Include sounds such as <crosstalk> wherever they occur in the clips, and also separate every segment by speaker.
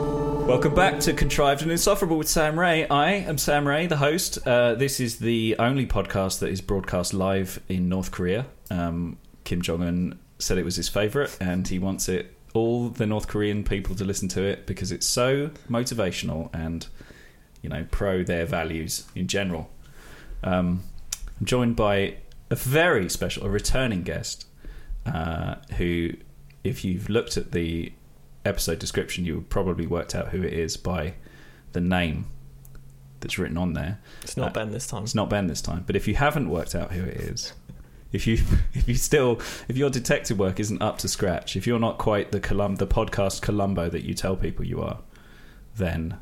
Speaker 1: Welcome back to Contrived and Insufferable with Sam Ray. I am Sam Ray, the host. Uh, this is the only podcast that is broadcast live in North Korea. Um, Kim Jong un said it was his favourite, and he wants it all the North Korean people to listen to it because it's so motivational and, you know, pro their values in general. Um, I'm joined by a very special, a returning guest uh, who, if you've looked at the episode description, you would probably worked out who it is by the name that's written on there.
Speaker 2: It's not
Speaker 1: Uh,
Speaker 2: Ben this time.
Speaker 1: It's not Ben this time. But if you haven't worked out who it is, if you <laughs> if you still if your detective work isn't up to scratch, if you're not quite the Colum- the podcast Columbo that you tell people you are, then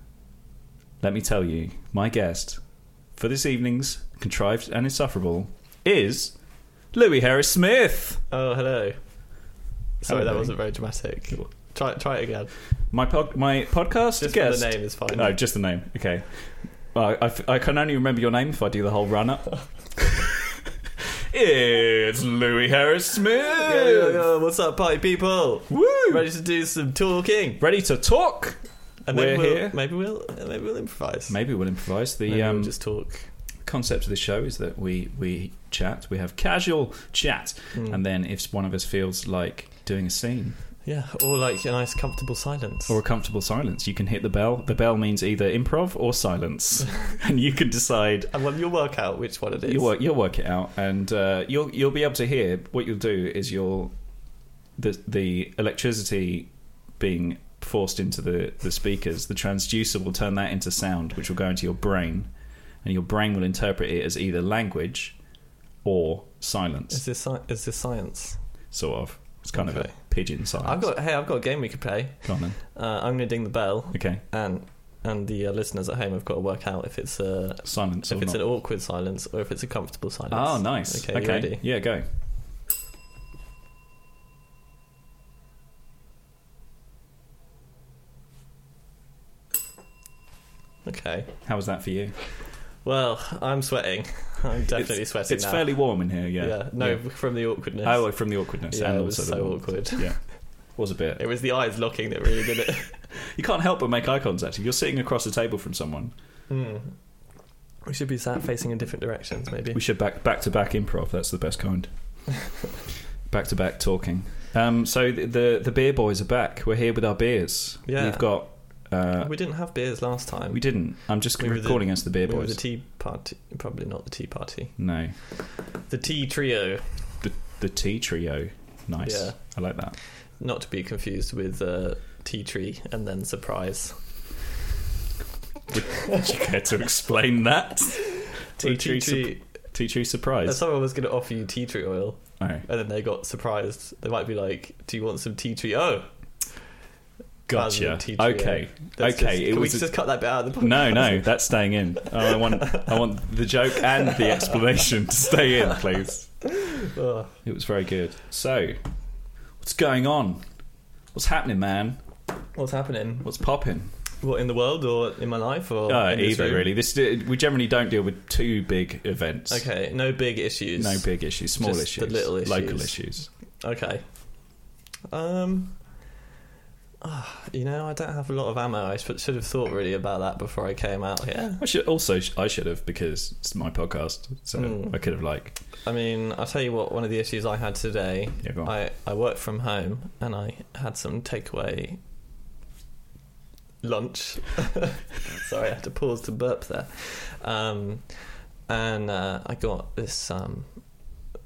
Speaker 1: let me tell you, my guest for this evening's contrived and insufferable is Louis Harris Smith.
Speaker 2: Oh, hello. Sorry,
Speaker 1: Hello,
Speaker 2: that
Speaker 1: Louis.
Speaker 2: wasn't very dramatic.
Speaker 1: Cool.
Speaker 2: Try try it again.
Speaker 1: My pod, my podcast
Speaker 2: Just for
Speaker 1: guest.
Speaker 2: the name is fine.
Speaker 1: No, just the name. Okay. Well, I, f- I can only remember your name if I do the whole run up. it's Louis Harris Smith.
Speaker 2: Yo, yo, yo, what's up, party people?
Speaker 1: Woo! Ready,
Speaker 2: Ready to do some talking?
Speaker 1: to talk?
Speaker 2: And
Speaker 1: We're
Speaker 2: then we'll,
Speaker 1: here.
Speaker 2: maybe we'll maybe we'll improvise.
Speaker 1: Maybe we'll improvise. The
Speaker 2: Maybe we'll
Speaker 1: um,
Speaker 2: just talk.
Speaker 1: concept of the show is that we we chat. We have casual chat,
Speaker 2: Hmm.
Speaker 1: and then if one of us feels like doing a scene
Speaker 2: yeah, or like a nice comfortable silence.
Speaker 1: or a comfortable silence, you can hit the bell. The bell means either improv or
Speaker 2: <laughs>
Speaker 1: silence, and you can decide
Speaker 2: and well, you'll work out which one it is.
Speaker 1: You'll work, you'll work it out, and uh, you'll you'll be able to hear. What you'll do is you'll the the electricity being forced into the the speakers. The transducer will turn that into sound, which will go into your brain, and your brain will interpret it as either language or
Speaker 2: Is
Speaker 1: silence,
Speaker 2: this sci- is this science?
Speaker 1: sort of. It's kind of
Speaker 2: Okay.
Speaker 1: a pigeon silence.
Speaker 2: I've got hey, I've got a game we could play.
Speaker 1: Go on then.
Speaker 2: Uh, I'm gonna ding the bell,
Speaker 1: Okay,
Speaker 2: and and the uh, listeners at home have got to work out if it's uh, a
Speaker 1: silence.
Speaker 2: if
Speaker 1: or
Speaker 2: it's
Speaker 1: not.
Speaker 2: an awkward silence or if it's a comfortable silence.
Speaker 1: oh, nice.
Speaker 2: Okay, you ready?
Speaker 1: yeah, go.
Speaker 2: Okay.
Speaker 1: How was that for you?
Speaker 2: Well, I'm sweating. <laughs> I'm definitely sweating
Speaker 1: It's
Speaker 2: now.
Speaker 1: fairly warm in here. Yeah.
Speaker 2: No, from the awkwardness.
Speaker 1: Oh, from the awkwardness.
Speaker 2: yeah,
Speaker 1: and
Speaker 2: it was
Speaker 1: also the
Speaker 2: so
Speaker 1: warmth.
Speaker 2: awkward. <laughs>
Speaker 1: Yeah, was a bit.
Speaker 2: It was the eyes looking that really did it.
Speaker 1: <laughs> You can't help but make eye contact. If you're sitting across the table from someone,
Speaker 2: Hmm. We should be sat facing in different directions, maybe.
Speaker 1: we should back back to back improv. That's the best
Speaker 2: <laughs>
Speaker 1: kind. back to back talking. Um, so the, the the beer boys are back. We're here with our beers.
Speaker 2: Yeah.
Speaker 1: we've got. Uh,
Speaker 2: We didn't have beers last time.
Speaker 1: we didn't. I'm just
Speaker 2: We were the-
Speaker 1: calling us the beer
Speaker 2: We were
Speaker 1: boys.
Speaker 2: the tea party. Probably not the tea party.
Speaker 1: no,
Speaker 2: The tea trio.
Speaker 1: the tea trio. Nice.
Speaker 2: Yeah.
Speaker 1: I like that. <laughs>
Speaker 2: Not to be confused with uh, tea tree and then surprise.
Speaker 1: Would you care to explain that?
Speaker 2: <laughs>
Speaker 1: tea
Speaker 2: Well,
Speaker 1: tree. Tea tree,
Speaker 2: tree.
Speaker 1: surprise.
Speaker 2: Someone was going to offer you tea tree oil.
Speaker 1: oh
Speaker 2: and then they got surprised. They might be like, "Do you want some tea tree?" Oh,
Speaker 1: gotcha.
Speaker 2: Rather than tea tree,
Speaker 1: Okay.
Speaker 2: that's
Speaker 1: Okay,
Speaker 2: Just,
Speaker 1: it
Speaker 2: can we
Speaker 1: was a- Hmm.
Speaker 2: just cut that bit out of the podcast?
Speaker 1: No, no, that's staying in. I want, I want the joke and the explanation to stay in, please.
Speaker 2: Oh,
Speaker 1: It was very good. So, what's going on? What's happening, man?
Speaker 2: what's happening?
Speaker 1: What's popping?
Speaker 2: What in the world or in my life or
Speaker 1: Uh,
Speaker 2: in this
Speaker 1: either
Speaker 2: room?
Speaker 1: really. This we generally don't deal with too big events.
Speaker 2: Okay, no big issues.
Speaker 1: No big issues, small
Speaker 2: Just the
Speaker 1: issues,
Speaker 2: little issues.
Speaker 1: local issues.
Speaker 2: Okay. Um. ah, you know, I don't have a lot of ammo. I should, should have thought really about that before I came out here.
Speaker 1: I should also I should have because it's my podcast, so
Speaker 2: Mm.
Speaker 1: I could have like
Speaker 2: I mean, I'll tell you what. One of the issues I had today
Speaker 1: yeah, go on.
Speaker 2: I, I worked from home and I had some takeaway lunch. <laughs> Sorry, I had to pause to burp there. Um, and uh, I got this um,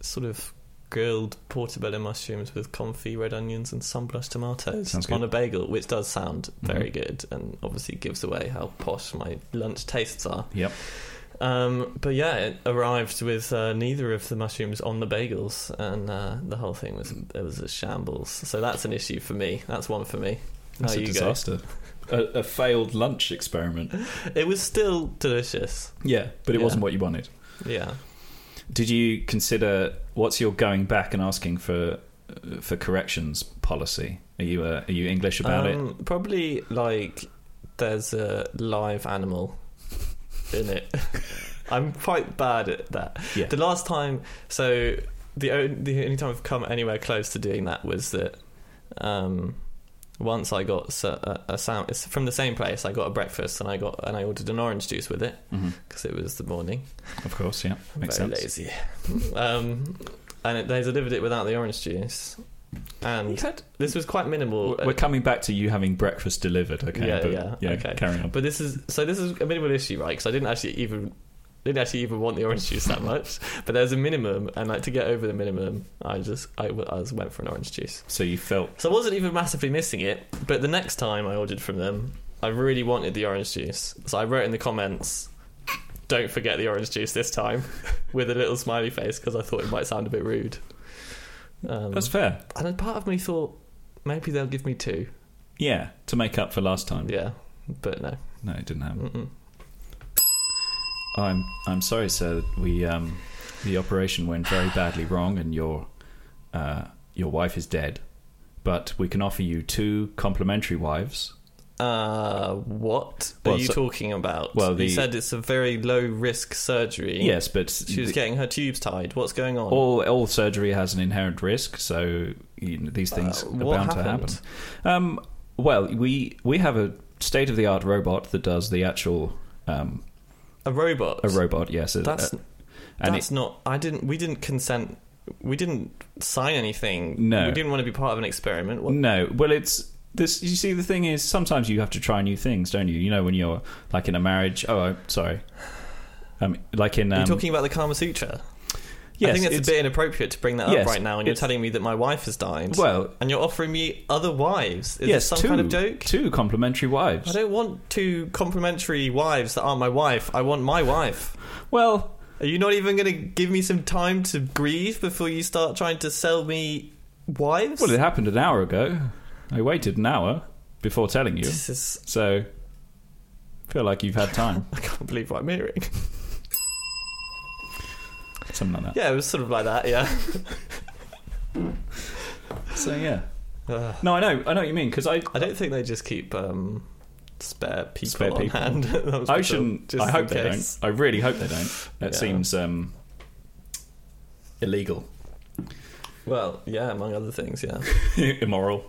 Speaker 2: sort of grilled portobello mushrooms with confit, red onions, and sunblush tomatoes
Speaker 1: Sounds good.
Speaker 2: on a bagel, which does sound very
Speaker 1: Mhm.
Speaker 2: good and obviously gives away how posh my lunch tastes are.
Speaker 1: Yep.
Speaker 2: Um, but yeah, it arrived with uh, neither of the mushrooms on the bagels, and uh, the whole thing was
Speaker 1: Mm.
Speaker 2: it was a shambles. So that's an issue for me. That's one for me.
Speaker 1: That's
Speaker 2: How
Speaker 1: a
Speaker 2: you go?
Speaker 1: disaster. A, a failed lunch experiment.
Speaker 2: It was still delicious.
Speaker 1: Yeah, but it
Speaker 2: Yeah.
Speaker 1: wasn't what you wanted.
Speaker 2: Yeah.
Speaker 1: Did you consider what's your going back and asking for uh, for corrections policy? Are you uh, are you English about it?
Speaker 2: um, Probably like there's a live animal in it. <laughs> I'm quite bad at that.
Speaker 1: Yeah.
Speaker 2: The last time, so the only, the only time I've come anywhere close to doing that was that um, once I got s- a, a sound. It's from the same place. I got a breakfast and I got and I ordered an orange juice with it
Speaker 1: hmm
Speaker 2: because it was the morning.
Speaker 1: Of course, yeah, makes
Speaker 2: Very
Speaker 1: sense.
Speaker 2: lazy. um, and it, they delivered it without the orange juice.
Speaker 1: You
Speaker 2: And
Speaker 1: had-
Speaker 2: this was quite minimal.
Speaker 1: We're coming back to you having breakfast delivered, okay?
Speaker 2: Yeah,
Speaker 1: but,
Speaker 2: yeah, okay.
Speaker 1: Carry on.
Speaker 2: But this is so this is a minimal issue, right? Because I didn't actually even didn't actually even want the orange juice that much. <laughs> But there's a minimum, and like to get over the minimum, I just I, w- I just went for an orange juice.
Speaker 1: so you felt
Speaker 2: So I wasn't even massively missing it. But the next time I ordered from them, I really wanted the orange juice. So I wrote in the comments, "Don't forget the orange juice this time," <laughs> with a little smiley face because I thought it might sound a bit rude. Um,
Speaker 1: that's fair.
Speaker 2: and a part of me thought maybe they'll give me two.
Speaker 1: Yeah, to make up for last time.
Speaker 2: Yeah, but no.
Speaker 1: No, it didn't happen.
Speaker 2: Mm-mm.
Speaker 1: I'm I'm sorry, sir. that We um, the operation went very badly wrong, and your uh, your wife is dead. But we can offer you two complimentary wives.
Speaker 2: Uh, what
Speaker 1: Well,
Speaker 2: are you
Speaker 1: so-
Speaker 2: talking about?
Speaker 1: well, the-
Speaker 2: you said it's a very low risk surgery.
Speaker 1: Yes, but
Speaker 2: she was
Speaker 1: the-
Speaker 2: getting her tubes tied. What's going on?
Speaker 1: all all surgery has an inherent risk, so you know, these things
Speaker 2: Uh,
Speaker 1: are
Speaker 2: what
Speaker 1: bound
Speaker 2: happened?
Speaker 1: to happen. Um, well, we we have a state of the art robot that does the actual um,
Speaker 2: a robot.
Speaker 1: a robot. Yes, a-
Speaker 2: That's
Speaker 1: a- and
Speaker 2: that's not. I didn't. We didn't consent. We didn't sign anything.
Speaker 1: No.
Speaker 2: we didn't want to be part of an experiment. What,
Speaker 1: No, well, it's this. You see, the thing is, sometimes you have to try new things, don't you? You know, when you're like in a marriage. Oh, I'm sorry. Um, like in um,
Speaker 2: You're talking about the Kama Sutra.
Speaker 1: yes,
Speaker 2: I think that's
Speaker 1: it's-
Speaker 2: a bit inappropriate to bring that
Speaker 1: Yes,
Speaker 2: up right now. And you're
Speaker 1: it's-
Speaker 2: telling me that my wife has died.
Speaker 1: Well,
Speaker 2: and you're offering me other wives. Is
Speaker 1: yes,
Speaker 2: this some
Speaker 1: two
Speaker 2: kind of joke?
Speaker 1: two complimentary
Speaker 2: I
Speaker 1: wives.
Speaker 2: don't want two complimentary wives that aren't my wife. I want my wife.
Speaker 1: Well,
Speaker 2: Are you not even going to give me some time to grieve before you start trying to sell me wives?
Speaker 1: well, it happened an hour ago. I waited an hour before telling you,
Speaker 2: this is.
Speaker 1: so feel like you've had time.
Speaker 2: I can't believe what I'm hearing. <laughs>
Speaker 1: Something
Speaker 2: <laughs>
Speaker 1: like that.
Speaker 2: Yeah, it was sort of like that, yeah.
Speaker 1: So yeah.
Speaker 2: Ugh.
Speaker 1: No, I know, I know what you mean because I
Speaker 2: I don't think they just keep um, spare people
Speaker 1: Spare
Speaker 2: on
Speaker 1: people.
Speaker 2: hand. <laughs> at the
Speaker 1: I
Speaker 2: hospital,
Speaker 1: shouldn't.
Speaker 2: just
Speaker 1: I
Speaker 2: in
Speaker 1: hope they
Speaker 2: case.
Speaker 1: don't. I really hope they don't. That
Speaker 2: Yeah.
Speaker 1: seems um, illegal, <laughs>
Speaker 2: Well, yeah, among other things, yeah.
Speaker 1: immoral,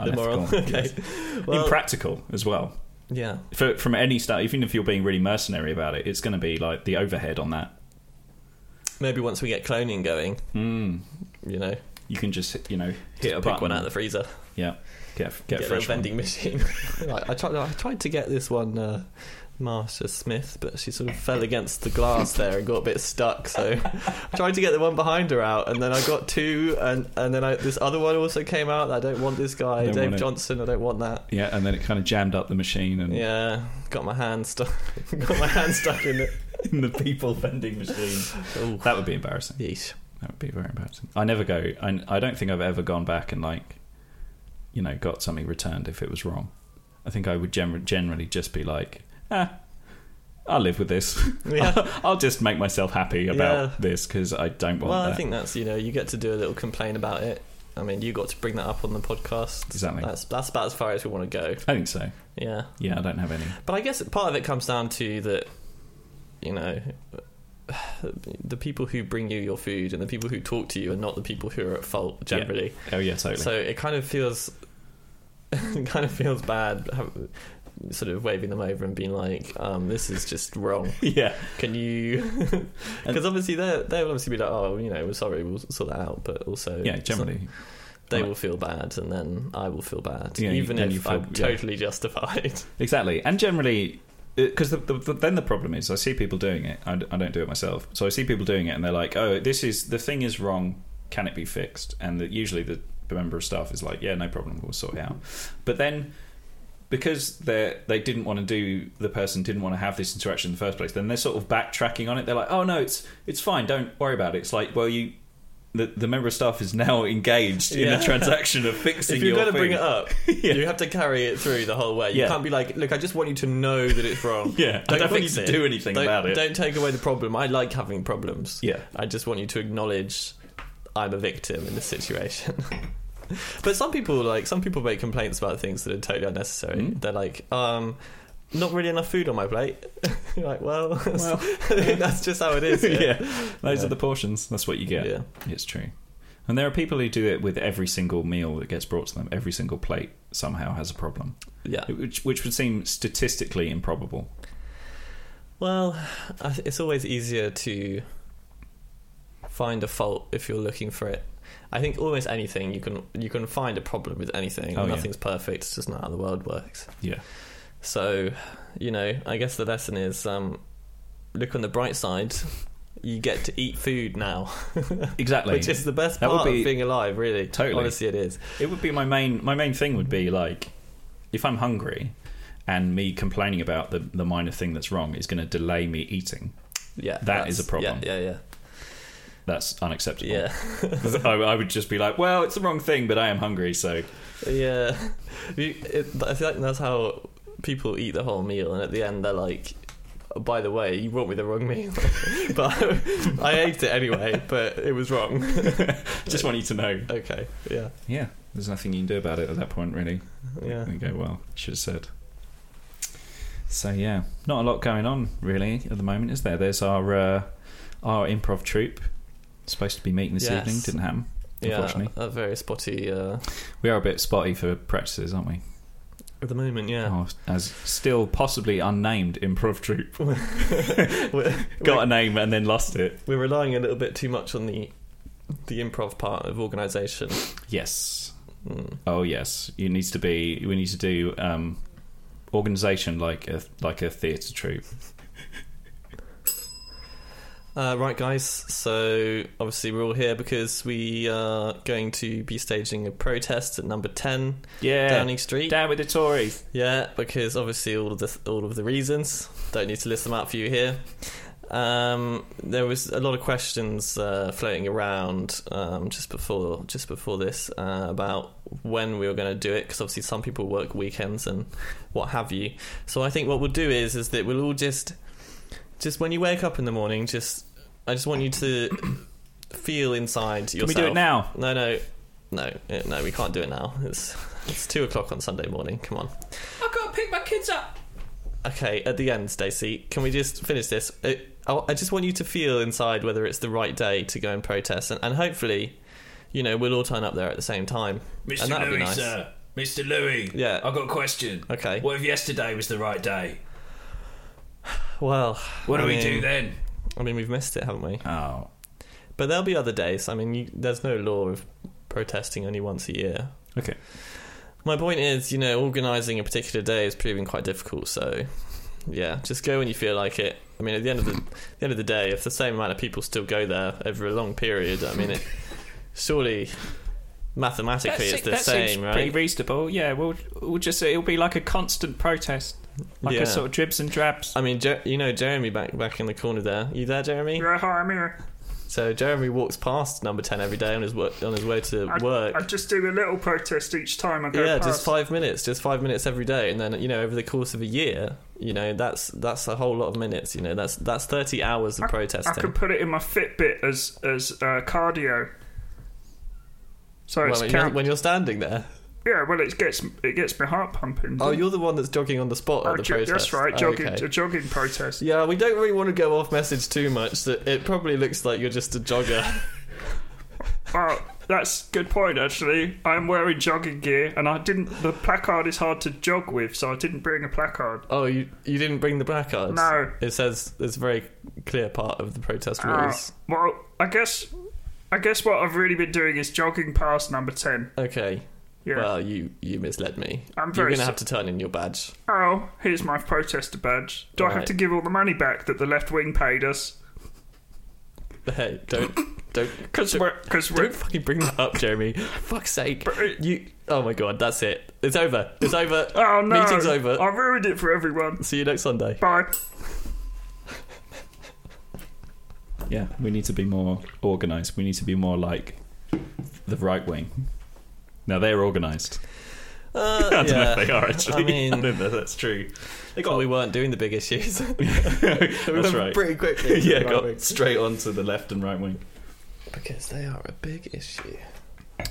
Speaker 2: Immoral.
Speaker 1: unethical,
Speaker 2: <laughs> Okay.
Speaker 1: yes.
Speaker 2: Well,
Speaker 1: impractical as well.
Speaker 2: yeah.
Speaker 1: For, from any start, even if you're being really mercenary about it, it's going to be like the overhead on that.
Speaker 2: Maybe once we get cloning going,
Speaker 1: Mm.
Speaker 2: you know,
Speaker 1: You can just you know hit
Speaker 2: Hmm. just
Speaker 1: a
Speaker 2: pick
Speaker 1: button.
Speaker 2: one out of the freezer,
Speaker 1: yeah, get get,
Speaker 2: get, a
Speaker 1: fresh
Speaker 2: little vending machine. <laughs> Like, I, tried, I tried to get this one, uh, Marsha Smith, but she sort of fell against the glass there and got a bit stuck. So <laughs> I tried to get the one behind her out, and then I got two, and, and then I, this other one also came out. I don't want this
Speaker 1: Don't
Speaker 2: guy,
Speaker 1: want
Speaker 2: Dave
Speaker 1: it.
Speaker 2: Johnson, I don't want that.
Speaker 1: One. Yeah, and then it kind of jammed up the machine
Speaker 2: Mm.
Speaker 1: and
Speaker 2: Yeah, got my hand stuck. <laughs> got my hand stuck <laughs> in it.
Speaker 1: in <laughs> the people vending
Speaker 2: <laughs>
Speaker 1: machine.
Speaker 2: Oh,
Speaker 1: That would be embarrassing.
Speaker 2: <laughs> yeesh.
Speaker 1: That would be very embarrassing. I never go. I, I don't think I've ever gone back and like, you know, got something returned if it was wrong. I think I would gener- generally just be like, ah, I'll live with this. <laughs>
Speaker 2: Yeah.
Speaker 1: I'll just make myself happy about
Speaker 2: Yeah.
Speaker 1: this 'cause this because I don't want
Speaker 2: Well,
Speaker 1: that.
Speaker 2: I think that's you know you get to do a little complain about it. I mean, you got to bring that up on the podcast.
Speaker 1: Exactly.
Speaker 2: That's that's about as far as we want to go.
Speaker 1: I think so.
Speaker 2: Yeah.
Speaker 1: Yeah, I don't have any.
Speaker 2: But I guess part of it comes down to that, you know, the people who bring you your food and the people who talk to you are not the people who are at fault generally.
Speaker 1: Oh yeah, totally.
Speaker 2: So it kind of feels, <laughs> it kind of feels bad, ha- sort of waving them over and being like, um, "This is just wrong.
Speaker 1: <laughs> yeah, <laughs>
Speaker 2: Can you?" Because obviously they they will obviously be like, "Oh, you know, we're sorry, we'll sort that out." But also,
Speaker 1: yeah. Generally,
Speaker 2: they will feel bad, and then I will feel bad,
Speaker 1: Yeah, you-
Speaker 2: even
Speaker 1: then
Speaker 2: if
Speaker 1: you feel-
Speaker 2: I'm
Speaker 1: yeah.
Speaker 2: totally justified.
Speaker 1: Exactly, and generally, because the, the, the, then the problem is, I see people doing it. I, d- I don't do it myself, so I see people doing it, and they're like, "Oh, this is the thing is wrong. Can it be fixed?" And the, usually, the, the member of staff is like, "Yeah, no problem. We'll sort it out." But then, because they they didn't want to do the person didn't want to have this interaction in the first place, then they're sort of backtracking on it. They're like, "Oh no, it's it's fine. Don't worry about it." It's like, well, you. The, the member of staff is now <laughs> engaged in
Speaker 2: Yeah.
Speaker 1: the transaction of fixing
Speaker 2: if you're
Speaker 1: your
Speaker 2: going to bring
Speaker 1: food.
Speaker 2: it up, you have to carry it through the whole way. You
Speaker 1: Yeah.
Speaker 2: can't be like, look, I just want you to know that it's wrong.
Speaker 1: <laughs> <laughs> Yeah, I don't want you
Speaker 2: fix
Speaker 1: to
Speaker 2: it.
Speaker 1: do anything
Speaker 2: Don't-
Speaker 1: about it.
Speaker 2: Don't take away the problem. I like having problems.
Speaker 1: Yeah.
Speaker 2: I just want you to acknowledge I'm a victim in this situation. <laughs> but some people like some people make complaints about things that are totally unnecessary.
Speaker 1: Mm.
Speaker 2: They're like, um, not really enough food on my plate. <laughs> You're like, well, <laughs>
Speaker 1: Well.
Speaker 2: that's just how it
Speaker 1: <laughs>
Speaker 2: is.
Speaker 1: yeah, those
Speaker 2: Yeah.
Speaker 1: are the portions. That's what you get.
Speaker 2: yeah.
Speaker 1: It's true. And there are people who do it with every single meal that gets brought to them. Every single plate somehow has a problem,
Speaker 2: Yeah.
Speaker 1: which which would seem statistically improbable.
Speaker 2: Well, I th- it's always easier to find a fault if you're looking for it. I think almost anything you can you can find a problem with anything.
Speaker 1: Oh, yeah.
Speaker 2: Nothing's perfect. It's just not how the world works.
Speaker 1: Yeah.
Speaker 2: So, you know, I guess the lesson is um, look on the bright side. You get to eat food now, <laughs>
Speaker 1: Exactly.
Speaker 2: which is the best
Speaker 1: That would
Speaker 2: part
Speaker 1: be-
Speaker 2: of being alive. Really,
Speaker 1: Totally.
Speaker 2: honestly, it is.
Speaker 1: It would be my main my main thing would be like if I'm hungry and me complaining about the, the minor thing that's wrong is going to delay me eating.
Speaker 2: Yeah,
Speaker 1: That is
Speaker 2: that's-
Speaker 1: a problem.
Speaker 2: Yeah, yeah,
Speaker 1: That's unacceptable. <laughs>
Speaker 2: yeah,
Speaker 1: I, I would just be like, well, it's the wrong thing, but I am hungry, so
Speaker 2: yeah. yeah. <laughs> You- it- I feel like that's how people eat the whole meal, and at the end they're like, "Oh, "By the way, you brought me the wrong meal, <laughs> but I ate it anyway, but it was wrong." <laughs>
Speaker 1: just want you to know.
Speaker 2: Okay, yeah,
Speaker 1: Yeah, there's nothing you can do about it at that point, really.
Speaker 2: yeah.
Speaker 1: And you go, well, should have said. So yeah, not a lot going on really at the moment, is there? There's our uh, our improv troupe supposed to be meeting this
Speaker 2: Yes.
Speaker 1: evening, didn't happen.
Speaker 2: Yeah,
Speaker 1: Unfortunately,
Speaker 2: a very spotty uh,
Speaker 1: we are a bit spotty for practices, aren't we?
Speaker 2: at the moment. Yeah, <laughs>
Speaker 1: Oh, as still possibly unnamed improv troupe.
Speaker 2: We're-
Speaker 1: Got a name and then lost it.
Speaker 2: we're relying a little bit too much on the the improv part of organisation.
Speaker 1: Yes.
Speaker 2: Mm.
Speaker 1: Oh yes. It needs to be. We need to do um, organisation like a like a theatre troupe.
Speaker 2: Uh, right, guys. So obviously we're all here because we are going to be staging a protest at number ten
Speaker 1: Yeah.
Speaker 2: Downing Street.
Speaker 1: Down with the Tories.
Speaker 2: yeah, because obviously all of the all of the reasons don't need to list them out for you here. Um, there was a lot of questions uh, floating around um, just before just before this uh, about when we were going to do it because obviously some people work weekends and what have you. So I think what we'll do is is that we'll all just just when you wake up in the morning, just I just want you to <coughs> feel inside
Speaker 1: Can
Speaker 2: yourself.
Speaker 1: we do it now?
Speaker 2: No, no, no, eh, no. We can't do it now. It's it's two o'clock on Sunday morning. Come on.
Speaker 1: I've got to pick my kids up.
Speaker 2: Okay, at the end, Stacey, can we just finish this? Eh, I I just want you to feel inside whether it's the right day to go and protest, and, and hopefully, you know, we'll all turn up there at the same time.
Speaker 3: Mr.
Speaker 2: And that'd be
Speaker 3: Louis,
Speaker 2: nice.
Speaker 3: sir. Mr. Louis.
Speaker 2: Yeah.
Speaker 3: I've got a question.
Speaker 2: Okay.
Speaker 3: What if yesterday was the right day?
Speaker 2: Well,
Speaker 3: What do
Speaker 2: I
Speaker 3: we
Speaker 2: mean,
Speaker 3: do then?
Speaker 2: I mean, we've missed it, haven't we?
Speaker 1: Oh,
Speaker 2: But there'll be other days. I mean, you, there's no law of protesting only once a year.
Speaker 1: okay.
Speaker 2: My point is, you know, organising a particular day is proving quite difficult. So, yeah, just go when you feel like it. I mean, at the <laughs> end of the, the end of the day, if the same amount of people still go there over a long period, I mean, it <laughs> surely mathematically it's the same,
Speaker 1: pretty
Speaker 2: right?
Speaker 1: reasonable. Yeah, we'll we'll just it'll be like a constant protest, like
Speaker 2: Yeah.
Speaker 1: a sort of dribs and drabs.
Speaker 2: I mean, Jer- you know, Jeremy back back in the corner there. You there, Jeremy?
Speaker 4: Yeah, hi, I'm here.
Speaker 2: So Jeremy walks past number ten every day on his work on his way to
Speaker 4: I,
Speaker 2: work.
Speaker 4: I just do a little protest each time I go
Speaker 2: yeah,
Speaker 4: past.
Speaker 2: just five minutes, just five minutes every day, and then you know over the course of a year, you know that's that's a whole lot of minutes. You know that's that's thirty hours of protesting.
Speaker 4: I could put it in my Fitbit as as uh, cardio. So
Speaker 2: Well,
Speaker 4: it's
Speaker 2: when, you're,
Speaker 4: count.
Speaker 2: when you're standing
Speaker 4: <laughs>
Speaker 2: there.
Speaker 4: Yeah, well, it gets it gets my heart pumping.
Speaker 2: Oh, you're the one that's jogging on the spot
Speaker 4: Oh,
Speaker 2: at the
Speaker 4: jo-
Speaker 2: protest.
Speaker 4: that's right,
Speaker 2: Oh,
Speaker 4: jogging
Speaker 2: okay.
Speaker 4: a jogging protest.
Speaker 2: Yeah, we don't really want to go off message too much. That it probably looks like you're just a
Speaker 4: <laughs>
Speaker 2: jogger.
Speaker 4: Well, that's a good point actually. I'm wearing jogging gear, and I didn't. The placard is hard to jog with, so I didn't bring a placard.
Speaker 2: oh, you you didn't bring the black cards.
Speaker 4: No.
Speaker 2: it says it's a very clear part of the protest
Speaker 4: Uh,
Speaker 2: rules.
Speaker 4: well, I guess I guess what I've really been doing is jogging past number ten.
Speaker 2: Okay.
Speaker 4: Yeah.
Speaker 2: Well, you you misled me.
Speaker 4: I'm
Speaker 2: You're
Speaker 4: very
Speaker 2: going to
Speaker 4: so-
Speaker 2: have to turn in your badge.
Speaker 4: Oh, here's my protester badge. Do I have
Speaker 2: Right.
Speaker 4: to give all the money back that the left wing paid us?
Speaker 2: Hey,
Speaker 4: <coughs>
Speaker 2: don't don't
Speaker 4: Because we're because we're
Speaker 2: Don't fucking bring that up, Jeremy. <laughs> Fuck's sake.
Speaker 4: But it-
Speaker 2: You. Oh my god, that's it. It's over.
Speaker 1: <laughs>
Speaker 2: It's over.
Speaker 4: oh no,
Speaker 2: Meeting's over.
Speaker 4: I ruined it for everyone.
Speaker 2: See you next Sunday.
Speaker 4: Bye.
Speaker 1: Yeah, we need to be more organised. We need to be more like the right wing. Now they're organised.
Speaker 2: Uh,
Speaker 1: <laughs> I don't know
Speaker 2: yeah.
Speaker 1: if they are actually.
Speaker 2: I
Speaker 1: <laughs>
Speaker 2: mean-
Speaker 1: I don't know if that's true. They
Speaker 2: Well,
Speaker 1: got.
Speaker 2: we weren't doing the big issues. we
Speaker 1: that's
Speaker 2: went
Speaker 1: right.
Speaker 2: Pretty
Speaker 1: <laughs>
Speaker 2: quickly.
Speaker 1: yeah,
Speaker 2: Right
Speaker 1: got
Speaker 2: wing.
Speaker 1: straight onto the left and right wing.
Speaker 2: Because they are a big issue.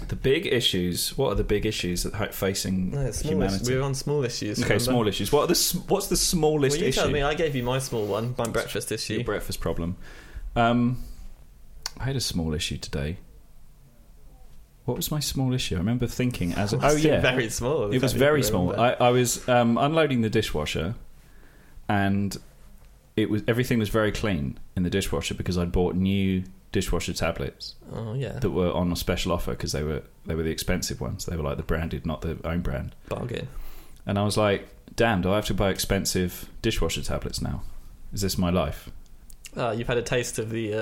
Speaker 1: The big issues. What are the big issues that ho- facing
Speaker 2: No, it's small issues.
Speaker 1: humanity?
Speaker 2: We were on small issues.
Speaker 1: okay,
Speaker 2: remember?
Speaker 1: small issues. What are the? s- What's the smallest
Speaker 2: Well, you
Speaker 1: issue?
Speaker 2: told me I gave you my small one, my breakfast <laughs>
Speaker 1: Your
Speaker 2: issue.
Speaker 1: breakfast problem. Um, I had a small issue today. What was my small issue? I remember thinking
Speaker 2: <laughs>
Speaker 1: as
Speaker 2: Must
Speaker 1: oh
Speaker 2: have been
Speaker 1: yeah,
Speaker 2: very small.
Speaker 1: it was
Speaker 2: can't
Speaker 1: very
Speaker 2: even
Speaker 1: small.
Speaker 2: remember.
Speaker 1: I, I was um, unloading the dishwasher, and it was everything was very clean in the dishwasher because I'd bought new dishwasher tablets
Speaker 2: oh yeah,
Speaker 1: that were on a special offer because they were they were the expensive ones. They were like the branded, not the own brand.
Speaker 2: bargain.
Speaker 1: And I was like, "Damn, do I have to buy expensive dishwasher tablets now? Is this my life?"
Speaker 2: Oh, you've had a taste of the. Uh,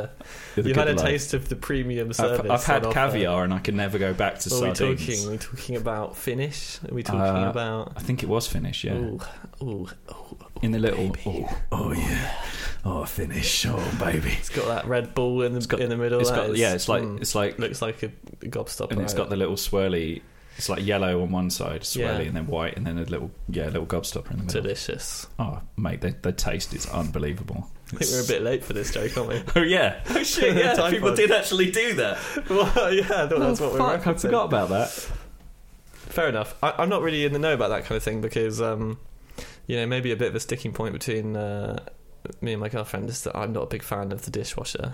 Speaker 1: The
Speaker 2: you've
Speaker 1: good
Speaker 2: had a
Speaker 1: life.
Speaker 2: taste of the premium service.
Speaker 1: I've, I've had
Speaker 2: on offer.
Speaker 1: caviar, and I can never go back to
Speaker 2: What are we
Speaker 1: sardines.
Speaker 2: talking? Are we talking about Finnish? Are we talking
Speaker 1: Uh,
Speaker 2: about?
Speaker 1: I think it was Finnish, yeah.
Speaker 2: Ooh, ooh, ooh,
Speaker 1: In the little,
Speaker 2: baby.
Speaker 1: oh, oh, yeah, oh Finnish, oh baby.
Speaker 2: It's got that red ball in the
Speaker 1: It's got-
Speaker 2: in the middle.
Speaker 1: It's
Speaker 2: that
Speaker 1: got
Speaker 2: is-
Speaker 1: yeah, it's like
Speaker 2: mm,
Speaker 1: it's like,
Speaker 2: looks like a gobstopper.
Speaker 1: and it's got the little swirly. It's like yellow on one side, swirly,
Speaker 2: Yeah.
Speaker 1: and then white, and then a little yeah, little gobstopper in the middle.
Speaker 2: delicious.
Speaker 1: Oh, mate, the, the taste is unbelievable.
Speaker 2: I think we're a bit late for this joke, aren't we?
Speaker 1: <laughs>
Speaker 2: <laughs>
Speaker 1: Oh yeah,
Speaker 3: Oh shit!
Speaker 2: yeah,
Speaker 3: Yeah,
Speaker 2: Typhoid.
Speaker 3: people did actually do that.
Speaker 2: well, yeah, I thought that's
Speaker 1: oh,
Speaker 2: what we
Speaker 1: fuck,
Speaker 2: were.
Speaker 1: I forgot about that.
Speaker 2: Fair enough. I, I'm not really in the know about that kind of thing because, um, you know, maybe a bit of a sticking point between uh, me and my girlfriend is that I'm not a big fan of
Speaker 1: <gasps>
Speaker 2: the dishwasher.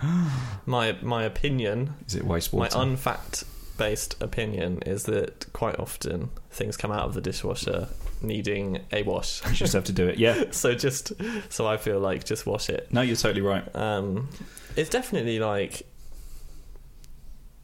Speaker 2: my my opinion,
Speaker 1: Is it wastewater?
Speaker 2: my unfact based opinion, is that quite often things come out of the dishwasher needing a wash.
Speaker 1: <laughs>
Speaker 2: <laughs>
Speaker 1: you just have to do it. Yeah,
Speaker 2: so just so I feel like just wash it.
Speaker 1: no, you're totally right.
Speaker 2: Um, it's definitely like.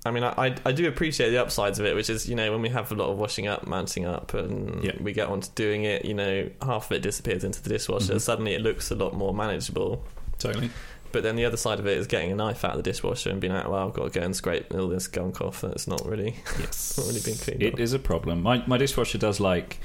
Speaker 2: I mean, I, I I do appreciate the upsides of it, which is you know when we have a lot of washing up, mounting up, and
Speaker 1: Yeah.
Speaker 2: we get on to doing it. You know, half of it disappears into the dishwasher.
Speaker 1: Mhm.
Speaker 2: Suddenly, it looks a lot more manageable. <laughs>
Speaker 1: Totally.
Speaker 2: But then the other side of it is getting a knife out of the dishwasher and being like, "Well, I've got to go and scrape all this gunk off." That's not really,
Speaker 1: Yes.
Speaker 2: not really been cleaned
Speaker 1: It
Speaker 2: up.
Speaker 1: is a problem. My my dishwasher does like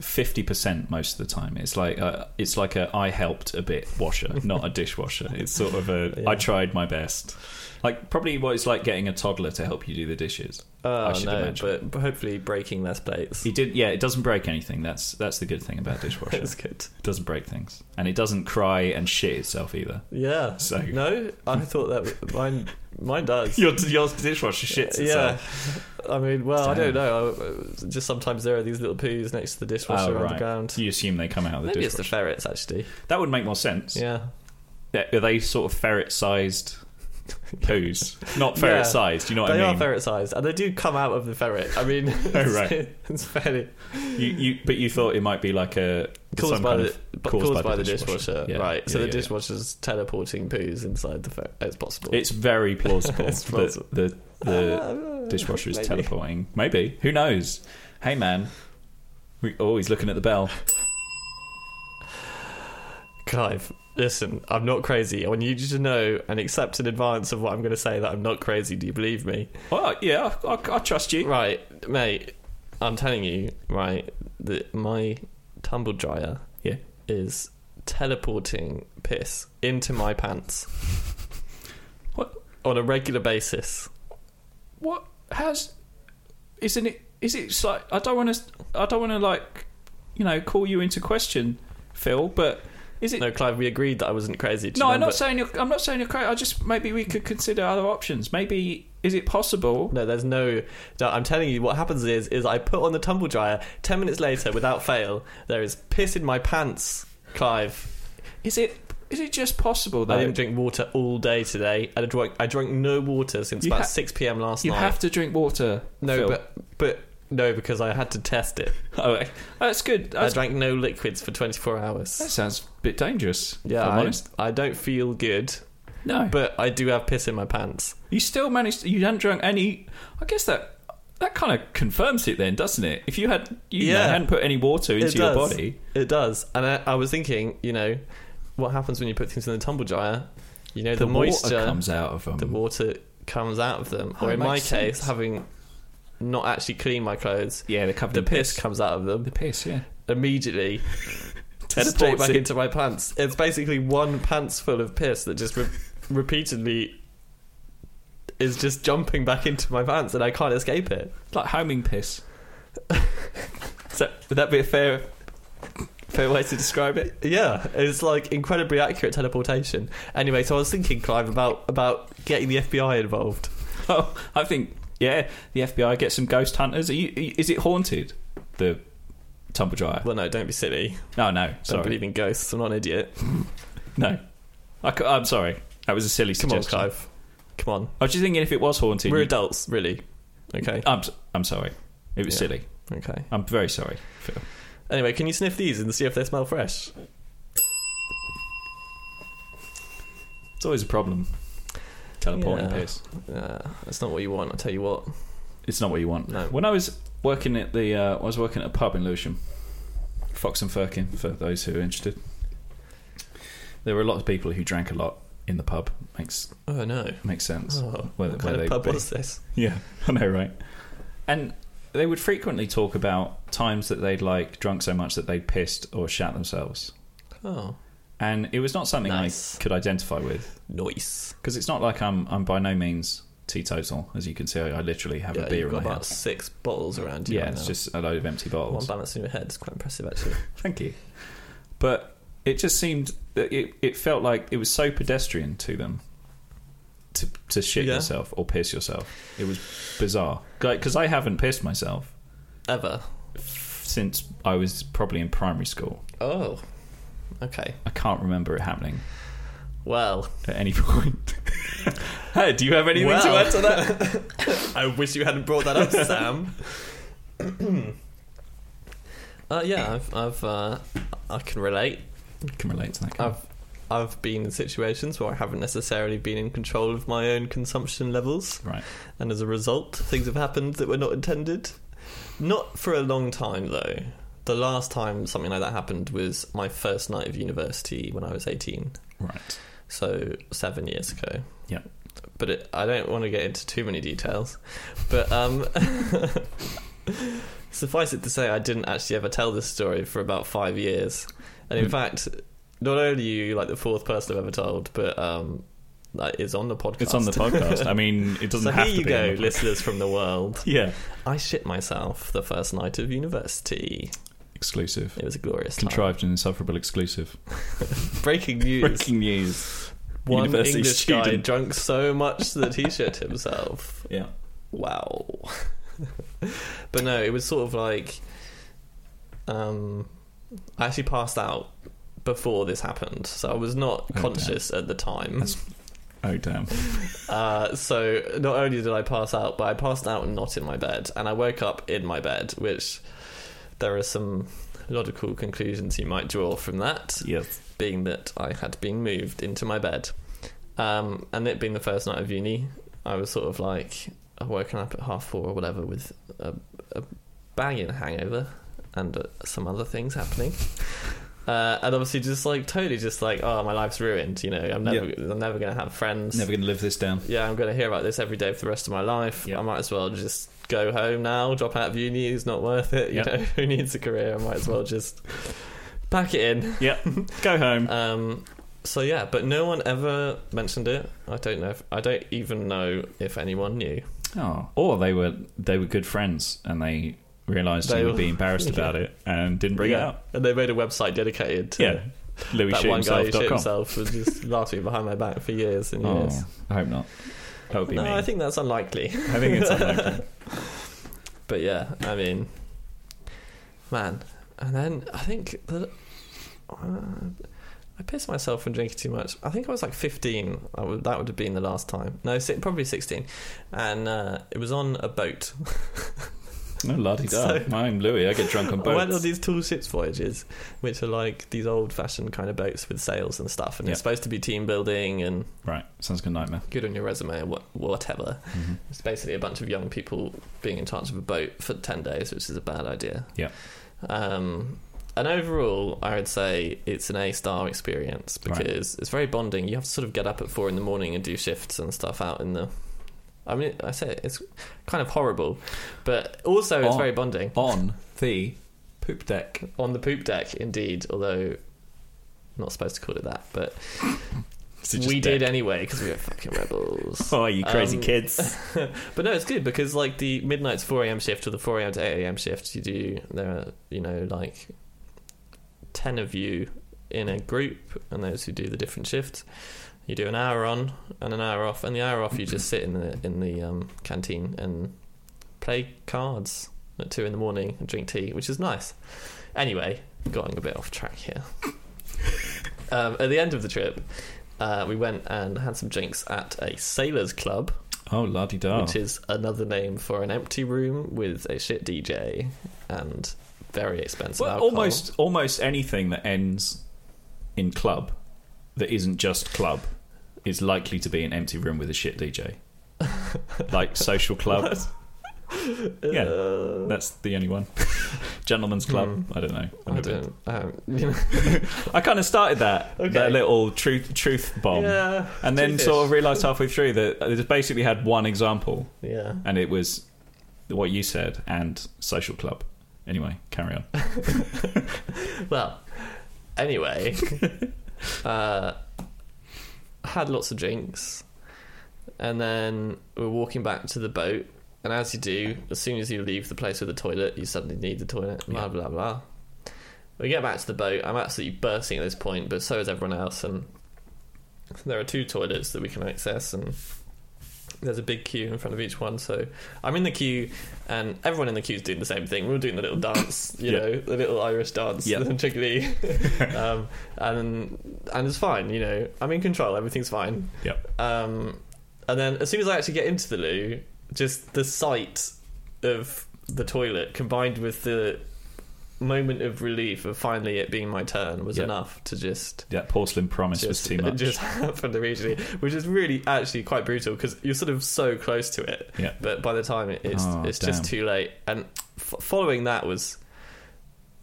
Speaker 1: fifty percent most of the time. It's like uh, it's like a I helped a bit washer, not a dishwasher. It's sort of a I
Speaker 2: <laughs> Yeah.
Speaker 1: tried my best. Like probably what it's like getting a toddler to help you do the dishes.
Speaker 2: Oh,
Speaker 1: I should
Speaker 2: no,
Speaker 1: imagine.
Speaker 2: but- but hopefully breaking less plates. <laughs>
Speaker 1: He did, yeah. It doesn't break anything. That's that's the good thing about dishwasher.
Speaker 2: That's
Speaker 1: it
Speaker 2: good.
Speaker 1: doesn't break things, and it doesn't cry and shit itself either.
Speaker 2: Yeah.
Speaker 1: So-
Speaker 2: no, I thought that mine mine
Speaker 1: <laughs>
Speaker 2: does.
Speaker 1: Your your dishwasher shits
Speaker 2: yeah,
Speaker 1: itself.
Speaker 2: I mean, well, I
Speaker 1: Damn.
Speaker 2: don't know. I, just sometimes there are these little poos next to the dishwasher
Speaker 1: Oh,
Speaker 2: on the
Speaker 1: right.
Speaker 2: ground.
Speaker 1: You assume they come out of the
Speaker 2: Maybe it's
Speaker 1: dishwasher.
Speaker 2: the ferrets, actually.
Speaker 1: that would make more sense.
Speaker 2: Yeah,
Speaker 1: Are they sort of
Speaker 2: <laughs>
Speaker 1: ferret-sized poos? Not ferret-sized. You know what
Speaker 2: they
Speaker 1: I
Speaker 2: are
Speaker 1: mean?
Speaker 2: ferret-sized, and they do come out of the ferret. I mean, <laughs>
Speaker 1: Oh, right.
Speaker 2: it's fairly
Speaker 1: You, you, but you thought it might be like a
Speaker 2: caused
Speaker 1: some
Speaker 2: by
Speaker 1: kind
Speaker 2: the
Speaker 1: of
Speaker 2: but caused, by, the dishwasher,
Speaker 1: Yeah.
Speaker 2: right? so
Speaker 1: Yeah, yeah,
Speaker 2: the
Speaker 1: yeah.
Speaker 2: dishwasher's teleporting poos inside the ferret. It's possible.
Speaker 1: It's very plausible.
Speaker 2: <laughs> It's
Speaker 1: that
Speaker 2: plausible.
Speaker 1: The
Speaker 2: <laughs>
Speaker 1: the
Speaker 2: Ah,
Speaker 1: dishwasher is
Speaker 2: maybe.
Speaker 1: teleporting. Maybe who knows? Hey man, we, oh he's looking at the bell.
Speaker 2: Clive, listen, I'm not crazy. I want you to know and accept in advance of what I'm going to say that I'm not crazy. Do you believe me?
Speaker 1: Oh yeah, I, I, I trust you.
Speaker 2: Right, mate. I'm telling you, right, that my tumble dryer
Speaker 1: Yeah.
Speaker 2: is teleporting piss into my pants.
Speaker 1: <laughs> What?
Speaker 2: On a regular basis.
Speaker 1: What? How's? Isn't it? Is it like I don't want to? I don't want to like, you know, call you into question, Phil. But is it?
Speaker 2: No, Clive, we agreed that I wasn't crazy. Do you
Speaker 1: No, I'm
Speaker 2: remember-
Speaker 1: not saying you're. I'm not saying you're crazy. I just maybe we could consider other options. Maybe is it possible?
Speaker 2: No, there's no, no. I'm telling you, what happens is, is I put on the tumble dryer. Ten minutes later, without fail, there is piss in my pants, Clive.
Speaker 1: Is it? Is it just possible
Speaker 2: I
Speaker 1: that
Speaker 2: didn't drink water all day today. I drank, I drank no water since
Speaker 1: You
Speaker 2: about
Speaker 1: ha-
Speaker 2: 6 p.m. last
Speaker 1: you
Speaker 2: night.
Speaker 1: have to drink water?
Speaker 2: No,
Speaker 1: Phil. <laughs>
Speaker 2: but but no, because I had to test it.
Speaker 1: Oh, okay. that's good.
Speaker 2: I
Speaker 1: That's,
Speaker 2: drank no liquids for 24
Speaker 1: that
Speaker 2: hours.
Speaker 1: sounds a bit dangerous.
Speaker 2: Yeah,
Speaker 1: if I'm
Speaker 2: I,
Speaker 1: honest.
Speaker 2: I don't feel good,
Speaker 1: No, but
Speaker 2: but I do have piss in my pants.
Speaker 1: you still managed. You hadn't drunk any. I guess that that kind of confirms it, then, doesn't it? If you had, you know,
Speaker 2: Yeah.
Speaker 1: hadn't put any water into
Speaker 2: It
Speaker 1: your
Speaker 2: does.
Speaker 1: body,
Speaker 2: It does, and I, I was thinking, you know, what happens when you put things in the tumble dryer? You know, the, moisture,
Speaker 1: water comes out of them.
Speaker 2: the water comes out of them.
Speaker 1: Oh,
Speaker 2: or
Speaker 1: it
Speaker 2: in my
Speaker 1: makes
Speaker 2: case,
Speaker 1: sense.
Speaker 2: having not actually cleaned my clothes,
Speaker 1: yeah, they're covered
Speaker 2: the
Speaker 1: in piss.
Speaker 2: piss comes out of them
Speaker 1: The piss, yeah. <laughs>
Speaker 2: immediately, straight
Speaker 1: Teleports
Speaker 2: back
Speaker 1: it.
Speaker 2: into my pants. It's basically one pants full of piss that just re- repeatedly is just jumping back into my pants, and I can't escape it.
Speaker 1: Like homing piss.
Speaker 2: So would that be a fair fair way to describe
Speaker 1: <laughs>
Speaker 2: it? Yeah, it's like incredibly accurate teleportation. Anyway, so I was thinking, Clive, about about getting the FBI involved.
Speaker 1: Oh, I think yeah, the FBI get some ghost hunters. Are you, is it haunted? The tumble dryer? Oh,
Speaker 2: Well, no, don't be silly.
Speaker 1: No, no,
Speaker 2: Don't
Speaker 1: sorry,
Speaker 2: believe in ghosts. I'm not an idiot.
Speaker 1: no. I, am sorry. That was a silly
Speaker 2: Come on,
Speaker 1: suggestion.
Speaker 2: Clive. Come on.
Speaker 1: I was just thinking if it was haunted,
Speaker 2: We're
Speaker 1: you-
Speaker 2: adults, really.
Speaker 1: <laughs>
Speaker 2: Okay.
Speaker 1: I'm, s- I'm sorry. It was
Speaker 2: Yeah.
Speaker 1: silly.
Speaker 2: Okay.
Speaker 1: I'm very sorry, Phil.
Speaker 2: Anyway, can you sniff these and see if they smell fresh?
Speaker 1: It's always a problem. Teleporting
Speaker 2: Yeah.
Speaker 1: piss.
Speaker 2: Uh, that's not what you want. I'll tell you what.
Speaker 1: It's not what you want.
Speaker 2: No.
Speaker 1: When I was working at the, uh, I was working at a pub in Lewisham, Fox and Firkin, for those who are interested. There were a lot of people who drank a lot in the pub. Makes
Speaker 2: Oh no.
Speaker 1: makes sense.
Speaker 2: Oh,
Speaker 1: Where-
Speaker 2: what
Speaker 1: where
Speaker 2: kind
Speaker 1: they
Speaker 2: of pub
Speaker 1: be.
Speaker 2: was this?
Speaker 1: Yeah, <laughs> I know, right? And they would frequently talk about times that they'd like drunk so much that they'd pissed or shat themselves,
Speaker 2: Oh,
Speaker 1: and it was not something
Speaker 2: Nice.
Speaker 1: I could identify with
Speaker 2: nice.
Speaker 1: because it's not like I'm I'm by no means teetotal, as you can see. I, I literally have
Speaker 2: Yeah,
Speaker 1: a beer
Speaker 2: you've
Speaker 1: in
Speaker 2: got
Speaker 1: my
Speaker 2: about
Speaker 1: house.
Speaker 2: six bottles around you.
Speaker 1: Yeah,
Speaker 2: right
Speaker 1: it's
Speaker 2: now.
Speaker 1: just a load of empty
Speaker 2: one
Speaker 1: bottles.
Speaker 2: balancing your head. It's quite impressive, actually.
Speaker 1: Thank you. But it just seemed that it, it felt like it was so pedestrian to them to to shit
Speaker 2: Yeah.
Speaker 1: yourself or piss yourself. It was bizarre because I haven't pissed myself
Speaker 2: Ever.
Speaker 1: since I was probably in primary school.
Speaker 2: Oh. Okay.
Speaker 1: I can't remember it happening
Speaker 2: Well.
Speaker 1: at any <laughs> point. hey, do you have anything to add?
Speaker 2: to that? <laughs> I wish you hadn't brought that
Speaker 1: <laughs>
Speaker 2: up, Sam. <clears throat> uh, yeah, I've, I've uh, I can relate.
Speaker 1: I can relate to that. can't I?
Speaker 2: I've I've been in situations where I haven't necessarily been in control of my own consumption levels,
Speaker 1: Right.
Speaker 2: and as a result, things have happened that were not intended. Not for a long time, though. The last time something like that happened was my first night of university when I was eighteen
Speaker 1: Right.
Speaker 2: so seven years ago.
Speaker 1: Yeah.
Speaker 2: But it, I don't want to get into too many details. But um, <laughs> suffice it to say, I didn't actually ever tell this story for about five years. And in
Speaker 1: Mm.
Speaker 2: fact, not only are you like the fourth person I've ever told, but um, that is on the podcast.
Speaker 1: It's on the podcast. I mean, it doesn't
Speaker 2: so
Speaker 1: have
Speaker 2: here
Speaker 1: to
Speaker 2: you
Speaker 1: be.
Speaker 2: go,
Speaker 1: on the pod-
Speaker 2: listeners from the world.
Speaker 1: Yeah.
Speaker 2: I shit myself the first night of university.
Speaker 1: Exclusive.
Speaker 2: It was a glorious time.
Speaker 1: Contrived and insufferable exclusive.
Speaker 2: Breaking
Speaker 1: <laughs>
Speaker 2: news.
Speaker 1: Breaking news.
Speaker 2: One
Speaker 1: University
Speaker 2: English guy
Speaker 1: student.
Speaker 2: drunk so much that he
Speaker 1: <laughs>
Speaker 2: shit himself.
Speaker 1: Yeah.
Speaker 2: wow <laughs> but no it was sort of like um i actually passed out before this happened so i was not
Speaker 1: Oh, damn.
Speaker 2: conscious at the time
Speaker 1: That's- Oh damn.
Speaker 2: uh, so not only did i pass out but i passed out not in my bed and i woke up in my bed which there are some logical conclusions you might draw from that
Speaker 1: Yes.
Speaker 2: being that I had been moved into my bed. Um, and it being the first night of uni, I was sort of like, I'd woken up at half four or whatever with a, a banging hangover and uh, some other things happening. Uh, and obviously, just like totally, just like oh, my life's ruined. You know, I'm never, I'm never gonna have friends.
Speaker 1: Never gonna live this down.
Speaker 2: Yeah, I'm gonna hear about this every day for the rest of my life.
Speaker 1: Yeah.
Speaker 2: I might as well just go home now. Drop out of uni It's not worth it. You
Speaker 1: Yeah.
Speaker 2: know, <laughs> who needs a career? I might as well just pack it in.
Speaker 1: Go home.
Speaker 2: Um, so yeah, but no one ever mentioned it. I don't know. If, I don't even know if anyone knew.
Speaker 1: Oh. Or they were they were good friends and they realised
Speaker 2: They
Speaker 1: they would
Speaker 2: were-
Speaker 1: be embarrassed
Speaker 2: <laughs>
Speaker 1: about it and didn't bring it
Speaker 2: Yeah.
Speaker 1: up.
Speaker 2: And they made a website dedicated to
Speaker 1: Yeah.
Speaker 2: that one guy who shit
Speaker 1: LouisShootHimself.com.
Speaker 2: himself was just laughing behind my back for years and years.
Speaker 1: Oh, I hope not. That would be
Speaker 2: no,
Speaker 1: mean.
Speaker 2: I think that's unlikely.
Speaker 1: I think
Speaker 2: <laughs>
Speaker 1: it's unlikely.
Speaker 2: But yeah, I mean, man. And then I think that uh, I pissed myself from drinking too much. I think I was like 15. I would, that would have been the last time. No, si- probably 16. And uh, it was on a boat. <laughs>
Speaker 1: No, lardy da.
Speaker 2: So-
Speaker 1: I'm Louis. I get drunk
Speaker 2: <laughs>
Speaker 1: on
Speaker 2: I went on
Speaker 1: boats.
Speaker 2: these tall ships voyages, which are like these old-fashioned kind of boats with sails and stuff, and
Speaker 1: Yeah.
Speaker 2: it's supposed to be team building and
Speaker 1: Right. Sounds like a nightmare.
Speaker 2: good on your resume or what, whatever.
Speaker 1: Mhm.
Speaker 2: It's basically a bunch of young people being in charge of a boat for ten days, which is a bad idea.
Speaker 1: Yeah.
Speaker 2: Um, and overall, I would say it's an A-star experience
Speaker 1: Right.
Speaker 2: because it's very bonding. You have to sort of get up at four in the morning and do shifts and stuff out in the. I mean, I say it's kind of horrible, but also it's
Speaker 1: Oh.
Speaker 2: very bonding.
Speaker 1: On the poop deck.
Speaker 2: On the poop deck, indeed, although not supposed to call it that, but
Speaker 1: Is it just
Speaker 2: we
Speaker 1: deck?
Speaker 2: did anyway because we were fucking
Speaker 1: <laughs>
Speaker 2: rebels.
Speaker 1: Oh, you crazy
Speaker 2: Um, <laughs>
Speaker 1: kids.
Speaker 2: But no, it's good because like the midnight's four a.m. shift or the four a.m. to eight a.m. shift, you do there are you know like ten of you in a group, and those who do the different shifts, you do an hour on and an hour off, and the hour off you just sit in the in the um, canteen and play cards at two in the morning and drink tea, which is nice. Anyway, going a bit off track here. um, at the end of the trip, uh, we went and had some drinks at a sailors club
Speaker 1: Oh, la di da.
Speaker 2: which is another name for an empty room with a shit DJ and very expensive
Speaker 1: Well,
Speaker 2: alcohol.
Speaker 1: almost almost anything that ends in club that isn't just club is likely to be an empty room with a shit
Speaker 2: <laughs>
Speaker 1: DJ. like social club. yeah.
Speaker 2: Uh, Hmm.
Speaker 1: That's the only one. <laughs> Gentlemen's club. I don't know.
Speaker 2: I don't. Um, you know,
Speaker 1: I kind of started that
Speaker 2: Okay.
Speaker 1: that little truth truth bomb,
Speaker 2: <laughs> yeah,
Speaker 1: Um, and then
Speaker 2: Truthish.
Speaker 1: sort of
Speaker 2: <laughs>
Speaker 1: realised halfway through that I just basically had one example,
Speaker 2: yeah.
Speaker 1: and it was what you said and social club. Anyway, carry on.
Speaker 2: Well,
Speaker 1: <laughs>
Speaker 2: anyway, uh, had lots of drinks, and then we're walking back to the boat. And as you do, as soon as you leave the place with the toilet, you suddenly need the toilet. Blah
Speaker 1: Yeah.
Speaker 2: blah blah. We get back to the boat. I'm absolutely bursting at this point, but so is everyone else. And there are two toilets that we can access, and there's a big queue in front of each one. So I'm in the queue, and everyone in the queue is doing the same thing. We're all doing the little dance, you
Speaker 1: Yeah.
Speaker 2: know, the little Irish dance,
Speaker 1: Yeah.
Speaker 2: <laughs>
Speaker 1: <laughs>
Speaker 2: the jiggly. um, and and it's fine, you know. I'm in control. Everything's fine.
Speaker 1: Yep.
Speaker 2: Um, and then as soon as I actually get into the loo, just the sight of the toilet combined with the moment of relief of finally it being my turn was
Speaker 1: Yeah.
Speaker 2: enough to just
Speaker 1: That porcelain promise was
Speaker 2: just, <laughs>
Speaker 1: too much.
Speaker 2: just happened immediately, which is really actually quite brutal because you're sort of so close to it.
Speaker 1: Yeah.
Speaker 2: But by the time it- it's
Speaker 1: Oh,
Speaker 2: it's
Speaker 1: damn.
Speaker 2: just too late, and f- following that was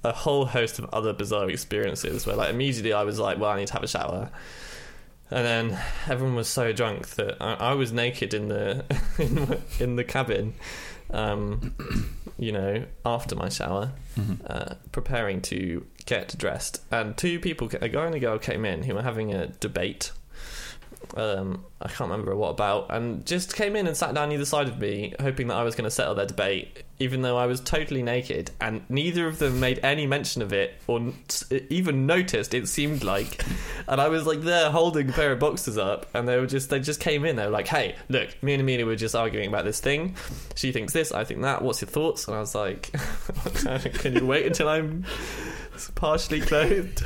Speaker 2: a whole host of other bizarre experiences where like immediately I was like, well, I need to have a shower. And then everyone was so drunk that I, I was naked in the <laughs> in, in the cabin, um, <coughs> you know, after my shower,
Speaker 1: Mm-hmm.
Speaker 2: uh, preparing to get dressed. And two people, a guy and a girl, came in who were having a debate. Um, I can't remember what about, and just came in and sat down either side of me, hoping that I was going to settle their debate, even though I was totally naked, and neither of them made any mention of it or n- s- even noticed. It seemed like and I was like there holding a pair of boxes up, and they were just they just came in. They were like, "Hey, look, me and Amelia were just arguing about this thing. She thinks this, I think that. What's your thoughts?" And I was like, <laughs> "Can you wait until I'm partially clothed?"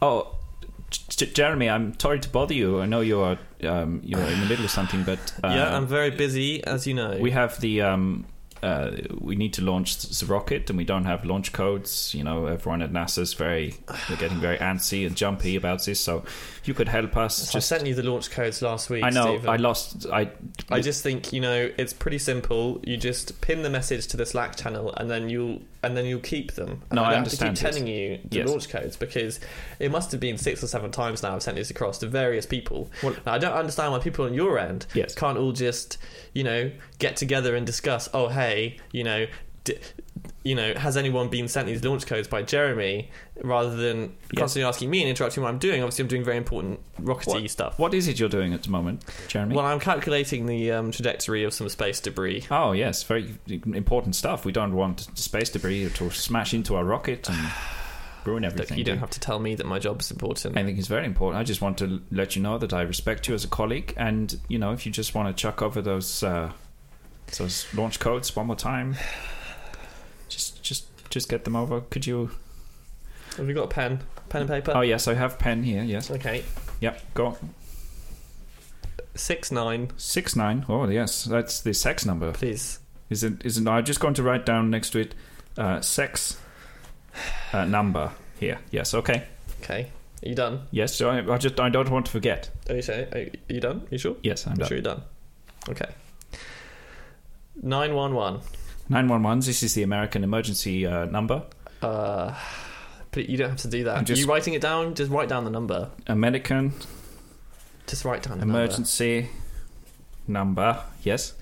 Speaker 1: Oh, J- J- Jeremy, I'm sorry to bother you. I know you are um, you are in the middle of something, but uh,
Speaker 2: <sighs> yeah, I'm very busy, as you know.
Speaker 1: we have the um, uh, we need to launch the rocket, and we don't have launch codes. You know, everyone at NASA's very they're getting very antsy and jumpy about this. So, if you could help us,
Speaker 2: So I
Speaker 1: just
Speaker 2: sent you the launch codes last week.
Speaker 1: I know
Speaker 2: Stephen.
Speaker 1: I lost. I
Speaker 2: I just think you know it's pretty simple. You just pin the message to the Slack channel, and then you'll and then you'll keep them. And
Speaker 1: No, I
Speaker 2: don't
Speaker 1: understand
Speaker 2: Have
Speaker 1: this.
Speaker 2: to keep telling you the
Speaker 1: Yes.
Speaker 2: launch codes because it must have been six or seven times now I've sent this across to various people.
Speaker 1: Well-
Speaker 2: now, I don't understand why people on your end
Speaker 1: Yes.
Speaker 2: can't all just you know get together and discuss. Oh, hey, you know. D- you know, has anyone been sent these launch codes by Jeremy rather than
Speaker 1: Yes.
Speaker 2: constantly asking me and interrupting what I'm doing? Obviously, I'm doing very important rockety stuff.
Speaker 1: what is it you're doing at the moment, Jeremy?
Speaker 2: Well, I'm calculating the um, trajectory of some space debris.
Speaker 1: Oh yes, very important stuff. We don't want space debris to smash into our rocket and ruin
Speaker 2: <sighs> Look,
Speaker 1: everything.
Speaker 2: you
Speaker 1: do we?
Speaker 2: don't have to tell me that my job's important.
Speaker 1: I think it's very important. I just want to l- let you know that I respect you as a colleague, and you know if you just want to chuck over those uh, those launch codes one more time, just just just get them over. Could you?
Speaker 2: Have you got a pen? Pen and paper?
Speaker 1: oh yes, I have pen here. Yes,
Speaker 2: Okay.
Speaker 1: yep. Go on.
Speaker 2: Six nine,
Speaker 1: six nine. Oh yes, that's the sex number.
Speaker 2: please.
Speaker 1: Is it? Is it? I'm just going to write down next to it, uh, sex uh, number here. Yes. Okay.
Speaker 2: Okay. Are you done?
Speaker 1: Yes. So I, I just I don't want to forget.
Speaker 2: Are you sure? Are you- are you done? you sure?
Speaker 1: Yes, I'm
Speaker 2: I'm
Speaker 1: done.
Speaker 2: sure you're done. Okay. Nine one one.
Speaker 1: 911, this is the American emergency uh, number.
Speaker 2: Uh, but you don't have to do
Speaker 1: I'm
Speaker 2: that.
Speaker 1: just-
Speaker 2: Are you writing it down? Just write down the number.
Speaker 1: American
Speaker 2: Just write down the
Speaker 1: Emergency number. Yes.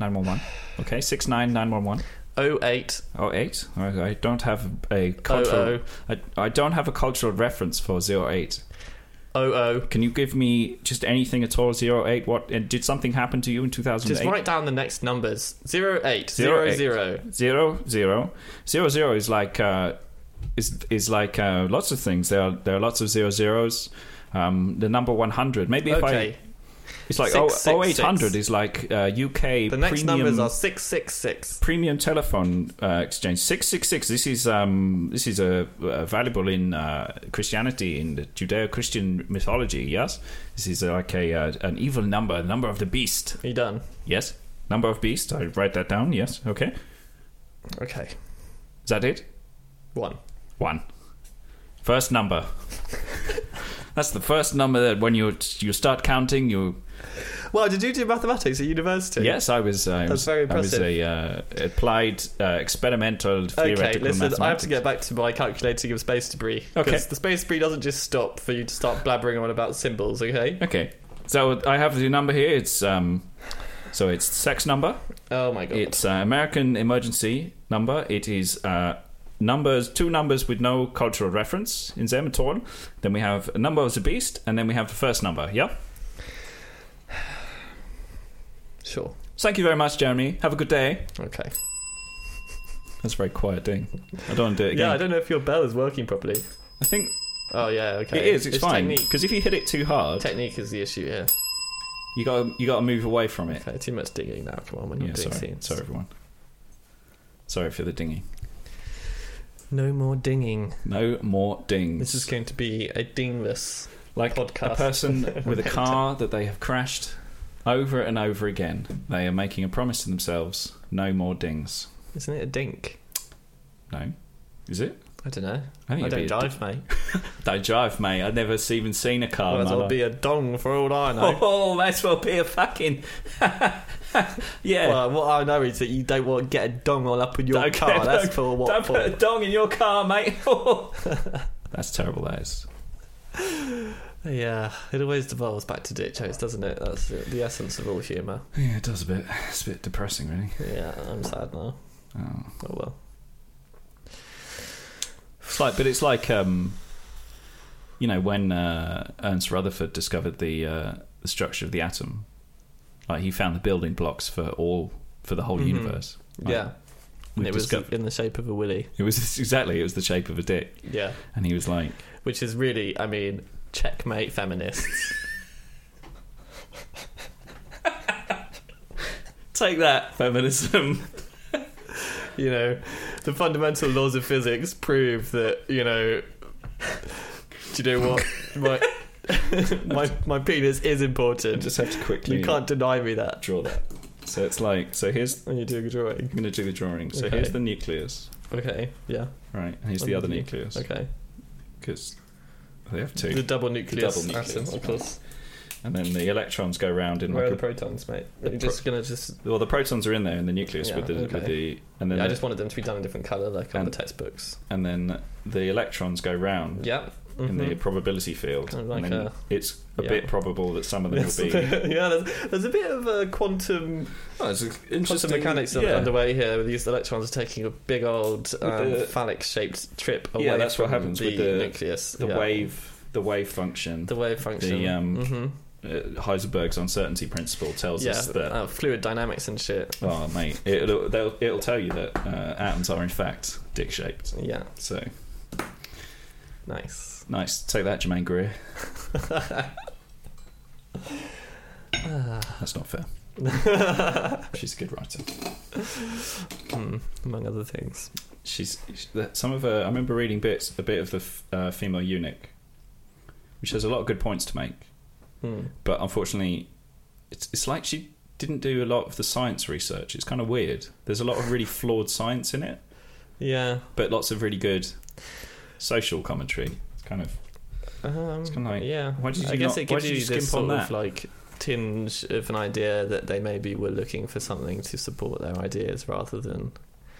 Speaker 1: 911. Okay, 69911.
Speaker 2: number. Oh eight
Speaker 1: 08. I I don't have a
Speaker 2: oh
Speaker 1: cultural
Speaker 2: oh
Speaker 1: I, I don't have a cultural reference for 08.
Speaker 2: oh oh.
Speaker 1: Can you give me just anything at all 08 what and did something happen to you in
Speaker 2: Just
Speaker 1: 2008?
Speaker 2: write down the next numbers. Zero eight
Speaker 1: Zero
Speaker 2: zero
Speaker 1: eight.
Speaker 2: zero.
Speaker 1: Zero, zero. Zero, zero is like uh, is is like uh, lots of things. There are there are lots of zero zeros. Um, the number 100. Maybe if I
Speaker 2: Okay.
Speaker 1: It's like
Speaker 2: Six,
Speaker 1: oh,
Speaker 2: six,
Speaker 1: 0800
Speaker 2: six.
Speaker 1: is like uh, UK
Speaker 2: The next numbers
Speaker 1: premium
Speaker 2: are six six six.
Speaker 1: premium telephone uh, exchange 666 this is um this is a, uh valuable in uh, christianity in the judeo-christian mythology yes this is uh, like a uh, an evil number number of the beast
Speaker 2: Are you done?
Speaker 1: yes number of beast i write that down yes okay
Speaker 2: Okay,
Speaker 1: is that it
Speaker 2: one.
Speaker 1: one first number <laughs> that's the first number that when you you start counting you
Speaker 2: Wow, did you do mathematics at university?
Speaker 1: yes i was i
Speaker 2: That's
Speaker 1: was,
Speaker 2: very
Speaker 1: I was
Speaker 2: impressive.
Speaker 1: a uh, applied uh, experimental theoretical
Speaker 2: Okay, listen, I have to
Speaker 1: mathematics.
Speaker 2: get back to my calculating of space debris.
Speaker 1: Okay.
Speaker 2: Because the space debris doesn't just stop for you to start blabbering on about symbols, okay?
Speaker 1: Okay. So I have the number here. It's um, so it's sex number.
Speaker 2: Oh my god.
Speaker 1: It's uh, American emergency number. It is uh, numbers two numbers with no cultural reference in them at all. Then we have a number of the beast, and then we have the first number. Yeah.
Speaker 2: Sure.
Speaker 1: Thank you very much, Jeremy. Have a good day.
Speaker 2: Okay.
Speaker 1: That's a very quiet thing. I don't want to do it again.
Speaker 2: Yeah, I don't know if your bell is working properly.
Speaker 1: I think
Speaker 2: Oh yeah, okay.
Speaker 1: it is. It's, fine
Speaker 2: Technique.
Speaker 1: because if you hit it too hard,
Speaker 2: Technique is the issue here.
Speaker 1: you got you got to move away from it.
Speaker 2: Okay, too much digging now. Come on, we're not
Speaker 1: Yeah.
Speaker 2: doing
Speaker 1: Sorry.
Speaker 2: scenes.
Speaker 1: Sorry, everyone. Sorry for the dinging.
Speaker 2: No more dinging.
Speaker 1: No more dings.
Speaker 2: This is going to be a dingless
Speaker 1: like
Speaker 2: podcast.
Speaker 1: a
Speaker 2: <laughs>
Speaker 1: person with a car that they have crashed over and over again. They are making a promise to themselves: no more dings.
Speaker 2: Isn't it a dink?
Speaker 1: No, is it?
Speaker 2: I don't know.
Speaker 1: think
Speaker 2: I
Speaker 1: it'd
Speaker 2: don't
Speaker 1: be a
Speaker 2: drive, mate.
Speaker 1: di- don't drive, mate. I've never s- even seen a car.
Speaker 2: Might
Speaker 1: in
Speaker 2: as
Speaker 1: my
Speaker 2: well
Speaker 1: life.
Speaker 2: be a dong for all I know.
Speaker 1: <laughs> Oh, might as well be a fucking <laughs> yeah.
Speaker 2: Well, what I know is that you don't want to get a dong all up in your
Speaker 1: Don't
Speaker 2: car.
Speaker 1: get a
Speaker 2: That's
Speaker 1: dong-
Speaker 2: for what?
Speaker 1: don't
Speaker 2: for?
Speaker 1: put a dong in your car,
Speaker 2: <laughs>
Speaker 1: mate. <laughs> That's terrible. That is.
Speaker 2: Yeah, it always devolves back to ditch jokes, doesn't it? That's the, the essence of all humour.
Speaker 1: Yeah, it does a bit. It's a bit depressing, really.
Speaker 2: Yeah, I'm sad now.
Speaker 1: Oh.
Speaker 2: Oh well.
Speaker 1: It's like, but it's like, um, you know, when uh, Ernst Rutherford discovered the uh, the structure of the atom, like he found the building blocks for all for the whole
Speaker 2: Mhm.
Speaker 1: universe. Like,
Speaker 2: yeah,
Speaker 1: we've
Speaker 2: it was
Speaker 1: discovered-
Speaker 2: in the shape of a willy.
Speaker 1: it was <laughs> exactly it was the shape of a dick,
Speaker 2: Yeah,
Speaker 1: and he was like,
Speaker 2: which is really, I mean,
Speaker 1: <laughs>
Speaker 2: checkmate feminists.
Speaker 1: "Take that, feminism."
Speaker 2: you know, the fundamental laws of physics prove that you know. Do you know what my <laughs> my my penis is
Speaker 1: I
Speaker 2: important?
Speaker 1: just have to quickly
Speaker 2: You can't deny me that
Speaker 1: draw that. So it's like, so here's
Speaker 2: when you do a drawing.
Speaker 1: I'm going to do the drawing. So
Speaker 2: Okay.
Speaker 1: here's the nucleus,
Speaker 2: Okay, yeah,
Speaker 1: right? And here's the other nucleus
Speaker 2: okay.
Speaker 1: because they have
Speaker 2: The
Speaker 1: two,
Speaker 2: double nucleus,
Speaker 1: double nucleus,
Speaker 2: atom, of course.
Speaker 1: and then the electrons go round in
Speaker 2: Where are the
Speaker 1: like a
Speaker 2: protons, mate?
Speaker 1: the
Speaker 2: You're just gonna just.
Speaker 1: Well, the protons are in there in the nucleus
Speaker 2: Yeah,
Speaker 1: with, the, with
Speaker 2: okay.
Speaker 1: the and then
Speaker 2: Yeah, I
Speaker 1: the-
Speaker 2: just wanted them to be done in a different colour, like on
Speaker 1: And-
Speaker 2: the textbooks.
Speaker 1: and then the electrons go round
Speaker 2: Yeah.
Speaker 1: in the
Speaker 2: mhm.
Speaker 1: probability field.
Speaker 2: Kind of like
Speaker 1: and then
Speaker 2: a-
Speaker 1: it's a
Speaker 2: yeah.
Speaker 1: bit probable that some of them
Speaker 2: Yes.
Speaker 1: will be.
Speaker 2: <laughs> yeah, there's, there's a bit of a quantum,
Speaker 1: Oh, it's
Speaker 2: quantum mechanics
Speaker 1: yeah.
Speaker 2: underway here with these electrons taking a big old um,
Speaker 1: the-
Speaker 2: phallic shaped trip away
Speaker 1: Yeah, that's
Speaker 2: from
Speaker 1: what happens
Speaker 2: the,
Speaker 1: with the-
Speaker 2: nucleus.
Speaker 1: The
Speaker 2: yeah.
Speaker 1: wave, the wave function.
Speaker 2: The wave function.
Speaker 1: the, um,
Speaker 2: hmm
Speaker 1: uh, Heisenberg's uncertainty principle tells
Speaker 2: Yeah,
Speaker 1: us that.
Speaker 2: uh, fluid dynamics and shit.
Speaker 1: Oh mate, it'll they'll- it'll tell you that uh, atoms are in fact dick shaped.
Speaker 2: Yeah,
Speaker 1: So
Speaker 2: nice. <laughs>
Speaker 1: nice, take that, Jermaine Greer. That's not fair. She's a good writer.
Speaker 2: Hmm, among other things.
Speaker 1: she's she- that- some of her. I remember reading bits, a bit of the f- uh, female eunuch, which has a lot of good points to make.
Speaker 2: Hmm.
Speaker 1: But unfortunately, it's it's like she didn't do a lot of the science research. It's kind of weird. There's a lot <laughs> of really flawed science in it,
Speaker 2: Yeah.
Speaker 1: but lots of really good social commentary. It's kind of
Speaker 2: Um,
Speaker 1: It's kinda like,
Speaker 2: yeah.
Speaker 1: why did
Speaker 2: I
Speaker 1: you
Speaker 2: guess
Speaker 1: not-
Speaker 2: it
Speaker 1: why
Speaker 2: gives
Speaker 1: did you
Speaker 2: you this
Speaker 1: skimp on
Speaker 2: sort of
Speaker 1: that?
Speaker 2: like tinge of an idea that they maybe were looking for something to support their ideas rather than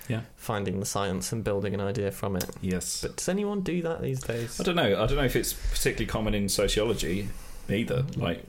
Speaker 1: Yeah.
Speaker 2: finding the science and building an idea from it.
Speaker 1: yes.
Speaker 2: But does anyone do that these days?
Speaker 1: I don't know. I don't know if it's particularly common in sociology either. Like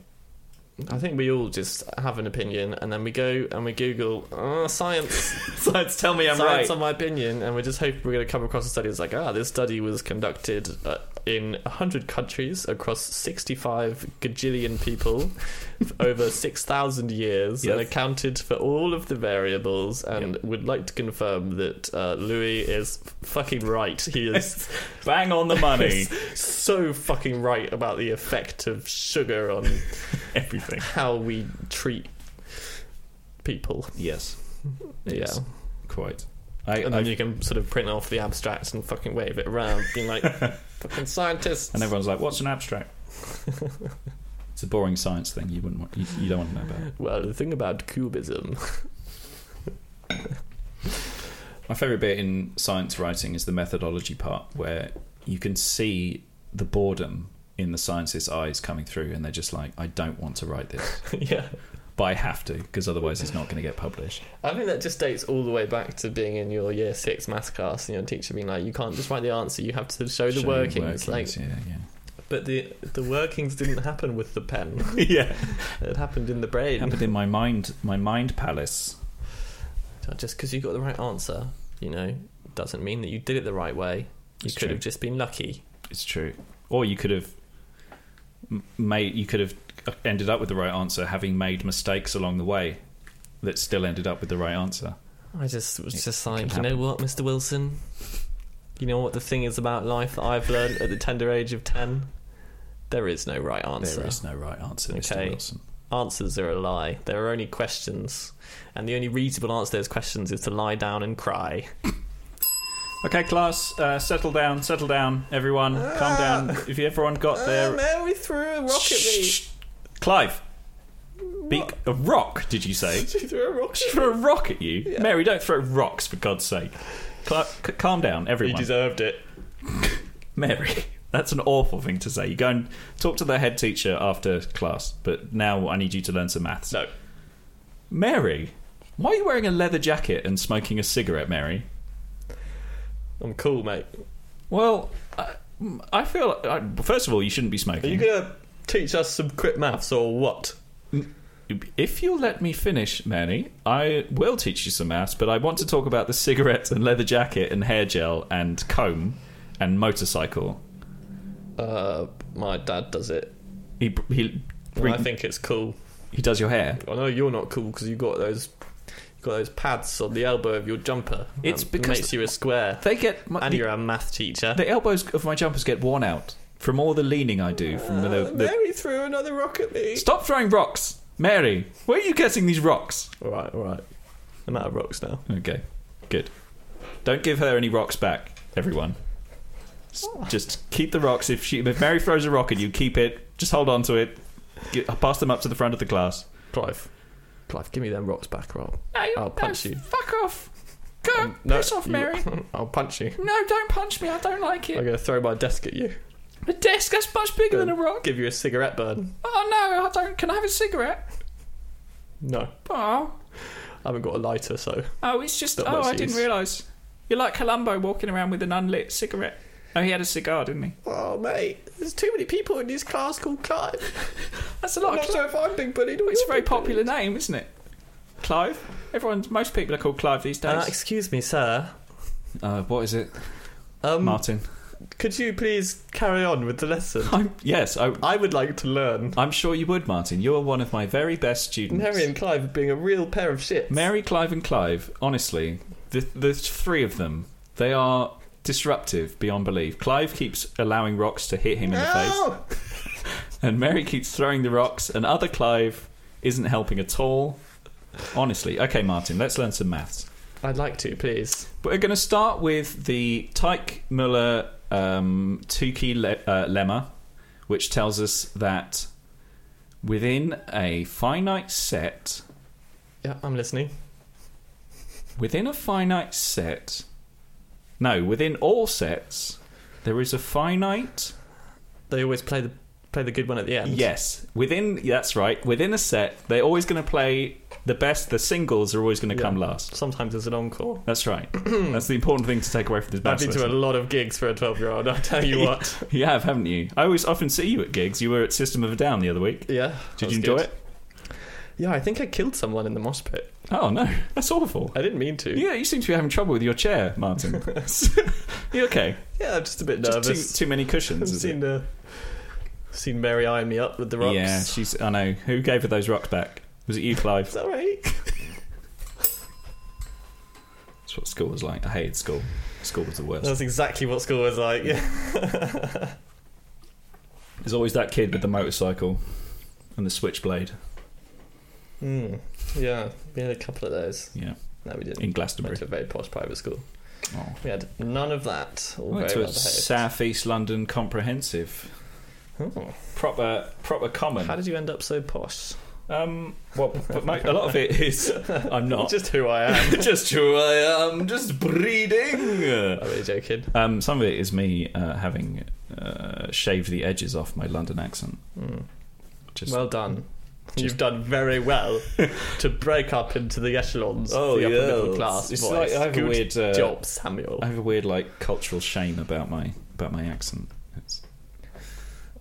Speaker 2: I think we all just have an opinion and then we go and we Google oh, science,
Speaker 1: <laughs> science, tell me
Speaker 2: science on my opinion, and we just hope we're going to come across a study that's like, ah, this study was conducted uh, in 100 countries across 65 gajillion people <laughs> for over 6,000 years and
Speaker 1: Yep.
Speaker 2: accounted for all of the variables and would like to confirm that uh, Louis is fucking right. He
Speaker 1: <laughs>
Speaker 2: is
Speaker 1: Bang on the money.
Speaker 2: so fucking right about the effect of sugar on
Speaker 1: <laughs> Everything.
Speaker 2: how we treat people.
Speaker 1: <laughs> Yes. It
Speaker 2: yeah.
Speaker 1: is. Quite. I,
Speaker 2: and
Speaker 1: I,
Speaker 2: then you can sort of print off the abstracts and fucking wave it around,
Speaker 1: <laughs>
Speaker 2: being like, fucking scientists.
Speaker 1: and everyone's like, "What's an abstract?" it's a boring science thing. You wouldn't. Want, you, you don't want to know about. it.
Speaker 2: well, the thing about cubism. <laughs>
Speaker 1: My favourite bit in science writing is the methodology part, where you can see the boredom in the scientist's eyes coming through, and they're just like, "I don't want to write this,
Speaker 2: yeah.
Speaker 1: but I have to because otherwise it's not going to get published."
Speaker 2: I think that just dates all the way back to being in your year six maths class and your teacher being like, you can't just write the answer, you have to show the
Speaker 1: Showing
Speaker 2: workings. Like,
Speaker 1: yeah,
Speaker 2: but the the workings didn't happen with the pen.
Speaker 1: yeah. <laughs> yeah.
Speaker 2: <laughs> It happened in the
Speaker 1: It
Speaker 2: brain.
Speaker 1: happened in my mind, my mind palace.
Speaker 2: Just because you got the right answer, you know, doesn't mean that you did it the right way. You
Speaker 1: It's
Speaker 2: could
Speaker 1: true.
Speaker 2: have just been lucky.
Speaker 1: It's true. Or you could have m- made. You could have ended up with the right answer, having made mistakes along the way that still ended up with the right answer.
Speaker 2: I just was
Speaker 1: It
Speaker 2: just
Speaker 1: can
Speaker 2: like, you know
Speaker 1: happen.
Speaker 2: what, Mr. Wilson? You know what the thing is about life that I've learned at the tender age of 10? There is no right answer.
Speaker 1: There is no right answer, Mr.
Speaker 2: Okay.
Speaker 1: Wilson.
Speaker 2: Answers are a lie. There are only questions. And the only reasonable answer to those questions is to lie down and cry.
Speaker 1: Okay, class, uh, settle down, settle down, everyone, calm down. If everyone got their
Speaker 2: Mary threw a rock Ah. at me.
Speaker 1: Shh. Clive, be- a rock? Did you
Speaker 2: <laughs>
Speaker 1: say?
Speaker 2: She threw a rock
Speaker 1: She threw a rock at you, Mary. Don't throw rocks for God's sake. Cla- c- calm down,
Speaker 2: You
Speaker 1: everyone.
Speaker 2: deserved it.
Speaker 1: Mary, <laughs> that's an awful thing to say. You go and talk to the head teacher after class, but now I need you to learn some maths.
Speaker 2: No.
Speaker 1: Mary, why are you wearing a leather jacket and smoking a cigarette, Mary?
Speaker 2: I'm cool, mate.
Speaker 1: Well, I, I feel. I, first of all, you shouldn't be
Speaker 2: Are
Speaker 1: smoking.
Speaker 2: you going to teach us some quick maths or what?
Speaker 1: If you'll let me finish, Manny, I will teach you some maths, but I want to talk about the cigarette and leather jacket and hair gel and comb and motorcycle.
Speaker 2: Uh, my dad does it.
Speaker 1: He, he,
Speaker 2: And
Speaker 1: bring-
Speaker 2: I think it's cool.
Speaker 1: he does your hair.
Speaker 2: I know you're not cool because you got those you got those pads on the elbow of your jumper.
Speaker 1: It's
Speaker 2: That
Speaker 1: because-
Speaker 2: makes you a square,
Speaker 1: They get. My,
Speaker 2: and
Speaker 1: the,
Speaker 2: you're a math teacher.
Speaker 1: the elbows of my jumpers get worn out from all the leaning I do. From the, the,
Speaker 2: Mary threw another rock at me.
Speaker 1: stop throwing rocks, Mary. Where are you getting these rocks?
Speaker 2: All right, all right. I'm out of rocks now.
Speaker 1: Okay, good. Don't give her any rocks back, everyone. S- Just keep the rocks. If she, if Mary throws a rock at you, keep it. Just hold on to it. Get, pass them up to the front of the class.
Speaker 2: Clive, Clive, give me them rocks back, Rob.
Speaker 5: No,
Speaker 2: I'll punch you. Um,
Speaker 5: Fuck off. Go. Ah, piss off,
Speaker 2: you-
Speaker 5: Mary.
Speaker 2: <laughs> I'll punch you.
Speaker 5: No, don't punch me. I don't like
Speaker 2: I'm
Speaker 5: it.
Speaker 2: gonna throw my desk at you.
Speaker 5: The desk, that's much bigger than a rock.
Speaker 2: Give you a cigarette burn.
Speaker 5: Oh, no, I don't. Can I have a cigarette?
Speaker 2: No,
Speaker 5: Oh,
Speaker 2: I haven't got a lighter, so
Speaker 5: oh it's just.
Speaker 2: Not
Speaker 5: oh,
Speaker 2: much
Speaker 5: I didn't
Speaker 2: use.
Speaker 5: realise. You're like Columbo walking around with an unlit cigarette. Oh, he had a cigar, didn't he?
Speaker 2: Oh, mate, there's too many people in this class called Clive.
Speaker 5: <laughs> That's a lot of.
Speaker 2: sure if I'm being bullied
Speaker 5: It's a very popular name, isn't it? Clive. Everyone's most people are called Clive these days.
Speaker 2: Uh, excuse me, sir.
Speaker 1: Uh, what is it,
Speaker 2: Um,
Speaker 1: Martin?
Speaker 2: could you please carry on with the lesson?
Speaker 1: I'm, yes, I,
Speaker 2: I would like to learn.
Speaker 1: I'm sure you would, Martin. You are one of my very best students.
Speaker 2: Mary and Clive are being a real pair of shit.
Speaker 1: Mary, Clive, and Clive. Honestly, the the three of them, they are disruptive beyond belief. Clive keeps allowing rocks to hit him in the face.
Speaker 2: no!
Speaker 1: And Mary keeps throwing the rocks, and other Clive isn't helping at all. Honestly. Okay, Martin, let's learn some maths.
Speaker 2: I'd like to, please.
Speaker 1: We're going to start with the Tyke Muller um, Tukey le- uh, lemma, which tells us that within a finite set,
Speaker 2: Yeah, I'm listening.
Speaker 1: within a finite set, no, within all sets, there is a finite
Speaker 2: They always play the play the good one at the end.
Speaker 1: Yes, within that's right. Within a set, they're always going to play the best. The singles are always going to
Speaker 2: Yeah.
Speaker 1: come last.
Speaker 2: Sometimes there's an encore.
Speaker 1: That's right.
Speaker 2: <clears throat>
Speaker 1: that's the important thing to take away from this
Speaker 2: I've
Speaker 1: bass
Speaker 2: been to a
Speaker 1: lesson.
Speaker 2: lot of gigs for a 12 year old, I'll
Speaker 1: <laughs>
Speaker 2: tell you what.
Speaker 1: You have, haven't you? I always often see you at gigs. You were at System of a Down the other week.
Speaker 2: yeah. that
Speaker 1: Did
Speaker 2: was
Speaker 1: you enjoy
Speaker 2: good.
Speaker 1: it?
Speaker 2: Yeah, I think I killed someone in the mosh pit.
Speaker 1: Oh no, that's awful.
Speaker 2: I didn't mean to.
Speaker 1: Yeah, you seem to be having trouble with your chair,
Speaker 2: <laughs>
Speaker 1: Martin. <laughs> you okay?
Speaker 2: Yeah, I'm just a bit
Speaker 1: Just
Speaker 2: nervous.
Speaker 1: too, too many
Speaker 2: I've
Speaker 1: cushions. Is it?
Speaker 2: seen, uh, seen Mary eyeing me up with the rocks.
Speaker 1: Yeah, she's. I know. Who gave her those rocks back? Was it you, Clive?
Speaker 2: Is that right?
Speaker 1: That's what school was like. I hated school. School was the worst.
Speaker 2: That's exactly what school was like. Yeah.
Speaker 1: There's always that kid with the motorcycle and the switchblade.
Speaker 2: Hmm. Yeah, we had a couple of those.
Speaker 1: Yeah,
Speaker 2: No, we didn't.
Speaker 1: in
Speaker 2: Went
Speaker 1: Glastonbury.
Speaker 2: to a very posh private school.
Speaker 1: Oh.
Speaker 2: We had none of that. All
Speaker 1: Went
Speaker 2: very
Speaker 1: to a
Speaker 2: well behaved.
Speaker 1: South East London comprehensive.
Speaker 2: Oh.
Speaker 1: Proper, proper common.
Speaker 2: How did you end up so posh?
Speaker 1: Um,
Speaker 2: <laughs>
Speaker 1: well, but mo- a lot of it is I'm not
Speaker 2: Just who I
Speaker 1: <laughs>
Speaker 2: am.
Speaker 1: just who I am, just breeding.
Speaker 2: I'm really joking.
Speaker 1: Um, some of it is me uh, having uh, shaved the edges off my London accent.
Speaker 2: Hmm.
Speaker 1: Just
Speaker 2: Well done.
Speaker 1: Just-
Speaker 2: You've done
Speaker 1: <laughs>
Speaker 2: very well to break up into the echelons
Speaker 1: Oh,
Speaker 2: of the
Speaker 1: yeah.
Speaker 2: upper middle class.
Speaker 1: It's like
Speaker 2: voice.
Speaker 1: I have a
Speaker 2: Good
Speaker 1: weird, uh,
Speaker 2: job, Samuel.
Speaker 1: I have a weird like cultural shame about my about my accent. It's,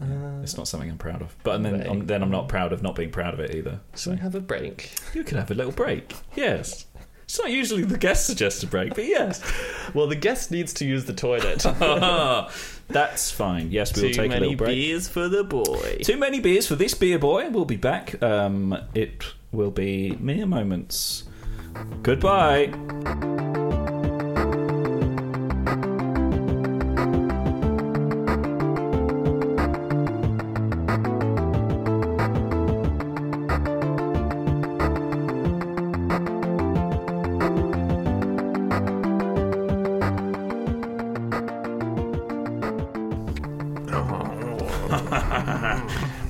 Speaker 2: Uh,
Speaker 1: it's not something I'm proud of. But and then
Speaker 2: Right.
Speaker 1: I'm, then I'm not proud of not being proud of it either.
Speaker 2: Shall
Speaker 1: So
Speaker 2: we have a break?
Speaker 1: you could have a little break. Yes. It's not usually the guest suggests a break, but yes. <laughs>
Speaker 2: Well, the guest needs to use the toilet.
Speaker 1: That's fine. Yes, we will take a little break.
Speaker 2: beers for the boy.
Speaker 1: Too many beers for this beer boy. We'll be back. Um, it will be mere moments. Goodbye.
Speaker 3: <laughs>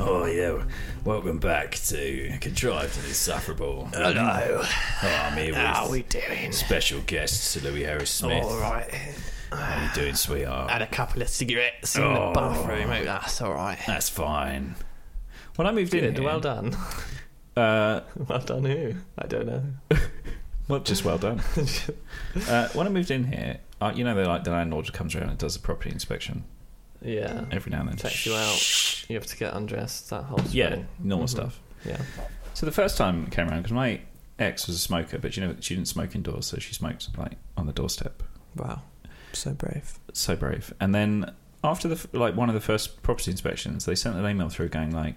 Speaker 3: Oh, yeah. Welcome back to Contrived and Insufferable. Hello. Oh, I'm here
Speaker 2: Ah,
Speaker 3: with
Speaker 6: we doing?
Speaker 3: special guest Sir Louis Harris Smith.
Speaker 2: Oh.
Speaker 6: All right.
Speaker 3: How you doing, sweetheart?
Speaker 6: Had a couple of cigarettes in
Speaker 3: Oh.
Speaker 6: the bathroom. Oh, that's all right.
Speaker 3: That's fine.
Speaker 1: When I moved in,
Speaker 2: Good,
Speaker 1: here,
Speaker 2: well done. <laughs>
Speaker 1: Uh,
Speaker 2: Well done who? I don't know.
Speaker 1: well, just well done. <laughs> uh, when I moved in here, uh, you know, they like the landlord comes around and does a property inspection
Speaker 2: Yeah.
Speaker 1: every now and then.
Speaker 2: Checks you out. You have to get undressed, that whole
Speaker 1: Yeah,
Speaker 2: thing.
Speaker 1: normal
Speaker 2: Mhm.
Speaker 1: stuff.
Speaker 2: Yeah.
Speaker 1: So the first time it came around because my ex was a smoker, but you know she didn't smoke indoors, so she smoked like on the doorstep.
Speaker 2: Wow. So brave.
Speaker 1: so brave. And then after the f- like one of the first property inspections, they sent an email through going like,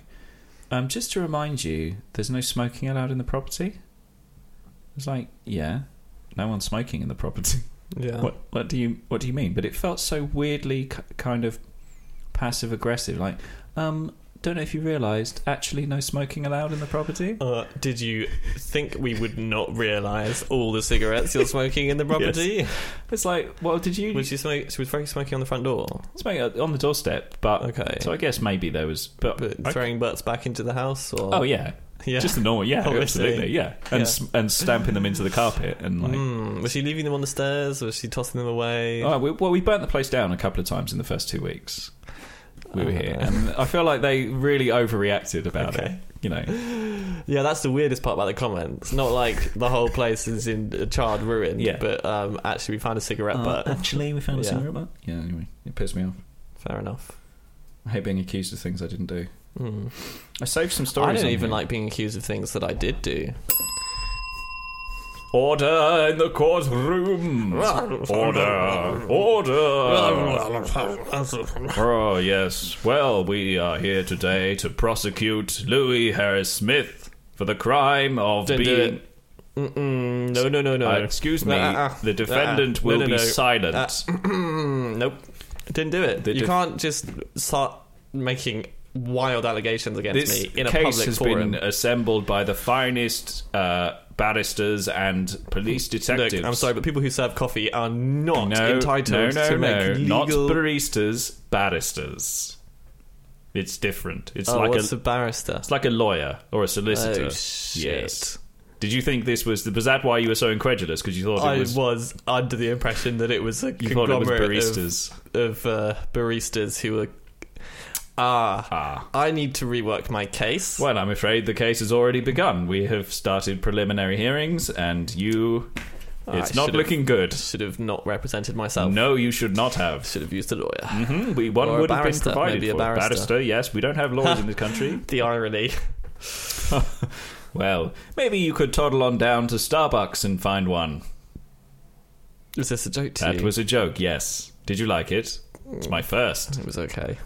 Speaker 1: um, "Just to remind you, there's no smoking allowed in the property." It's like, yeah, no one's smoking in the
Speaker 2: <laughs>
Speaker 1: property.
Speaker 2: Yeah.
Speaker 1: What what do you what do you mean? But it felt so weirdly k kind of passive aggressive. Like, um, don't know if you realised, actually, no smoking allowed in the property.
Speaker 2: Uh, did you think we would not realise all the cigarettes you're smoking in the <laughs> property?
Speaker 1: It's like, well, did you
Speaker 2: Was she smoke? She was very smoking on the front door,
Speaker 1: smoke on the doorstep? But
Speaker 2: Okay.
Speaker 1: so I guess maybe there was, but,
Speaker 2: but
Speaker 1: I-
Speaker 2: throwing butts back into the house. Or
Speaker 1: oh yeah,
Speaker 2: yeah.
Speaker 1: Just the normal, yeah,
Speaker 2: Obviously.
Speaker 1: absolutely, yeah, and
Speaker 2: Yeah.
Speaker 1: s- and stamping them into the carpet and like,
Speaker 2: Hmm. was she leaving them on the stairs? Was she tossing them away?
Speaker 1: oh, we, well, we burnt the place down a couple of times in the first two weeks we were
Speaker 2: Oh,
Speaker 1: here,
Speaker 2: no.
Speaker 1: and I feel like they really overreacted about
Speaker 2: Okay.
Speaker 1: it. You know,
Speaker 2: Yeah, that's the weirdest part about the comment. It's not like the whole place is in a charred ruin.
Speaker 1: Yeah.
Speaker 2: But um, actually, we found a cigarette butt. <laughs>
Speaker 1: actually, we
Speaker 2: Uh, found a cigarette
Speaker 1: butt. Yeah, anyway, it pissed me off.
Speaker 2: Fair enough.
Speaker 1: I hate being accused of things I didn't do.
Speaker 2: Hmm.
Speaker 1: I saved some
Speaker 2: I
Speaker 1: stories.
Speaker 2: don't
Speaker 1: on here.
Speaker 2: even like being accused of things that I did do.
Speaker 1: order in the courtroom.
Speaker 2: <laughs>
Speaker 1: order, order. Oh, yes. Well, we are here today to prosecute Louis Harris Smith for the crime of
Speaker 2: Don't do
Speaker 1: being.
Speaker 2: Mm-mm. No, no, no, no.
Speaker 1: Uh, excuse me.
Speaker 2: Uh-uh.
Speaker 1: The defendant
Speaker 2: Uh-uh.
Speaker 1: will
Speaker 2: No, no,
Speaker 1: be
Speaker 2: no.
Speaker 1: silent.
Speaker 2: Uh, nope. Didn't do it.
Speaker 1: The
Speaker 2: you
Speaker 1: def-
Speaker 2: can't just start making wild allegations against
Speaker 1: this
Speaker 2: me in a
Speaker 1: case
Speaker 2: public
Speaker 1: has
Speaker 2: forum.
Speaker 1: been assembled by the finest uh, barristers and police
Speaker 2: Look,
Speaker 1: detectives.
Speaker 2: I'm sorry, but people who serve coffee are not
Speaker 1: No, no, no,
Speaker 2: entitled to make
Speaker 1: no. Not
Speaker 2: legal.
Speaker 1: baristas, barristers. It's different. It's
Speaker 2: oh,
Speaker 1: like
Speaker 2: what's
Speaker 1: a,
Speaker 2: a barrister?
Speaker 1: it's like a lawyer or a solicitor.
Speaker 2: Oh, shit.
Speaker 1: Yes. Did you think this was? Was that why you were so incredulous? Because you thought
Speaker 2: I
Speaker 1: it was.
Speaker 2: was, under the impression that it was a
Speaker 1: you thought it was
Speaker 2: conglomerate of-
Speaker 1: baristas.
Speaker 2: of, uh, baristas who were. Ah,
Speaker 1: Ah.
Speaker 2: I need to rework my case.
Speaker 1: Well, I'm afraid the case has already begun. We have started preliminary hearings, and you.
Speaker 2: I
Speaker 1: It's not
Speaker 2: should've-
Speaker 1: looking good.
Speaker 2: Should have not represented myself.
Speaker 1: No, you should not have.
Speaker 2: Should have used a lawyer.
Speaker 1: hmm We one
Speaker 2: Or a
Speaker 1: would have been
Speaker 2: barrister,
Speaker 1: provided
Speaker 2: maybe a
Speaker 1: for
Speaker 2: barrister. <laughs>
Speaker 1: Yes, we don't have laws in this country.
Speaker 2: The irony.
Speaker 1: Well, maybe you could toddle on down to Starbucks and find one.
Speaker 2: Was this a joke to
Speaker 1: That
Speaker 2: you?
Speaker 1: was a joke, yes. Did you like it? It's my first.
Speaker 2: It was okay.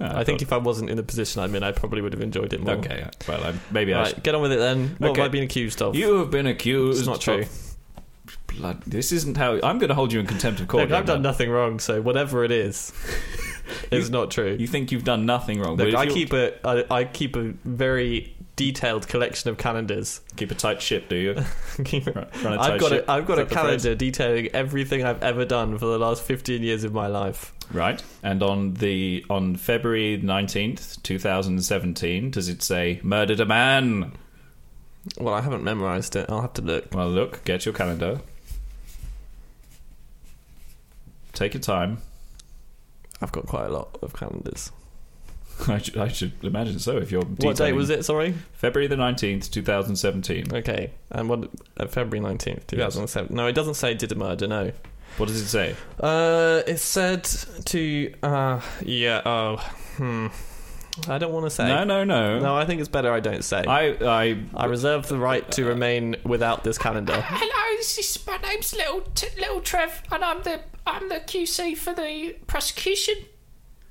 Speaker 1: Ah,
Speaker 2: I, think
Speaker 1: God.
Speaker 2: if I wasn't in the position I'm in, I probably would have enjoyed it more.
Speaker 1: Okay, well, I, maybe I.
Speaker 2: Right, get on with it then. What
Speaker 1: Okay.
Speaker 2: have I been accused of?
Speaker 1: Should. You have been accused.
Speaker 2: it's not true.
Speaker 1: of- blood. This isn't how. I'm going to hold you in contempt of court.
Speaker 2: Look, I've
Speaker 1: young
Speaker 2: done
Speaker 1: man.
Speaker 2: nothing wrong, so whatever it <laughs> is, it's not true.
Speaker 1: You think you've done nothing wrong. but
Speaker 2: Look,
Speaker 1: if
Speaker 2: I
Speaker 1: you-
Speaker 2: keep a I, I keep a very detailed collection of calendars.
Speaker 1: keep a tight ship, <laughs> do you? Run a tight
Speaker 2: I've got
Speaker 1: ship.
Speaker 2: a, I've got
Speaker 1: Is
Speaker 2: a
Speaker 1: that the phrase?
Speaker 2: calendar detailing everything I've ever done for the last 15 years of my life.
Speaker 1: Right. And on the on February 19th, 2017, does it say murdered a man?
Speaker 2: Well, I haven't memorized it. I'll have to look.
Speaker 1: Well, look, get your calendar. Take your time. <laughs>
Speaker 2: I've got quite a lot of calendars.
Speaker 1: I, should- I should imagine so if you're
Speaker 2: What date was it? Sorry.
Speaker 1: February the 19th, 2017.
Speaker 2: Okay, and what? Uh, February 19th, 2007. No, it doesn't say did a murder. No.
Speaker 1: What does it say?
Speaker 2: Uh, it said to uh yeah oh hmm. I don't want to say.
Speaker 1: No, no, no.
Speaker 2: No, I think it's better I don't say. I,
Speaker 1: I Uh,
Speaker 2: reserve the right to remain without this
Speaker 1: <laughs>
Speaker 2: calendar.
Speaker 5: Hello, this is, my name's Little T- Little Trev, and I'm the I'm the QC for the prosecution.
Speaker 1: I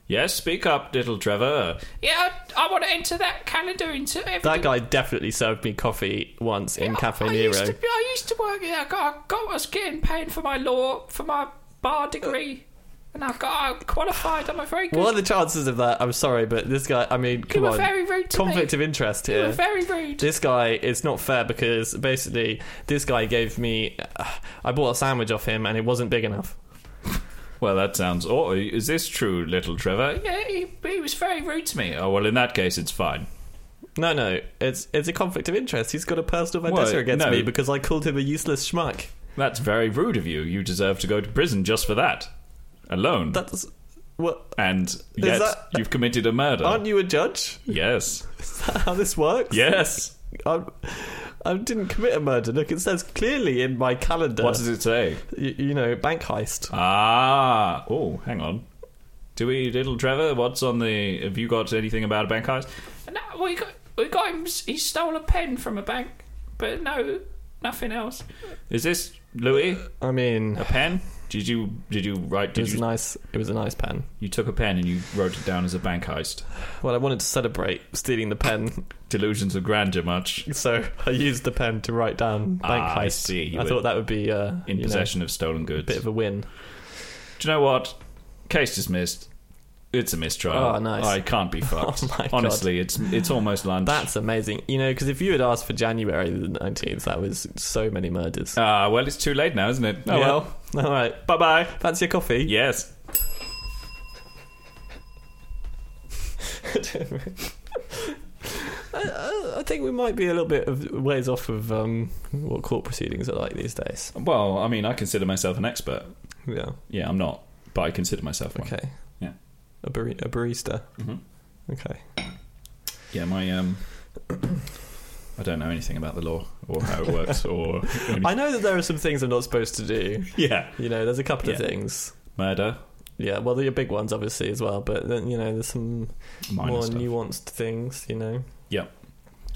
Speaker 1: Yes, speak up, little Trevor.
Speaker 5: Yeah, I, I want to enter that calendar into everything.
Speaker 2: That guy definitely served me coffee once in Cafe
Speaker 5: I, used
Speaker 2: Nero.
Speaker 5: to, I used to work there. I got, I got I was getting paid for my law for my bar degree, and I got I qualified. I'm a very good.
Speaker 2: What are the chances of that? I'm sorry, but this guy. I mean, come
Speaker 5: were
Speaker 2: on.
Speaker 5: very rude to me.
Speaker 2: Conflict of interest
Speaker 5: you were
Speaker 2: here.
Speaker 5: very rude.
Speaker 2: this guy it's not fair because basically this guy gave me i bought a sandwich off him and it wasn't big enough
Speaker 1: Well, that sounds. Oh, is this true, little Trevor?
Speaker 5: yeah, he, he was very rude to me.
Speaker 1: Oh, well, in that case, it's fine.
Speaker 2: no no it's it's a conflict of interest he's got a personal
Speaker 1: Well,
Speaker 2: vendetta against
Speaker 1: no.
Speaker 2: me because i called him a useless schmuck
Speaker 1: That's very rude of you. You deserve to go to prison just for that. Alone.
Speaker 2: that's what
Speaker 1: and yet
Speaker 2: that-
Speaker 1: you've committed a murder.
Speaker 2: aren't you a judge <laughs>
Speaker 1: Yes.
Speaker 2: is that how this works
Speaker 1: Yes.
Speaker 2: I'm, i didn't commit a murder look it says clearly in my calendar
Speaker 1: What does it say?
Speaker 2: you, you know bank heist
Speaker 1: Ah. Oh, hang on. Do we, little Trevor? What's on the? Have you got anything about a bank heist?
Speaker 5: No, we got we got him. He stole a pen from a bank, but no, nothing else.
Speaker 1: Is this Louis
Speaker 2: i mean
Speaker 1: a pen? Did you did you write?
Speaker 2: it
Speaker 1: Did
Speaker 2: was a
Speaker 1: you
Speaker 2: nice it was a nice pen
Speaker 1: you took a pen and you wrote it down as a bank heist?
Speaker 2: well i wanted to celebrate stealing the pen <laughs>
Speaker 1: Delusions of grandeur, much
Speaker 2: So I used the pen to write down bank
Speaker 1: Ah,
Speaker 2: heist.
Speaker 1: I see. You
Speaker 2: I
Speaker 1: were
Speaker 2: thought that would be uh,
Speaker 1: in
Speaker 2: you know,
Speaker 1: possession of stolen
Speaker 2: a
Speaker 1: goods.
Speaker 2: bit of a win.
Speaker 1: Do you know what? Case dismissed. It's a mistrial.
Speaker 2: Oh, nice.
Speaker 1: I can't
Speaker 2: <laughs>
Speaker 1: be fucked.
Speaker 2: Oh, my God.
Speaker 1: Honestly, it's it's almost lunch.
Speaker 2: That's amazing. You know, because if you had asked for January the nineteenth, that was so many murders.
Speaker 1: Ah, well, it's too late now, isn't it? Oh
Speaker 2: Yeah.
Speaker 1: well.
Speaker 2: All right.
Speaker 1: Bye bye.
Speaker 2: Fancy a coffee?
Speaker 1: Yes.
Speaker 2: <laughs> I think we might be a little bit of ways off of um, what court proceedings are like these days.
Speaker 1: Well, I mean, I consider myself an expert.
Speaker 2: Yeah.
Speaker 1: Yeah, I'm not, but I consider myself one.
Speaker 2: Okay.
Speaker 1: Yeah.
Speaker 2: A, bari- a barista.
Speaker 1: Mhm.
Speaker 2: Okay.
Speaker 1: Yeah, my um, I don't know anything about the law or how it works or
Speaker 2: <laughs> I know that there are some things I'm not supposed to do.
Speaker 1: yeah,
Speaker 2: You know, there's a couple of
Speaker 1: Yeah.
Speaker 2: things.
Speaker 1: murder,
Speaker 2: Yeah. Well, the big ones, obviously, as well. But then you know, there's some
Speaker 1: minor
Speaker 2: more
Speaker 1: stuff,
Speaker 2: nuanced things, you know.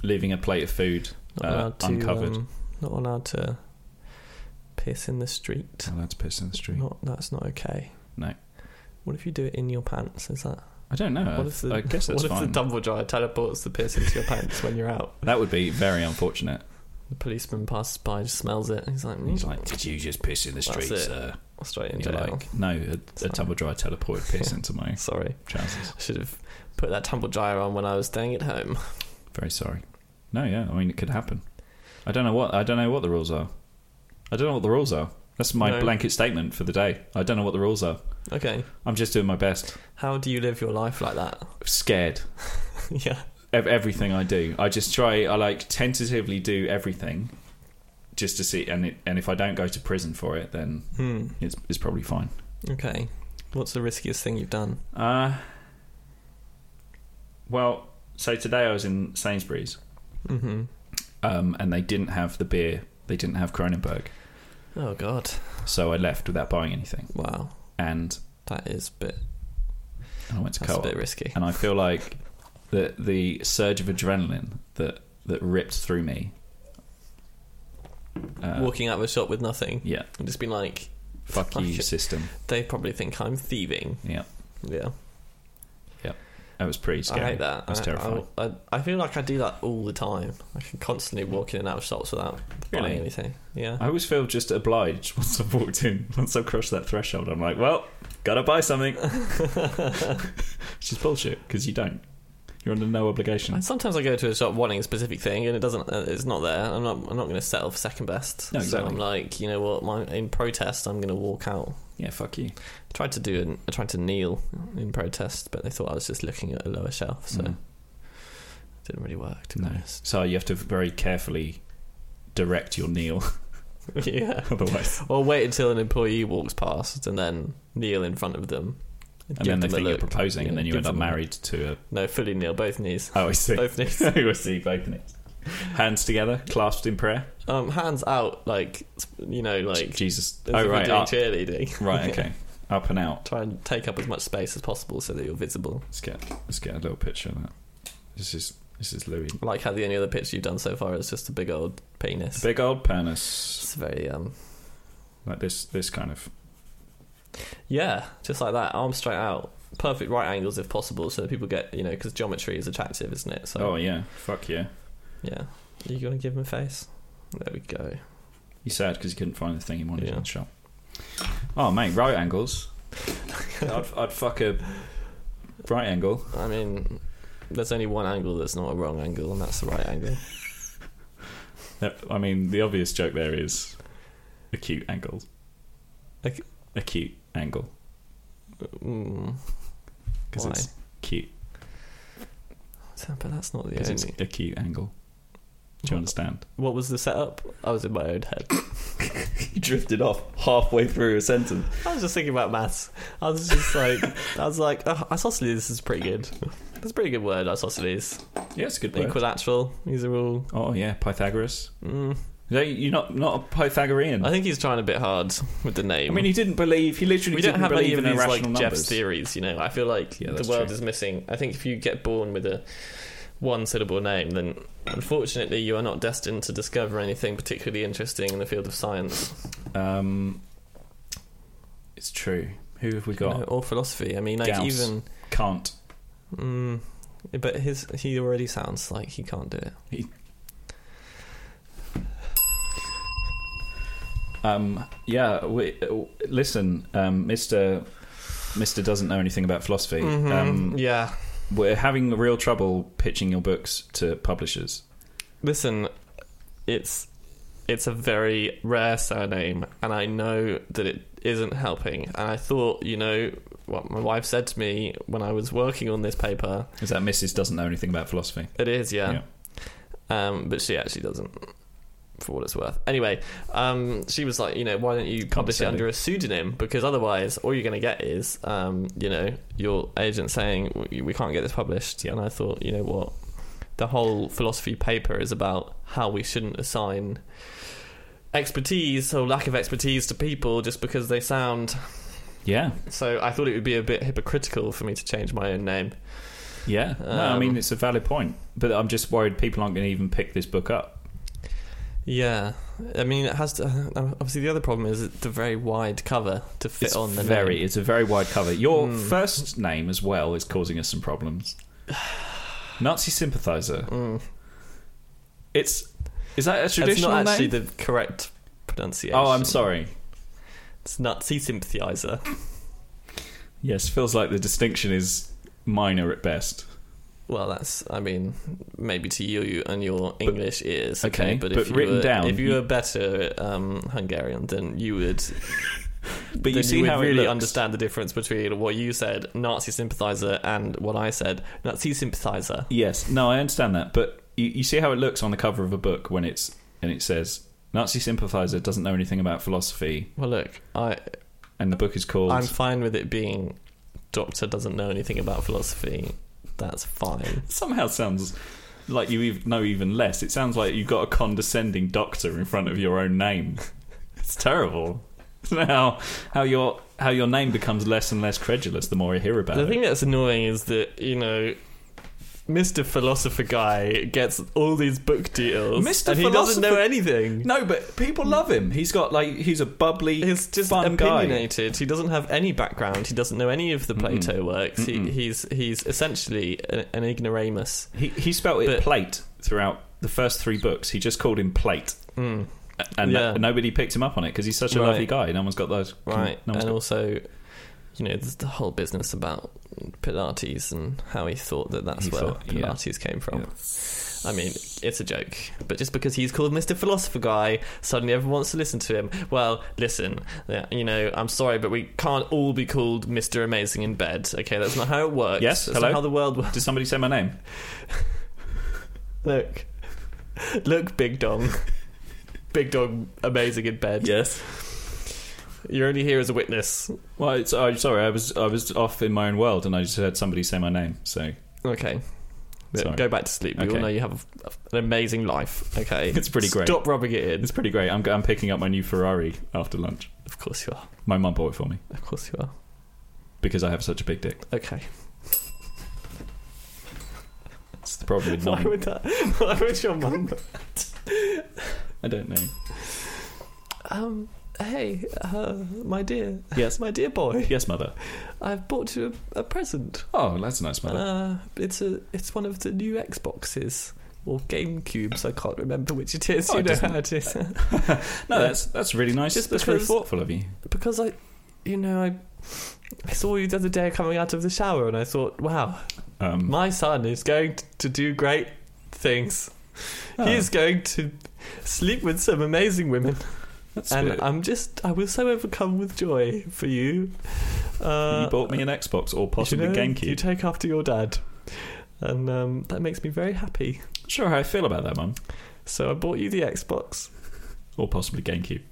Speaker 1: leaving a plate of food. Uh,
Speaker 2: Not allowed to,
Speaker 1: uncovered.
Speaker 2: um, not allowed to piss in the street.
Speaker 1: Oh, that's piss in the street.
Speaker 2: Not that's not okay.
Speaker 1: No.
Speaker 2: What if you do it in your pants? Is that
Speaker 1: I don't know.
Speaker 2: what if the
Speaker 1: Uh, I guess that's
Speaker 2: what if
Speaker 1: fine.
Speaker 2: the tumble dryer teleports the piss into your pants when you're out?
Speaker 1: that would be very unfortunate.
Speaker 2: The policeman passes by, just smells it, and he's like,
Speaker 1: And He's
Speaker 2: mm,
Speaker 1: like, "Did you just piss in the
Speaker 2: That's
Speaker 1: street,
Speaker 2: it.
Speaker 1: sir?"
Speaker 2: straight
Speaker 1: And
Speaker 2: into
Speaker 1: you're
Speaker 2: jail.
Speaker 1: like, "No, a, a
Speaker 2: Sorry.
Speaker 1: tumble dryer teleported piss into my
Speaker 2: Sorry,
Speaker 1: trousers."
Speaker 2: I should have put that tumble dryer on when I was staying at home. <laughs>
Speaker 1: Very sorry. No, yeah, I mean it could happen. I don't know what I don't know what the rules are. I don't know what the rules are. That's my
Speaker 2: No.
Speaker 1: blanket statement for the day. I don't know what the rules are.
Speaker 2: Okay,
Speaker 1: I'm just doing my best.
Speaker 2: how do you live your life like that?
Speaker 1: Scared
Speaker 2: <laughs> yeah,
Speaker 1: of everything I do. I just try. I like tentatively do everything just to see. And it, and if I don't go to prison for it, then
Speaker 2: hmm.
Speaker 1: it's it's probably fine.
Speaker 2: okay. What's the riskiest thing you've done?
Speaker 1: Uh, well, so today I was in Sainsbury's,
Speaker 2: hmm
Speaker 1: um, and they didn't have the beer. They didn't have Kronenberg,
Speaker 2: Oh God!
Speaker 1: so I left without buying anything.
Speaker 2: Wow,
Speaker 1: And
Speaker 2: that is a bit
Speaker 1: I went to
Speaker 2: that's a
Speaker 1: co-op,
Speaker 2: bit risky.
Speaker 1: and I feel like the the surge of adrenaline that that ripped through me. Uh,
Speaker 2: Walking out of a shop with nothing.
Speaker 1: yeah,
Speaker 2: And just been like,
Speaker 1: fuck
Speaker 2: Fuck
Speaker 1: you,
Speaker 2: it.
Speaker 1: system.
Speaker 2: they probably think I'm thieving.
Speaker 1: Yeah,
Speaker 2: Yeah.
Speaker 1: that was pretty scary.
Speaker 2: I hate that.
Speaker 1: That's
Speaker 2: I-
Speaker 1: terrifying.
Speaker 2: I, I, I feel like I do that all the time. I can constantly walk in and out of shops without buying
Speaker 1: Really?
Speaker 2: anything. Yeah. <laughs>
Speaker 1: I always feel just obliged <laughs> once I've walked in. Once I've crossed that threshold, I'm like, well, gotta buy something. Which is bullshit because you don't. You're under no obligation.
Speaker 2: And sometimes I go to a shop wanting a specific thing and it doesn't, uh, it's not there. I'm not, I'm not going to settle for second best.
Speaker 1: No,
Speaker 2: So
Speaker 1: exactly.
Speaker 2: I'm like, you know what? My, in protest, I'm going to walk out.
Speaker 1: Yeah, fuck you.
Speaker 2: I tried to do, an, I tried to kneel in protest, but they thought I was just looking at a lower shelf, so
Speaker 1: Mm.
Speaker 2: it didn't really work. To be
Speaker 1: No.
Speaker 2: honest. <laughs>
Speaker 1: So you have to very carefully direct your kneel,
Speaker 2: yeah.
Speaker 1: <laughs> otherwise,
Speaker 2: Or wait until an employee walks past and then kneel in front of them.
Speaker 1: and then they think you're proposing, and then you end up married to a.
Speaker 2: No, fully kneel, both knees.
Speaker 1: Oh, I see. <laughs>
Speaker 2: Both knees.
Speaker 1: I see both knees. Hands together, clasped in prayer.
Speaker 2: Um, hands out, like, you know, like.
Speaker 1: Jesus.
Speaker 2: as if
Speaker 1: Oh,
Speaker 2: you're
Speaker 1: right.
Speaker 2: Doing
Speaker 1: Up.
Speaker 2: cheerleading.
Speaker 1: <laughs>
Speaker 2: <laughs>
Speaker 1: Right, okay. Up and out.
Speaker 2: Try and take up as much space as possible so that you're visible.
Speaker 1: Let's get let's get a little picture of that. This is this is Louis.
Speaker 2: I Like how the only other picture you've done so far is just a big old penis.
Speaker 1: Big old penis.
Speaker 2: It's very, um,
Speaker 1: Like this this kind of
Speaker 2: yeah, just like that, arm straight out. Perfect right angles if possible so that people get, you know, because geometry is attractive, isn't it? So,
Speaker 1: Oh yeah. Fuck yeah.
Speaker 2: yeah. You going to give him a face? There we go.
Speaker 1: He's sad because he couldn't find the thing he wanted
Speaker 2: Yeah.
Speaker 1: in the shop. Oh mate, right
Speaker 2: <laughs>
Speaker 1: angles. I'd I'd fuck a right angle.
Speaker 2: I mean, there's only one angle that's not a wrong angle, and that's the right angle.
Speaker 1: That- I mean the obvious joke there is acute angles.
Speaker 2: Ac-
Speaker 1: acute angle.
Speaker 2: Mm,
Speaker 1: Because
Speaker 2: Why?
Speaker 1: it's cute.
Speaker 2: so- but that's not the
Speaker 1: Because it's
Speaker 2: only.
Speaker 1: a cute angle. Do you understand?
Speaker 2: What was the setup? I was in my own head.
Speaker 1: <laughs> He drifted off halfway through a sentence.
Speaker 2: I was just thinking about maths. I was just like, I was like, oh, isosceles is pretty good. That's a pretty good word, isosceles.
Speaker 1: Yeah, it's a good word.
Speaker 2: Equilateral. These are all.
Speaker 1: Oh yeah, Pythagoras.
Speaker 2: Mm.
Speaker 1: No, you're not not a Pythagorean.
Speaker 2: I
Speaker 1: I,
Speaker 2: think he's trying a bit hard with the name.
Speaker 1: mean, he didn't believe. He literally
Speaker 2: we don't
Speaker 1: didn't
Speaker 2: have any
Speaker 1: believe
Speaker 2: of
Speaker 1: in
Speaker 2: these
Speaker 1: irrational
Speaker 2: like
Speaker 1: numbers.
Speaker 2: Jeff's theories, you know. I feel like
Speaker 1: Yeah,
Speaker 2: the
Speaker 1: that's
Speaker 2: world
Speaker 1: true.
Speaker 2: is missing. I think if you get born with a one-syllable name, then unfortunately you are not destined to discover anything particularly interesting in the field of science
Speaker 1: Um, it's true. Who have we
Speaker 2: you
Speaker 1: got?
Speaker 2: know, or philosophy. I mean, like
Speaker 1: Gauss.
Speaker 2: even,
Speaker 1: Kant.
Speaker 2: mm, but his he already sounds like he can't do it.
Speaker 1: Um, yeah. We, uh, listen, um, Mister Mister doesn't know anything about philosophy. Um,
Speaker 2: Mm-hmm. yeah.
Speaker 1: We're having real trouble pitching your books to publishers.
Speaker 2: Listen, it's it's a very rare surname, and I know that it isn't helping. And I thought, you know, what my wife said to me when I was working on this paper.
Speaker 1: Is that Mrs. doesn't know anything about philosophy?
Speaker 2: It is, yeah. Um, but she actually doesn't, for what it's worth. Anyway, um, she was like, you know, why don't you publish it
Speaker 1: sell
Speaker 2: under a pseudonym? Because otherwise, all you're going to get is, um, you know, your agent saying we, we can't get this published.
Speaker 1: Yeah.
Speaker 2: And I thought, you know what, the whole philosophy paper is about how we shouldn't assign expertise or lack of expertise to people just because they sound.
Speaker 1: Yeah.
Speaker 2: So I thought it would be a bit hypocritical for me to change my own name.
Speaker 1: Yeah, no, I
Speaker 2: Um,
Speaker 1: mean it's a valid point, but I'm just worried people aren't going to even pick this book up.
Speaker 2: Yeah, I mean, it has to. Obviously, the other problem is it's a very wide cover to fit
Speaker 1: It's
Speaker 2: on the
Speaker 1: very,
Speaker 2: name.
Speaker 1: it's a very wide cover. Your
Speaker 2: Mm.
Speaker 1: first name as well is causing us some
Speaker 2: <sighs>
Speaker 1: problems. Nazi sympathizer.
Speaker 2: Mm.
Speaker 1: It's is that a
Speaker 2: It's
Speaker 1: traditional
Speaker 2: not actually
Speaker 1: name?
Speaker 2: the correct pronunciation.
Speaker 1: oh, I'm sorry.
Speaker 2: It's Nazi sympathizer.
Speaker 1: Yes, feels like the distinction is minor at best.
Speaker 2: Well, that's. I mean, maybe to you and your English ears. Okay,
Speaker 1: okay,
Speaker 2: but,
Speaker 1: but
Speaker 2: if you
Speaker 1: written
Speaker 2: were,
Speaker 1: down,
Speaker 2: if you
Speaker 1: you-
Speaker 2: were better at um, Hungarian, then you would.
Speaker 1: But you
Speaker 2: then
Speaker 1: see
Speaker 2: would
Speaker 1: how it
Speaker 2: really
Speaker 1: looks.
Speaker 2: understand the difference between what you said, Nazi sympathizer, and what I said, Nazi sympathizer.
Speaker 1: Yes, no, I understand that, but you, you see how it looks on the cover of a book when it's and it says Nazi sympathizer doesn't know anything about philosophy,
Speaker 2: Well, look, I
Speaker 1: and the book is called.
Speaker 2: I'm fine with it being Doctor doesn't know anything about philosophy. That's fine.
Speaker 1: somehow sounds like you ev- know even less. It sounds like you've got a condescending doctor in front of your own <laughs> name. It's terrible. <laughs> Isn't that How how your how your name becomes less and less credulous the more you hear about
Speaker 2: the
Speaker 1: it.
Speaker 2: thing that's annoying is that, you know, Mr. Philosopher guy gets all these book deals,
Speaker 1: Mr.
Speaker 2: and he doesn't know
Speaker 1: Philosopher-
Speaker 2: anything.
Speaker 1: No, but people love him. He's got like he's a bubbly,
Speaker 2: He's just
Speaker 1: fun guy.
Speaker 2: opinionated. He doesn't have any background. He doesn't know any of the Plato works. He, he's he's essentially an, an ignoramus.
Speaker 1: He he spelt it
Speaker 2: But-
Speaker 1: plate throughout the first three books. He just called him plate,
Speaker 2: Mm,
Speaker 1: and
Speaker 2: Yeah.
Speaker 1: no- nobody picked him up on it because he's such a
Speaker 2: Right.
Speaker 1: lovely guy. No one's got those.
Speaker 2: right,
Speaker 1: No one's
Speaker 2: and
Speaker 1: got-
Speaker 2: also, you know, there's the whole business about Pilates and how he thought that that's
Speaker 1: He
Speaker 2: where
Speaker 1: thought- yeah.
Speaker 2: Pilates came from. I mean, it's a joke, but just because he's called Mr. Philosopher Guy, suddenly everyone wants to listen to him. Well, listen, yeah, you know, I'm sorry, but we can't all be called Mr. Amazing in bed. Okay, that's not how it works.
Speaker 1: Yes,
Speaker 2: that's
Speaker 1: hello?
Speaker 2: not how the world works.
Speaker 1: Did somebody say my name?
Speaker 2: Look, look, Big Dong, Big Dong, Amazing in bed.
Speaker 1: Yes.
Speaker 2: You're only here as a witness.
Speaker 1: Well, it's, i sorry, I was I was off in my own world, and I just heard somebody say my name. So
Speaker 2: Okay. Look,
Speaker 1: Sorry.
Speaker 2: Go back to sleep. We all
Speaker 1: Okay.
Speaker 2: know you have a- an amazing life. Okay,
Speaker 1: <laughs> It's pretty great.
Speaker 2: Stop rubbing it in.
Speaker 1: it's pretty great. I'm I'm picking up my new Ferrari after lunch.
Speaker 2: Of course you are.
Speaker 1: My mum bought it for me
Speaker 2: Of course you are.
Speaker 1: because I have such a big dick.
Speaker 2: Okay.
Speaker 1: That's the problem with
Speaker 2: <laughs> Why
Speaker 1: mum.
Speaker 2: would that?
Speaker 1: <laughs>
Speaker 2: Why would your mum?
Speaker 1: I don't know.
Speaker 2: <laughs> Um. Hey, uh, my dear.
Speaker 1: Yes.
Speaker 2: <laughs> my dear boy.
Speaker 1: Yes, mother.
Speaker 2: I've bought you a, a present.
Speaker 1: Oh, that's a nice mother.
Speaker 2: Uh, it's a. It's one of the new Xboxes or GameCubes. I can't remember which it is.
Speaker 1: Oh,
Speaker 2: you
Speaker 1: it
Speaker 2: know
Speaker 1: doesn't-
Speaker 2: how it is.
Speaker 1: no, that's that's really nice.
Speaker 2: Just
Speaker 1: that's very
Speaker 2: because-
Speaker 1: thoughtful of you.
Speaker 2: <laughs> because I, you know, I, I saw you the other day coming out of the shower, and I thought, wow,
Speaker 1: Um,
Speaker 2: my son is going t- to do great things.
Speaker 1: oh,
Speaker 2: He is going to sleep with some amazing women.
Speaker 1: that's
Speaker 2: and
Speaker 1: good.
Speaker 2: I'm just, I was so overcome with joy for you. Uh,
Speaker 1: you bought me an Xbox or possibly
Speaker 2: you know,
Speaker 1: GameCube.
Speaker 2: You take after your dad, and um, that makes me very happy.
Speaker 1: Not sure how I feel about that, mum.
Speaker 2: So I bought you the Xbox.
Speaker 1: Or possibly
Speaker 2: <laughs>
Speaker 1: GameCube.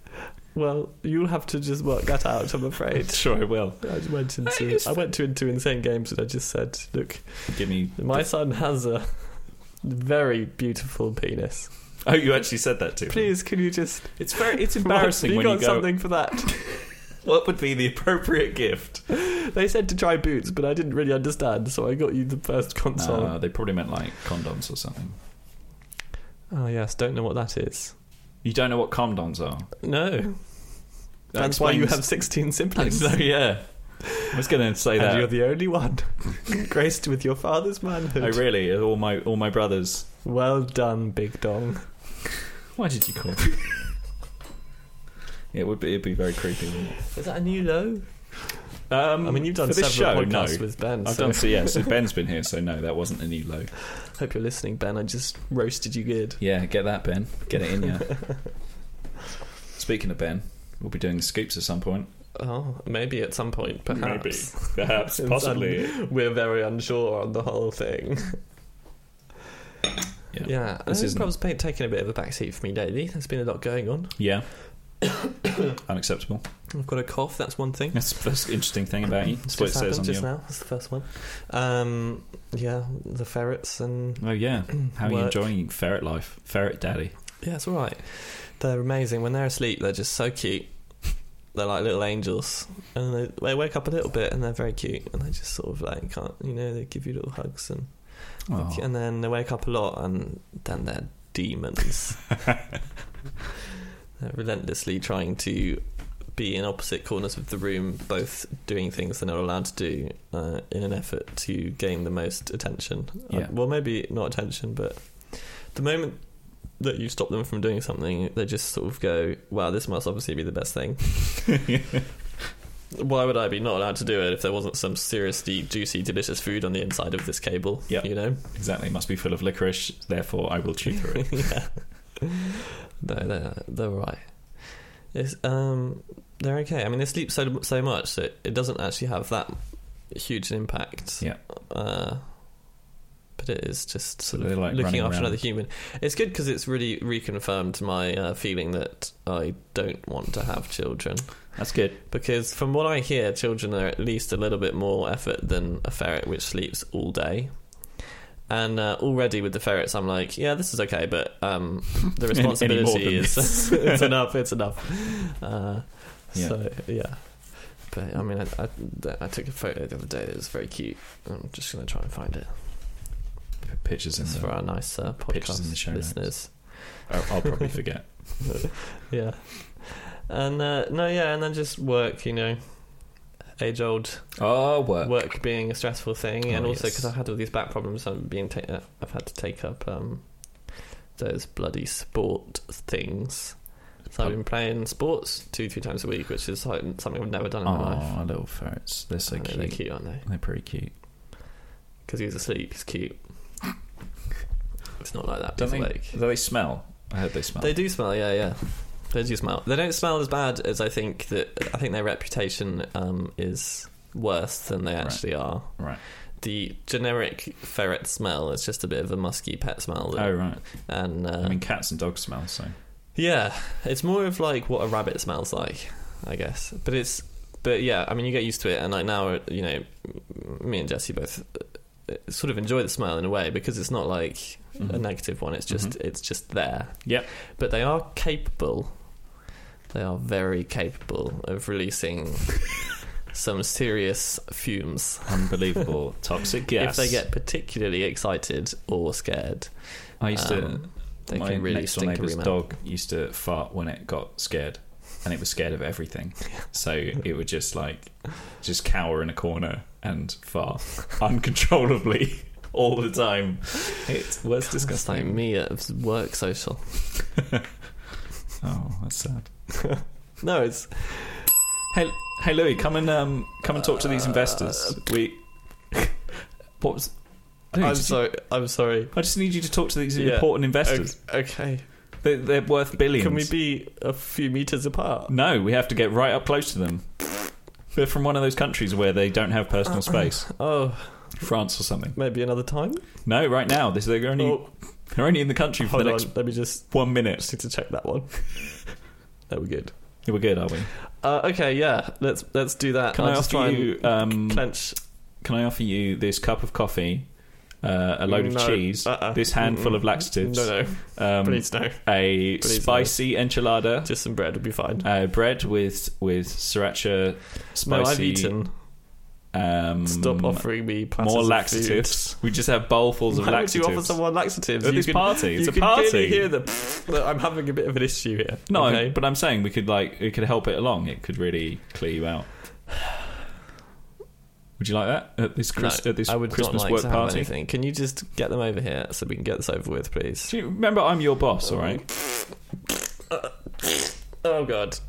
Speaker 2: Well, you'll have to just work that out. I'm
Speaker 1: <laughs>
Speaker 2: afraid.
Speaker 1: Sure, I will.
Speaker 2: I went into I went to into insane games, and I just said, look,
Speaker 1: Give me.
Speaker 2: my son has a very beautiful penis.
Speaker 1: Oh, you actually said that to me.
Speaker 2: Please, can you just
Speaker 1: It's very. It's embarrassing
Speaker 2: <laughs> you
Speaker 1: when
Speaker 2: got
Speaker 1: you go.
Speaker 2: something for that? <laughs>
Speaker 1: What would be the appropriate gift?
Speaker 2: They said to try boots, but I didn't really understand, so I got you the first console.
Speaker 1: Uh, they probably meant like condoms or something.
Speaker 2: oh yes, don't know what that is.
Speaker 1: You don't know what condoms are.
Speaker 2: No,
Speaker 1: That
Speaker 2: that's why you have
Speaker 1: explains-
Speaker 2: sixteen siblings.
Speaker 1: <laughs> So, yeah, I was going to say
Speaker 2: And
Speaker 1: that.
Speaker 2: you're the
Speaker 1: <laughs>
Speaker 2: only one graced with your father's manhood.
Speaker 1: I really, all my all my brothers.
Speaker 2: well done, Big Dong.
Speaker 1: Why did you <laughs> call? it would be it'd be very creepy. Wouldn't it?
Speaker 2: Is that a new low?
Speaker 1: Um,
Speaker 2: I mean, you've done
Speaker 1: for this
Speaker 2: several
Speaker 1: show,
Speaker 2: podcasts
Speaker 1: no.
Speaker 2: with Ben.
Speaker 1: I've
Speaker 2: so
Speaker 1: done so yeah. <laughs> So Ben's been here, so no, that wasn't a new low.
Speaker 2: Hope you're listening, Ben. I just roasted you good.
Speaker 1: Yeah, get that Ben. Get it in <laughs> yeah. Speaking of Ben, we'll be doing the scoops at some point.
Speaker 2: Oh, maybe at some point, perhaps.
Speaker 1: perhaps,
Speaker 2: Since I'm- we're very unsure on the whole thing.
Speaker 1: Yeah.
Speaker 2: yeah.
Speaker 1: This
Speaker 2: This
Speaker 1: isn't-
Speaker 2: improv's been taking a bit of a backseat for me lately. There's been a lot going on.
Speaker 1: Yeah. <coughs> Unacceptable.
Speaker 2: I've got a cough. That's one thing.
Speaker 1: That's the first interesting thing about you. That's what it
Speaker 2: just
Speaker 1: says
Speaker 2: happened
Speaker 1: on
Speaker 2: just
Speaker 1: your.
Speaker 2: now. That's the first one. Um, yeah, the ferrets and
Speaker 1: Oh yeah. How are you
Speaker 2: Work.
Speaker 1: enjoying ferret life? Ferret daddy.
Speaker 2: yeah, it's all right. They're amazing when they're asleep. They're just so cute. They're like little angels, and they, they wake up a little bit, and they're very cute, and they just sort of like can't, you know, they give you little hugs and.
Speaker 1: Oh.
Speaker 2: and then they wake up a lot and then they're
Speaker 1: <laughs>
Speaker 2: demons they're relentlessly trying to be in opposite corners of the room both doing things they're not allowed to do uh, in an effort to gain the most attention Uh,
Speaker 1: Yeah.
Speaker 2: well maybe not attention but the moment that you stop them from doing something they just sort of go wow this must obviously be the best thing
Speaker 1: <laughs>
Speaker 2: why would i be not allowed to do it if there wasn't some seriously juicy delicious food on the inside of this cable
Speaker 1: Yeah.
Speaker 2: you know
Speaker 1: Exactly. Must be full of licorice. Therefore, I will chew through it.
Speaker 2: yeah. No, they're, they're right. It's, um, they're okay. I mean, they sleep so so much that it doesn't actually have that huge an impact.
Speaker 1: Yeah.
Speaker 2: Uh, but it is just
Speaker 1: So
Speaker 2: sort of
Speaker 1: they're, like,
Speaker 2: looking
Speaker 1: running
Speaker 2: after
Speaker 1: around.
Speaker 2: another human. It's good because it's really reconfirmed my uh, feeling that I don't want to have children.
Speaker 1: <laughs> That's good.
Speaker 2: Because from what I hear, children are at least a little bit more effort than a ferret which sleeps all day. And uh, already with the ferrets, I'm like, yeah, this is okay, but
Speaker 1: <laughs>
Speaker 2: um,
Speaker 1: Any-
Speaker 2: the
Speaker 1: any more than
Speaker 2: responsibility is <laughs> it's enough, it's enough. Uh,
Speaker 1: Yeah.
Speaker 2: So yeah, but I mean, I, I, I took a photo the other day that was very cute. I'm just gonna try and find it.
Speaker 1: Pictures in
Speaker 2: It's for
Speaker 1: the.
Speaker 2: our nice uh,
Speaker 1: Pictures in the
Speaker 2: podcast
Speaker 1: show notes.
Speaker 2: listeners.
Speaker 1: I'll, I'll
Speaker 2: <laughs>
Speaker 1: probably forget.
Speaker 2: Yeah. And uh, no, yeah, and then just work, you know, age old
Speaker 1: Oh, work.
Speaker 2: work being a stressful thing. And
Speaker 1: Oh,
Speaker 2: also
Speaker 1: yes.
Speaker 2: because I've had all these back problems, I've, been ta- uh, I've had to take up um, those bloody sport things. So I've been playing sports two, three times a week, which is like, something I've never done in
Speaker 1: Oh,
Speaker 2: my life.
Speaker 1: our little ferrets. They're so
Speaker 2: I know
Speaker 1: cute.
Speaker 2: They're cute, aren't they?
Speaker 1: They're pretty cute.
Speaker 2: Because he's asleep,
Speaker 1: <laughs>
Speaker 2: he's cute. It's not like that.
Speaker 1: Don't
Speaker 2: He's
Speaker 1: they,
Speaker 2: awake.
Speaker 1: do they smell? I heard they smell.
Speaker 2: They do smell, yeah, yeah. They do smell. They don't smell as bad as I think that. I think their reputation um, is worse than they
Speaker 1: Right.
Speaker 2: actually are.
Speaker 1: Right.
Speaker 2: The generic ferret smell is just a bit of a musky pet smell, that-
Speaker 1: Oh, right.
Speaker 2: and uh,
Speaker 1: I mean, cats and dogs smell, so.
Speaker 2: yeah, it's more of like what a rabbit smells like, I guess. But it's, but yeah, I mean, you get used to it, and like now, you know, me and Jesse both uh, sort of enjoy the smell in a way because it's not like a
Speaker 1: Mhm.
Speaker 2: negative one. It's just, it's just there.
Speaker 1: Mm-hmm. Yep.
Speaker 2: But they are capable. They are very capable of
Speaker 1: <laughs>
Speaker 2: releasing some serious fumes
Speaker 1: Unbelievable. <laughs> Toxic gas.
Speaker 2: if they get particularly excited or scared.
Speaker 1: I used to.
Speaker 2: um, They
Speaker 1: my
Speaker 2: can really
Speaker 1: next door
Speaker 2: stink a
Speaker 1: neighbour's
Speaker 2: room out.
Speaker 1: dog used to fart when it got scared, and it was scared of
Speaker 2: <laughs>
Speaker 1: everything. So it would just like just cower in a corner and fart <laughs> uncontrollably <laughs> all the time. It was
Speaker 2: It's like
Speaker 1: disgusting.
Speaker 2: me at work social.
Speaker 1: Oh, that's sad.
Speaker 2: No, it's
Speaker 1: Hey, hey, Louis, come and um, come and talk to these investors. We. <laughs> What was? Louis,
Speaker 2: Uh, I'm
Speaker 1: did you-
Speaker 2: sorry. I'm sorry.
Speaker 1: I just need you to talk to these
Speaker 2: Yeah.
Speaker 1: important investors.
Speaker 2: O- Okay.
Speaker 1: They, they're worth billions.
Speaker 2: Can we be a few meters apart?
Speaker 1: No, we have to get right up close to them. They're from one of those countries where they don't have
Speaker 2: Uh,
Speaker 1: personal space.
Speaker 2: Oh,
Speaker 1: France or something.
Speaker 2: maybe another time.
Speaker 1: No, right now. This, they're, only,
Speaker 2: Oh,
Speaker 1: they're only in the country for
Speaker 2: hold
Speaker 1: the
Speaker 2: on.
Speaker 1: next
Speaker 2: Let me just
Speaker 1: one minute.
Speaker 2: just need to check that one. <laughs> that we good.
Speaker 1: We're good, are we?
Speaker 2: Uh, okay. Yeah. Let's let's do that.
Speaker 1: Can
Speaker 2: I'll
Speaker 1: i
Speaker 2: just
Speaker 1: offer
Speaker 2: try and
Speaker 1: you? Um,
Speaker 2: clench
Speaker 1: can I offer you this cup of coffee, uh, a load
Speaker 2: No,
Speaker 1: of cheese,
Speaker 2: uh-uh.
Speaker 1: this handful
Speaker 2: Mm-mm.
Speaker 1: of laxatives,
Speaker 2: No, no.
Speaker 1: um,
Speaker 2: Please no.
Speaker 1: a
Speaker 2: please, no.
Speaker 1: spicy enchilada,
Speaker 2: Just some bread would be fine.
Speaker 1: uh, bread with with sriracha, spicy.
Speaker 2: No, I've eaten.
Speaker 1: Um,
Speaker 2: Stop offering me platters
Speaker 1: more
Speaker 2: of food.
Speaker 1: laxatives. We just have bowlfuls of
Speaker 2: Why would you
Speaker 1: laxatives.
Speaker 2: offer someone laxatives?
Speaker 1: At
Speaker 2: You
Speaker 1: this
Speaker 2: can-
Speaker 1: party, it's
Speaker 2: you
Speaker 1: a
Speaker 2: can
Speaker 1: party.
Speaker 2: clearly hear the. <laughs> Look, I'm having a bit of an issue here.
Speaker 1: No,
Speaker 2: okay?
Speaker 1: but I'm saying we could like it could help it along. It could really clear you out. Would you like that at this Chris-
Speaker 2: No,
Speaker 1: at this
Speaker 2: I would
Speaker 1: Christmas
Speaker 2: not like
Speaker 1: work
Speaker 2: to have
Speaker 1: party?
Speaker 2: anything. Can you just get them over here so we can get this over with, please?
Speaker 1: Do you remember I'm your boss, all right?
Speaker 2: Oh god.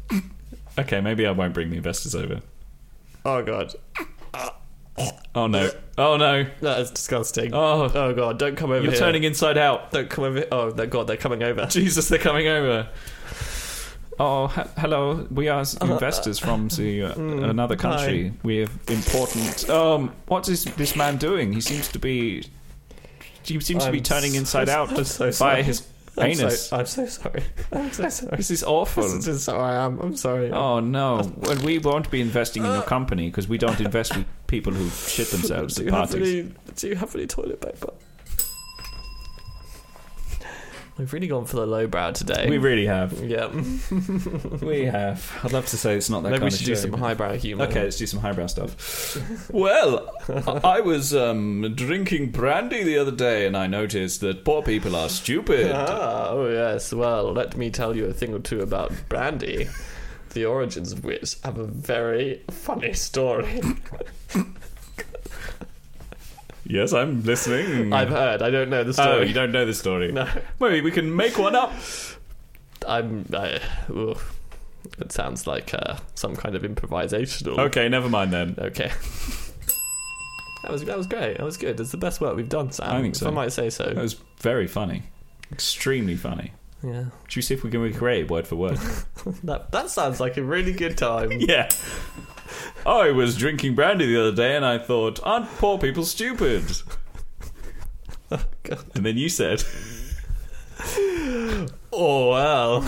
Speaker 1: Okay, maybe I won't bring the investors over.
Speaker 2: Oh god.
Speaker 1: Oh no! Oh no!
Speaker 2: That is disgusting. Oh,
Speaker 1: Oh,
Speaker 2: god, don't come over
Speaker 1: you're
Speaker 2: here.
Speaker 1: turning inside out. <laughs>
Speaker 2: Don't come over. Oh thank god, they're coming over.
Speaker 1: Jesus, <laughs> they're coming over. Oh, he- hello. We are s-
Speaker 2: Uh-huh.
Speaker 1: investors from the, uh,
Speaker 2: Mm,
Speaker 1: another country. We have important. Um, what is this man doing? He seems to be. He seems to be
Speaker 2: I'm
Speaker 1: turning
Speaker 2: so-
Speaker 1: inside out
Speaker 2: I'm so
Speaker 1: by
Speaker 2: sorry.
Speaker 1: his
Speaker 2: I'm
Speaker 1: anus.
Speaker 2: So, I'm so sorry. <laughs> I'm so sorry.
Speaker 1: This is awful.
Speaker 2: This is just how I am. I'm sorry.
Speaker 1: oh no! Well, we won't be investing in your company because we don't invest with people who
Speaker 2: <laughs>
Speaker 1: shit themselves
Speaker 2: Uh. do
Speaker 1: at
Speaker 2: you have
Speaker 1: parties.
Speaker 2: any? Do you have any toilet paper? We've really gone for the lowbrow today.
Speaker 1: We really have.
Speaker 2: yeah.
Speaker 1: We
Speaker 2: <laughs>
Speaker 1: have. I'd love to say it's not that
Speaker 2: Maybe we
Speaker 1: kind
Speaker 2: should
Speaker 1: of
Speaker 2: do
Speaker 1: show,
Speaker 2: some
Speaker 1: but-
Speaker 2: highbrow humor.
Speaker 1: Okay, let's do some highbrow stuff. well, I I was um, drinking brandy the other day, and I noticed that poor people are
Speaker 2: <laughs>
Speaker 1: stupid.
Speaker 2: Ah, oh yes. Well, let me tell you a thing or two about brandy, the origins of which have a very
Speaker 1: <laughs>
Speaker 2: funny story.
Speaker 1: Hmm. Yes, I'm listening.
Speaker 2: <laughs> I've heard. I don't know the
Speaker 1: oh,
Speaker 2: story.
Speaker 1: you don't know the story?
Speaker 2: No,
Speaker 1: Maybe we can make one
Speaker 2: <laughs>
Speaker 1: up.
Speaker 2: I'm. I, ooh, it sounds like uh, some kind of improvisational.
Speaker 1: Okay, never mind then.
Speaker 2: Okay. <laughs> That was that was great. That was good. It's the best work we've done, Sam.
Speaker 1: I think
Speaker 2: if
Speaker 1: so.
Speaker 2: I might say
Speaker 1: That
Speaker 2: so.
Speaker 1: was very funny. Extremely funny.
Speaker 2: Yeah. <laughs>
Speaker 1: Should we see if we can recreate it word for word?
Speaker 2: That that sounds like a really good time.
Speaker 1: <laughs> yeah. I was drinking brandy the other day and I thought, aren't poor people
Speaker 2: <laughs>
Speaker 1: stupid? and then you said,
Speaker 2: Oh well.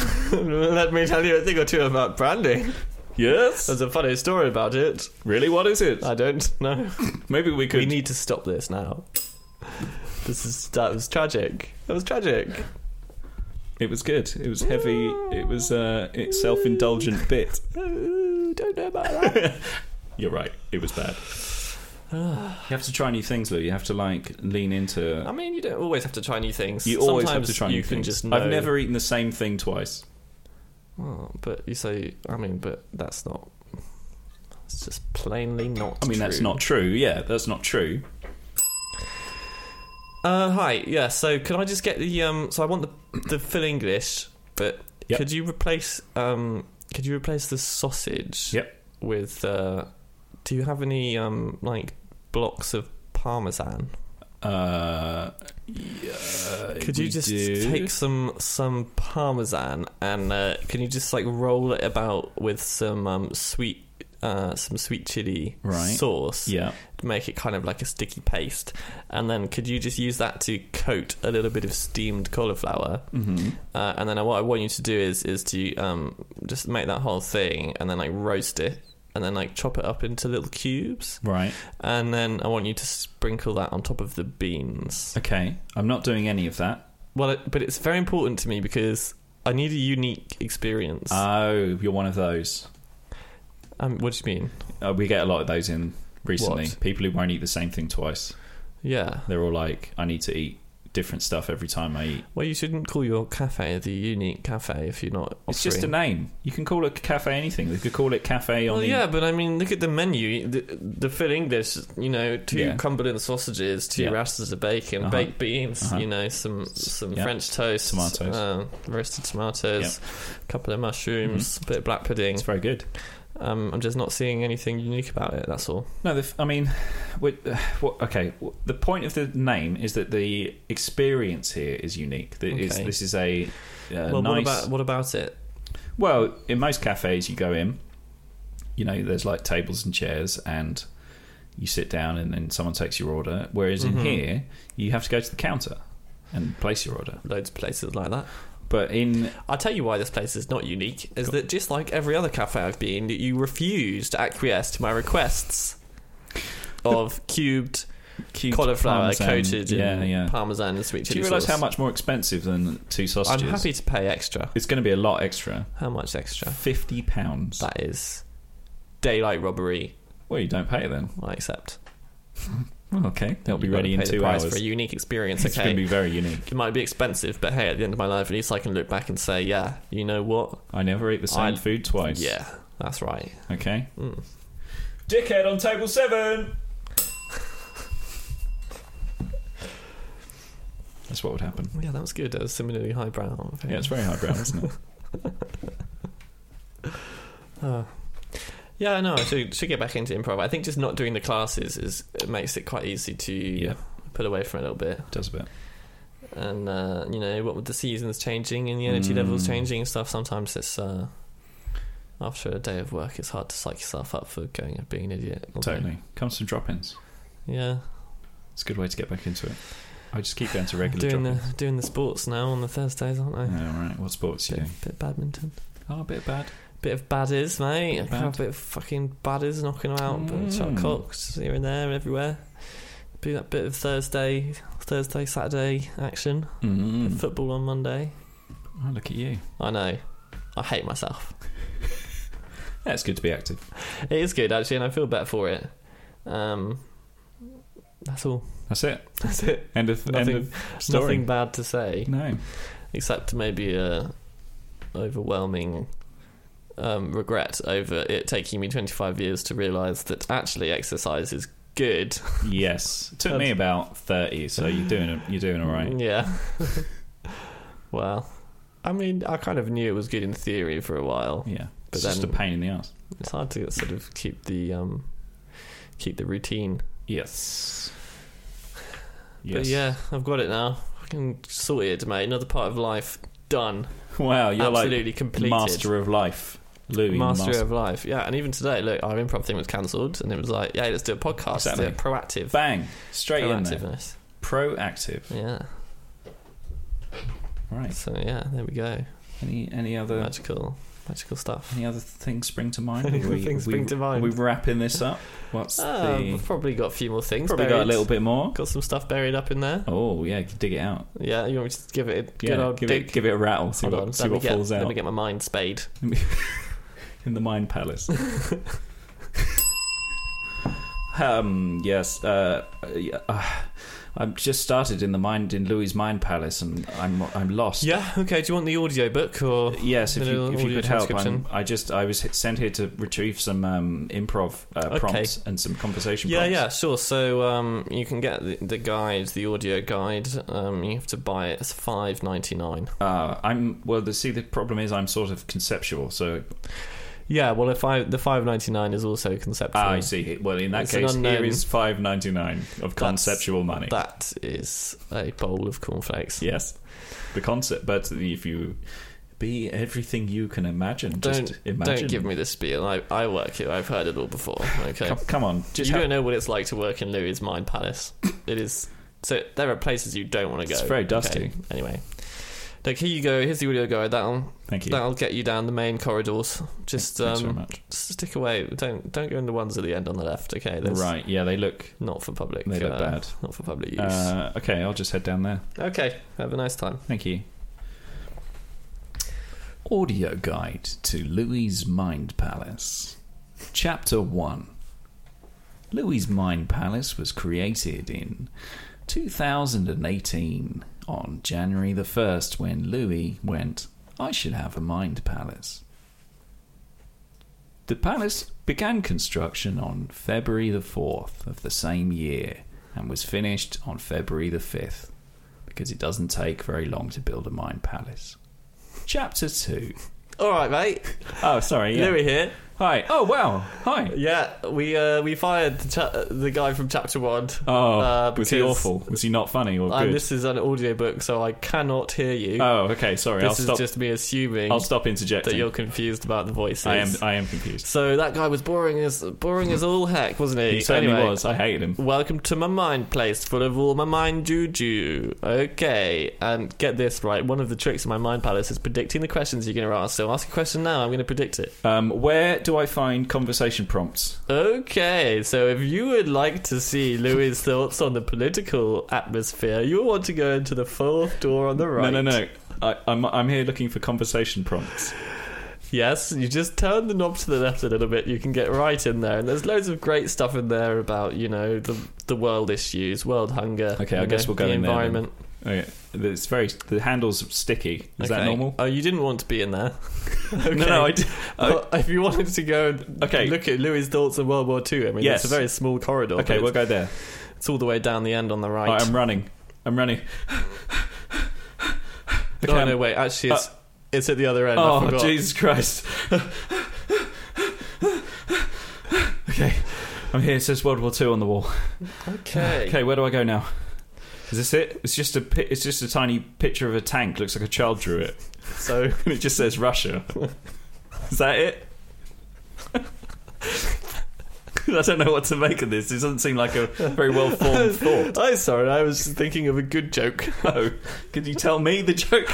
Speaker 2: <laughs> let me tell you a thing or two about brandy.
Speaker 1: yes?
Speaker 2: There's a funny story about it.
Speaker 1: Really, what is it?
Speaker 2: I don't <laughs> know.
Speaker 1: Maybe we could.
Speaker 2: Uh, We need to stop this now. This is that was tragic. That was <laughs> tragic.
Speaker 1: it was good. It was heavy. It was uh, a self indulgent bit.
Speaker 2: Ooh, don't know about that.
Speaker 1: You're right. It was bad. <sighs> You have to try new things, Lou. You have to like lean into.
Speaker 2: I mean, you don't always have to try new things.
Speaker 1: you always
Speaker 2: Um, Sometimes
Speaker 1: have to try
Speaker 2: you
Speaker 1: new
Speaker 2: can
Speaker 1: things.
Speaker 2: Just know.
Speaker 1: I've never eaten the same thing twice.
Speaker 2: Oh, but you say, I mean, but that's not. It's just plainly not.
Speaker 1: I mean, that's
Speaker 2: true.
Speaker 1: not true. Yeah, that's not true.
Speaker 2: Uh, hi. Yeah. So, can I just get the um? So, I want the the full English, but
Speaker 1: Yep.
Speaker 2: could you replace um? Could you replace the sausage?
Speaker 1: Yep.
Speaker 2: With uh, do you have any um like blocks of parmesan?
Speaker 1: Uh, yeah,
Speaker 2: Could
Speaker 1: Uh,
Speaker 2: you
Speaker 1: we
Speaker 2: just
Speaker 1: do.
Speaker 2: take some some parmesan and uh, can you just like roll it about with some um sweet uh some sweet chili
Speaker 1: Right.
Speaker 2: sauce?
Speaker 1: Yeah.
Speaker 2: make it kind of like a sticky paste, and then could you just use that to coat a little bit of steamed cauliflower?
Speaker 1: hmm
Speaker 2: Uh, and then what I want you to do is is to um, just make that whole thing and then like roast it and then like chop it up into little cubes,
Speaker 1: Right.
Speaker 2: and then I want you to sprinkle that on top of the beans.
Speaker 1: Okay. I'm not doing any of that.
Speaker 2: Well, it, but it's very important to me because I need a unique experience.
Speaker 1: Oh, you're one of those.
Speaker 2: um, what do you mean?
Speaker 1: Uh, we get a lot of those in recently.
Speaker 2: What?
Speaker 1: People who won't eat the same thing twice.
Speaker 2: Yeah.
Speaker 1: They're all like, I need to eat different stuff every time I eat.
Speaker 2: Well, you shouldn't call your cafe the unique cafe if you're not.
Speaker 1: It's just a
Speaker 2: offering-
Speaker 1: name. You can call it cafe anything. They could call it cafe on
Speaker 2: Well,
Speaker 1: the.
Speaker 2: yeah, but I mean, look at the menu. The, the full English, you know, two
Speaker 1: Yeah.
Speaker 2: Cumberland sausages, two
Speaker 1: Yeah.
Speaker 2: rashers of bacon,
Speaker 1: Uh-huh.
Speaker 2: baked beans,
Speaker 1: Uh-huh.
Speaker 2: you know, some some
Speaker 1: Yeah.
Speaker 2: French toast,
Speaker 1: Tomatoes.
Speaker 2: uh, roasted tomatoes, a couple of mushrooms,
Speaker 1: Mm-hmm.
Speaker 2: a bit of black pudding.
Speaker 1: It's very good.
Speaker 2: Um, I'm just not seeing anything unique about it. That's all.
Speaker 1: No, the, f- I mean, we, uh, <sighs> what, okay. w- The point of the name is that the experience here is unique. That is-
Speaker 2: Okay.
Speaker 1: this is a, uh
Speaker 2: well,
Speaker 1: nice.
Speaker 2: what about what about it?
Speaker 1: Well, in most cafes, you go in, you know, there's like tables and chairs, and you sit down, and then someone takes your order. Whereas
Speaker 2: Mhm.
Speaker 1: in here, you have to go to the counter and place your order.
Speaker 2: Loads of places like that.
Speaker 1: But in
Speaker 2: I'll tell you why this place is not unique. Is that just like every other cafe I've been, that you refuse to acquiesce to
Speaker 1: <laughs>
Speaker 2: my requests of cubed
Speaker 1: cubed
Speaker 2: cauliflower
Speaker 1: parmesan-
Speaker 2: coated
Speaker 1: yeah,
Speaker 2: in
Speaker 1: yeah.
Speaker 2: parmesan and sweet
Speaker 1: Do
Speaker 2: chili
Speaker 1: you realise
Speaker 2: sauce.
Speaker 1: how much more expensive than two sausages?
Speaker 2: I'm happy to pay extra.
Speaker 1: It's going to be a lot extra.
Speaker 2: How much extra?
Speaker 1: Fifty pounds.
Speaker 2: That is daylight robbery.
Speaker 1: Well, you don't pay it then.
Speaker 2: I accept.
Speaker 1: Well, okay, they'll be
Speaker 2: You've got
Speaker 1: ready
Speaker 2: to
Speaker 1: in
Speaker 2: pay the
Speaker 1: two
Speaker 2: price
Speaker 1: hours.
Speaker 2: for a unique experience.
Speaker 1: It's going to
Speaker 2: Okay,
Speaker 1: be very unique.
Speaker 2: it might be expensive, but hey, at the end of my life, at least I can look back and say, yeah, you know what?
Speaker 1: I never eat the same
Speaker 2: I-
Speaker 1: food twice.
Speaker 2: Yeah, that's right.
Speaker 1: Okay.
Speaker 2: Mm.
Speaker 1: Dickhead on table seven. That's what would happen.
Speaker 2: Yeah, that was good. That was similarly highbrow.
Speaker 1: Yeah, it's very highbrow, isn't it?
Speaker 2: Uh, yeah, no, I should, should get back into improv. I think just not doing the classes is it makes it quite easy to
Speaker 1: Yeah.
Speaker 2: put away from it a little bit.
Speaker 1: It does
Speaker 2: <laughs>
Speaker 1: a bit.
Speaker 2: and uh, you know what with the seasons changing and the energy levels
Speaker 1: Mm.
Speaker 2: changing and stuff sometimes it's uh, after a day of work it's hard to psych yourself up for going and being an idiot all day.
Speaker 1: Totally. Comes from drop ins.
Speaker 2: yeah
Speaker 1: It's a good way to get back into it. I just keep going to regular
Speaker 2: doing
Speaker 1: drop
Speaker 2: the
Speaker 1: ins.
Speaker 2: doing the sports now on the Thursdays aren't I
Speaker 1: Yeah, all right. What sports are you
Speaker 2: bit,
Speaker 1: doing?
Speaker 2: bit of badminton
Speaker 1: Oh, a bit bad.
Speaker 2: bit of baddies mate I
Speaker 1: Bad.
Speaker 2: can have a bit of fucking baddies knocking them out but shot
Speaker 1: Mm.
Speaker 2: cocks here and there and everywhere do that bit of Thursday Thursday Saturday action
Speaker 1: Mm.
Speaker 2: football on Monday
Speaker 1: Oh, look at you.
Speaker 2: I know I hate myself
Speaker 1: Yeah, it's good to be active.
Speaker 2: It is good actually, and I feel better for it. Um, that's all.
Speaker 1: That's it.
Speaker 2: That's it.
Speaker 1: End of,
Speaker 2: Nothing-
Speaker 1: end of story.
Speaker 2: Nothing bad to say,
Speaker 1: No.
Speaker 2: except maybe a overwhelming um, regret over it taking me 25 years to realise that actually exercise is good.
Speaker 1: Yes. It took me about 30, so you're doing, you're doing all right.
Speaker 2: <laughs> Yeah. well, I mean, I kind of knew it was good in theory for a while.
Speaker 1: Yeah.
Speaker 2: But
Speaker 1: it's just a
Speaker 2: then-
Speaker 1: pain in the ass.
Speaker 2: It's hard to sort of keep the um, keep the routine.
Speaker 1: Yes.
Speaker 2: But yeah, I've got it now. Fucking sorted, mate. Another part of life done.
Speaker 1: <laughs> Wow, you're
Speaker 2: Absolutely
Speaker 1: like
Speaker 2: completed.
Speaker 1: master of life, Louis.
Speaker 2: Master
Speaker 1: Master
Speaker 2: of life. Yeah, and even today, look, our improv thing was cancelled, and it was like, yeah, let's do a podcast.
Speaker 1: Exactly.
Speaker 2: Yeah, proactive.
Speaker 1: bang straight in there.
Speaker 2: Proactiveness.
Speaker 1: Proactive.
Speaker 2: Yeah.
Speaker 1: Right.
Speaker 2: So yeah, there we go.
Speaker 1: Any any other
Speaker 2: Magical, magical stuff.
Speaker 1: any other things spring to <laughs> Um, mind?
Speaker 2: Any
Speaker 1: Are
Speaker 2: other things spring to mind?
Speaker 1: Are we wrapping this up? What's
Speaker 2: Uh,
Speaker 1: the?
Speaker 2: we've probably got a few more things.
Speaker 1: Probably got a
Speaker 2: buried.
Speaker 1: little bit more.
Speaker 2: Got some stuff buried up in there.
Speaker 1: Oh yeah, dig it out.
Speaker 2: Yeah, you want me to just give it a good
Speaker 1: Yeah,
Speaker 2: old
Speaker 1: give
Speaker 2: dig?
Speaker 1: it give it a rattle. See
Speaker 2: Hold
Speaker 1: what
Speaker 2: on,
Speaker 1: see
Speaker 2: let me
Speaker 1: what
Speaker 2: get,
Speaker 1: falls
Speaker 2: Let
Speaker 1: out
Speaker 2: me get my mind spade. <laughs>
Speaker 1: in the mind palace. Um, yes, uh, yeah, uh, I've just started in the mind in Louis' mind palace, and I'm I'm lost.
Speaker 2: Yeah, okay. Do you want the audiobook or
Speaker 1: Yes, if
Speaker 2: The
Speaker 1: you,
Speaker 2: little
Speaker 1: if you
Speaker 2: audio
Speaker 1: could help, I'm,
Speaker 2: transcription.
Speaker 1: I just I was hit- sent here to retrieve some um, improv uh,
Speaker 2: Okay.
Speaker 1: prompts and some conversation.
Speaker 2: Yeah,
Speaker 1: prompts.
Speaker 2: yeah, sure. So um, you can get the, the guide, the audio guide. Um, you have to buy it. It's five ninety nine.
Speaker 1: Uh, I'm well. The, see, the problem is I'm sort of conceptual, so
Speaker 2: Yeah, well, if I the five ninety nine is also conceptual.
Speaker 1: Ah, I see. Well, in that
Speaker 2: It's an
Speaker 1: case, here
Speaker 2: unknown.
Speaker 1: is five ninety nine of conceptual money.
Speaker 2: That is a bowl of cornflakes.
Speaker 1: Yes, the concept. But if you be everything you can imagine,
Speaker 2: Don't
Speaker 1: just imagine.
Speaker 2: don't give me the spiel. I, I work here. I've heard it all before. Okay.
Speaker 1: Come, come on, just
Speaker 2: you
Speaker 1: have-
Speaker 2: don't know what it's like to work in Louis' mind palace. It is so there are places you don't want to go.
Speaker 1: It's very
Speaker 2: okay?
Speaker 1: dusty.
Speaker 2: Anyway, like here you go. Here's the audio guide. That'll
Speaker 1: Thank you.
Speaker 2: that'll get you down the main corridors. Just
Speaker 1: Thanks very
Speaker 2: um,
Speaker 1: much.
Speaker 2: stick away. Don't don't go in the ones at the end on the left. Okay, There's
Speaker 1: Right? Yeah, they look
Speaker 2: Not for public.
Speaker 1: they look
Speaker 2: uh,
Speaker 1: bad.
Speaker 2: Not for public use.
Speaker 1: Uh, okay, I'll just head down there.
Speaker 2: okay, have a nice time.
Speaker 1: Thank you. Audio Guide to Louis' Mind Palace. Chapter 1 Louis' Mind Palace was created in 2018 on January the 1st when Louis went, I should have a mind palace. The palace began construction on February the 4th of the same year and was finished on February the 5th because it doesn't take very long to build a mind palace. Chapter 2.
Speaker 2: All right, mate.
Speaker 1: Oh, sorry. Yeah.
Speaker 2: Louis here.
Speaker 1: Hi. Oh, wow. Hi.
Speaker 2: Yeah, we uh, we fired the, cha- the guy from chapter one.
Speaker 1: Oh,
Speaker 2: Uh,
Speaker 1: was he
Speaker 2: because-
Speaker 1: awful? Was he not funny or
Speaker 2: and
Speaker 1: Oh, good?
Speaker 2: this is an audiobook, so I cannot hear you.
Speaker 1: oh, okay. Sorry. I'll
Speaker 2: this is
Speaker 1: stop.
Speaker 2: just me assuming
Speaker 1: I'll stop interjecting.
Speaker 2: that you're confused about the voices.
Speaker 1: I am. I am confused.
Speaker 2: So that guy was boring as boring as all heck, wasn't he?
Speaker 1: He certainly
Speaker 2: Anyway,
Speaker 1: was. I hated him.
Speaker 2: Welcome to my mind place, full of all my mind juju. Okay, and get this right. One of the tricks of my mind palace is predicting the questions you're going to ask. So ask a question now. I'm going to predict it.
Speaker 1: Um, where do I find conversation prompts?
Speaker 2: Okay, so if you would like to see Louis' thoughts on the political atmosphere, you'll want to go into the fourth door on the right.
Speaker 1: No, no, no. I, I'm. I'm here looking for conversation prompts.
Speaker 2: Yes, you just turn the knob to the left a little bit, you can get right in there. And there's loads of great stuff in there about, you know, the the world issues, world hunger.
Speaker 1: Okay, I
Speaker 2: you
Speaker 1: guess
Speaker 2: know,
Speaker 1: we'll go
Speaker 2: the
Speaker 1: in there then.
Speaker 2: environment.
Speaker 1: Okay. Oh, It's very. The handle's sticky. Is that
Speaker 2: Okay. <laughs>
Speaker 1: normal?
Speaker 2: Oh, you didn't want to be in
Speaker 1: <laughs>
Speaker 2: there. okay.
Speaker 1: No, no. I d-
Speaker 2: <laughs> Well, if you wanted to go and
Speaker 1: Okay.
Speaker 2: look at Louis' thoughts on World War Two, I mean,
Speaker 1: Yes.
Speaker 2: it's a very small corridor. but
Speaker 1: okay,
Speaker 2: it's,
Speaker 1: we'll go there.
Speaker 2: it's all the way down the end on the right.
Speaker 1: Alright, I'm running. I'm running. okay,
Speaker 2: oh,
Speaker 1: I'm-
Speaker 2: no, wait, actually, it's,
Speaker 1: Uh,
Speaker 2: it's at the other end. I
Speaker 1: Oh,
Speaker 2: forgot.
Speaker 1: Jesus Christ. okay, I'm here. It says World War II on the wall.
Speaker 2: Okay.
Speaker 1: Okay, where do I go now? Is this it? It's just a pi- it's just a tiny picture of a tank. Looks like a child drew it. <laughs>
Speaker 2: So, <laughs>
Speaker 1: And it just says Russia. Is that it? <laughs> I don't know what to make of this. It doesn't seem like a very well
Speaker 2: <laughs>
Speaker 1: formed thought.
Speaker 2: I'm sorry, I was thinking of a good joke. <laughs>
Speaker 1: Oh, could you tell me the joke?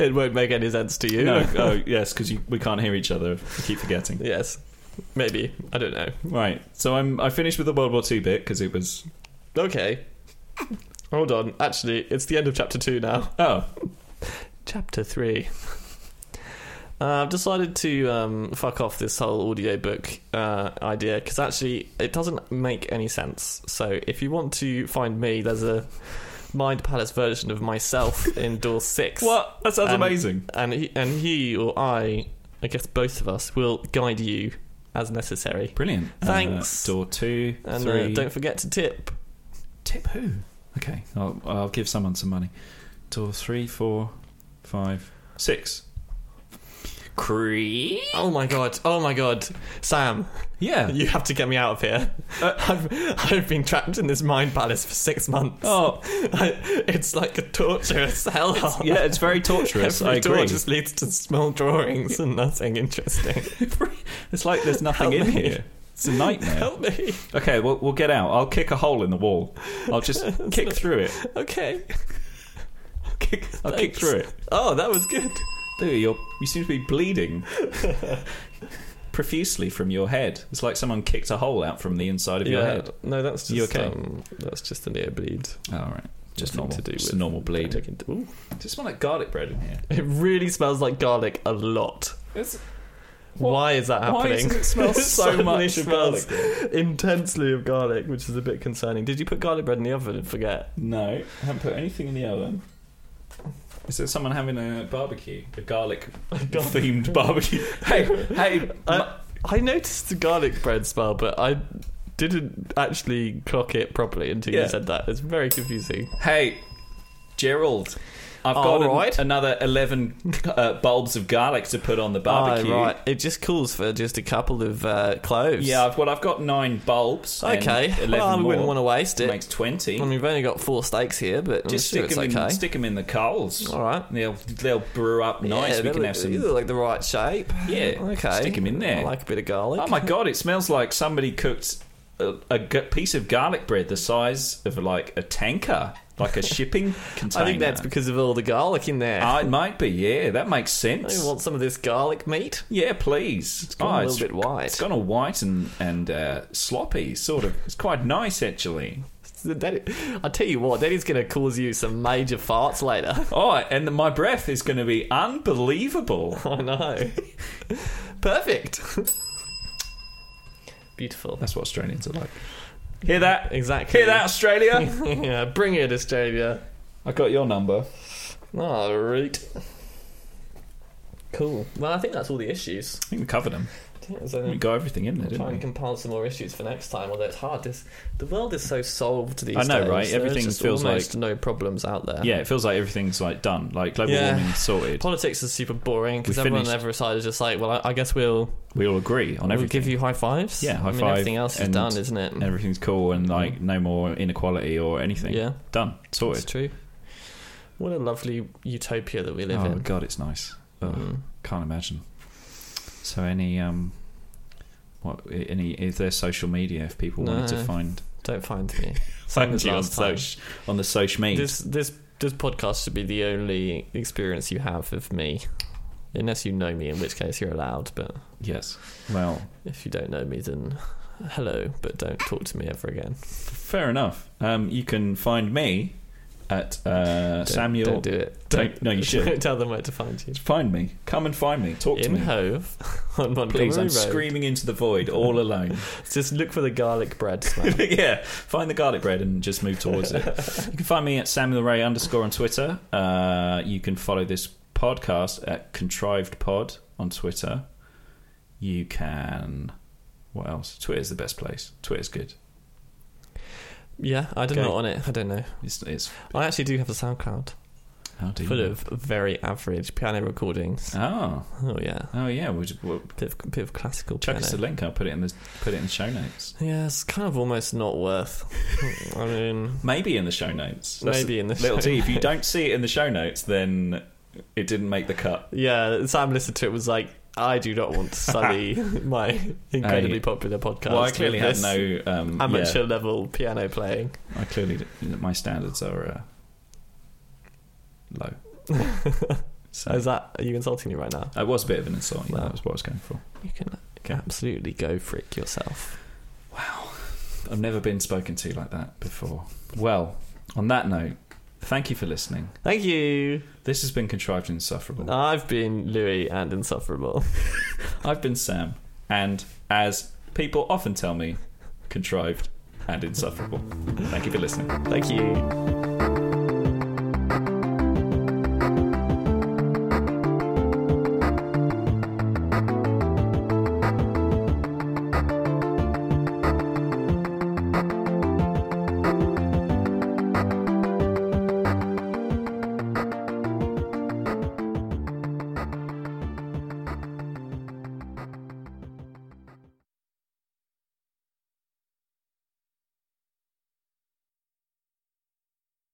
Speaker 2: it won't make any sense to you.
Speaker 1: No, oh yes, because we can't hear each other. I keep forgetting.
Speaker 2: Yes. Maybe. I don't know.
Speaker 1: Right, so I'm I finished with the World War Two bit because it was
Speaker 2: Okay. Hold on. Actually, it's the end of chapter two now.
Speaker 1: oh
Speaker 2: Chapter three. Uh, I've decided to um, fuck off this whole audiobook uh, idea because actually it doesn't make any sense. So if you want to find me, there's a Mind Palace version of
Speaker 1: <laughs>
Speaker 2: myself in door six.
Speaker 1: what that sounds
Speaker 2: Um,
Speaker 1: amazing.
Speaker 2: and he, and he or I, I guess both of us, will guide you as necessary.
Speaker 1: Brilliant.
Speaker 2: Thanks.
Speaker 1: Uh, door two,
Speaker 2: And uh,
Speaker 1: three.
Speaker 2: don't forget to tip.
Speaker 1: tip who? Okay, I'll, I'll give someone some money. Door three, four, five, six. Cree.
Speaker 2: Oh my god! Oh my god! Sam,
Speaker 1: Yeah.
Speaker 2: you have to get me out of here.
Speaker 1: Uh,
Speaker 2: I've <laughs> I've been trapped in this mind palace for six months.
Speaker 1: Oh
Speaker 2: I, <laughs> it's like a torturous hellhole.
Speaker 1: yeah, <laughs> it's very torturous.
Speaker 2: <laughs> Every
Speaker 1: I
Speaker 2: door
Speaker 1: agree.
Speaker 2: just leads to small drawings and nothing interesting.
Speaker 1: <laughs> It's like there's nothing
Speaker 2: Help
Speaker 1: in
Speaker 2: me.
Speaker 1: here. It's a nightmare.
Speaker 2: Help me.
Speaker 1: Okay, we'll, we'll get out. I'll kick a hole in the wall. I'll
Speaker 2: <laughs>
Speaker 1: just kick through it.
Speaker 2: Okay.
Speaker 1: Kick, I'll kick
Speaker 2: Thanks.
Speaker 1: through it.
Speaker 2: Oh, that was good.
Speaker 1: Louis, you're, you seem to be <laughs> bleeding profusely from your head. It's like someone kicked a hole out from the inside of your head.
Speaker 2: No, that's
Speaker 1: You
Speaker 2: just
Speaker 1: okay?
Speaker 2: um, that's just an ear bleed.
Speaker 1: Oh, all right. Just
Speaker 2: Nothing
Speaker 1: normal.
Speaker 2: to do
Speaker 1: just
Speaker 2: with
Speaker 1: normal bleed.
Speaker 2: Looking to- ooh.
Speaker 1: Just smell like garlic bread in here.
Speaker 2: It really smells like garlic a lot. Why is that
Speaker 1: Why
Speaker 2: happening?
Speaker 1: does it
Speaker 2: <laughs>
Speaker 1: smell so
Speaker 2: Suddenly
Speaker 1: much of
Speaker 2: smells
Speaker 1: garlic?
Speaker 2: intensely of garlic, which is a bit concerning. Did you put garlic bread in the oven and forget?
Speaker 1: No, I haven't put anything in the oven. Is there someone having a barbecue? <laughs> A garlic Uh, themed barbecue? hey, <laughs> hey,
Speaker 2: I, Uh, I noticed the garlic bread smell, but I didn't actually clock it properly until
Speaker 1: Yeah.
Speaker 2: you said that. It's very confusing.
Speaker 1: Hey, Gerald, I've
Speaker 2: All
Speaker 1: got an-
Speaker 2: right.
Speaker 1: another 11 uh, bulbs of garlic to put on the barbecue.
Speaker 2: Ah, right. It just calls for just a couple of uh, cloves.
Speaker 1: Yeah, I've, well, I've got nine bulbs. and
Speaker 2: Okay.
Speaker 1: 11
Speaker 2: Well, I wouldn't
Speaker 1: more
Speaker 2: want to waste it.
Speaker 1: makes 20.
Speaker 2: I mean, we've only got four steaks here, but
Speaker 1: Just
Speaker 2: I'm sure
Speaker 1: stick,
Speaker 2: it's
Speaker 1: them in,
Speaker 2: okay.
Speaker 1: stick 'em in the coals.
Speaker 2: All right.
Speaker 1: They'll, they'll brew up nice.
Speaker 2: Yeah,
Speaker 1: we
Speaker 2: they
Speaker 1: can
Speaker 2: look-
Speaker 1: have some.
Speaker 2: they look like the right shape.
Speaker 1: Yeah,
Speaker 2: Okay.
Speaker 1: stick 'em in there.
Speaker 2: I like a bit of garlic.
Speaker 1: Oh my god, it smells like somebody cooked a, a g- piece of garlic bread the size of like a tanker, like a
Speaker 2: <laughs>
Speaker 1: shipping container.
Speaker 2: I think that's because of all the garlic in there.
Speaker 1: Ah, it might be, yeah, that makes
Speaker 2: I
Speaker 1: sense.
Speaker 2: want some of this garlic meat.
Speaker 1: Yeah, please. Ah, It's
Speaker 2: gone a little bit white. <laughs>
Speaker 1: It's gone all white and and uh, sloppy, sort of. It's quite nice, actually.
Speaker 2: That, I tell you what, that is going to cause you some major farts later.
Speaker 1: Oh, and my breath is going to be
Speaker 2: <laughs>
Speaker 1: unbelievable. <laughs>
Speaker 2: I know. Perfect. Beautiful.
Speaker 1: That's what Australians are like. Hear that?
Speaker 2: Exactly.
Speaker 1: Hear that, Australia?
Speaker 2: <laughs> yeah, bring it, Australia.
Speaker 1: I got your number.
Speaker 2: All right. Cool. Well, I think that's all the issues.
Speaker 1: I think we covered them.
Speaker 2: I think there's
Speaker 1: I think
Speaker 2: only-
Speaker 1: we got everything in there,
Speaker 2: Try
Speaker 1: didn't we?
Speaker 2: and compile some more issues for next time. Although it's hard. This the world is so solved these
Speaker 1: I
Speaker 2: days.
Speaker 1: know, right?
Speaker 2: There's
Speaker 1: Everything
Speaker 2: just
Speaker 1: feels
Speaker 2: almost no problems out there.
Speaker 1: Yeah, it feels like everything's like done, like global
Speaker 2: Yeah.
Speaker 1: warming sorted.
Speaker 2: Politics is super boring because
Speaker 1: We
Speaker 2: everyone on
Speaker 1: finished.
Speaker 2: every side is just like, well, I, I guess we'll
Speaker 1: We all agree on
Speaker 2: we'll
Speaker 1: everything.
Speaker 2: give you high fives.
Speaker 1: Yeah, high
Speaker 2: I mean,
Speaker 1: five
Speaker 2: Everything else is
Speaker 1: and-
Speaker 2: done, isn't it?
Speaker 1: Everything's cool and like no more inequality or anything.
Speaker 2: Mm. yeah,
Speaker 1: done,
Speaker 2: it's
Speaker 1: sorted.
Speaker 2: true. What a lovely utopia that we live
Speaker 1: Oh
Speaker 2: in.
Speaker 1: god, it's nice. Ugh,
Speaker 2: Mm.
Speaker 1: Can't imagine. So any um, what any is there social media if people wanted to
Speaker 2: No.
Speaker 1: find
Speaker 2: Don't find
Speaker 1: <laughs>
Speaker 2: me. Same
Speaker 1: find
Speaker 2: as
Speaker 1: you on,
Speaker 2: last time.
Speaker 1: soc- on the social media?
Speaker 2: This this this podcast should be the only experience you have of me, unless you know me, in which case you're allowed. But
Speaker 1: yes. Well,
Speaker 2: if you don't know me, then hello, but don't talk to me ever again.
Speaker 1: fair enough. Um, you can find me at uh,
Speaker 2: Don't-
Speaker 1: Samuel.
Speaker 2: don't do it.
Speaker 1: don't- no, you should.
Speaker 2: Don't <laughs> tell them where to find you.
Speaker 1: Find me. Come and find me. Talk to
Speaker 2: in
Speaker 1: me.
Speaker 2: Hove <laughs> on Montgomery
Speaker 1: Please, I'm
Speaker 2: Road.
Speaker 1: screaming into the void all
Speaker 2: <laughs>
Speaker 1: alone.
Speaker 2: Just look for the garlic
Speaker 1: <laughs>
Speaker 2: bread smell.
Speaker 1: yeah, find the garlic bread and just move towards
Speaker 2: <laughs>
Speaker 1: it. You can find me at Samuel Ray underscore on Twitter. Uh, you can follow this podcast at Contrived Pod on Twitter. You can. What else? Twitter's the best place. Twitter's good.
Speaker 2: yeah, I don't
Speaker 1: Okay.
Speaker 2: know on it. I don't know.
Speaker 1: It's, it's
Speaker 2: I actually do have a SoundCloud
Speaker 1: how do you
Speaker 2: full of very average piano recordings.
Speaker 1: Oh,
Speaker 2: Oh yeah,
Speaker 1: oh yeah. We'll, just- we'll
Speaker 2: bit of, bit of classical
Speaker 1: chuck us the
Speaker 2: piano.
Speaker 1: link. I'll put it in the put it in the show notes.
Speaker 2: Yeah, it's kind of almost not worth. I mean,
Speaker 1: Maybe in the show notes. That's
Speaker 2: Maybe in the
Speaker 1: little
Speaker 2: show
Speaker 1: T. If you
Speaker 2: notes.
Speaker 1: don't see it in the show notes, then it didn't make the cut.
Speaker 2: yeah, Sam listened to it was like, I do not want to
Speaker 1: <laughs>
Speaker 2: study my incredibly
Speaker 1: Hey.
Speaker 2: popular podcast.
Speaker 1: Well, I clearly had
Speaker 2: with this
Speaker 1: no um, yeah.
Speaker 2: amateur level piano playing.
Speaker 1: I clearly d- my standards are uh, low.
Speaker 2: <laughs>
Speaker 1: so
Speaker 2: Is that are you insulting me right now?
Speaker 1: it was a bit of an insult. Yeah,
Speaker 2: Wow.
Speaker 1: That was what I was going for.
Speaker 2: You can absolutely go freak yourself.
Speaker 1: I've never been spoken to like that before. Well, on that note, thank you for listening.
Speaker 2: Thank you.
Speaker 1: This has been contrived and insufferable.
Speaker 2: I've been Louis and insufferable.
Speaker 1: I've been Sam, and as people often tell me, contrived and insufferable. Thank you for listening.
Speaker 2: Thank you.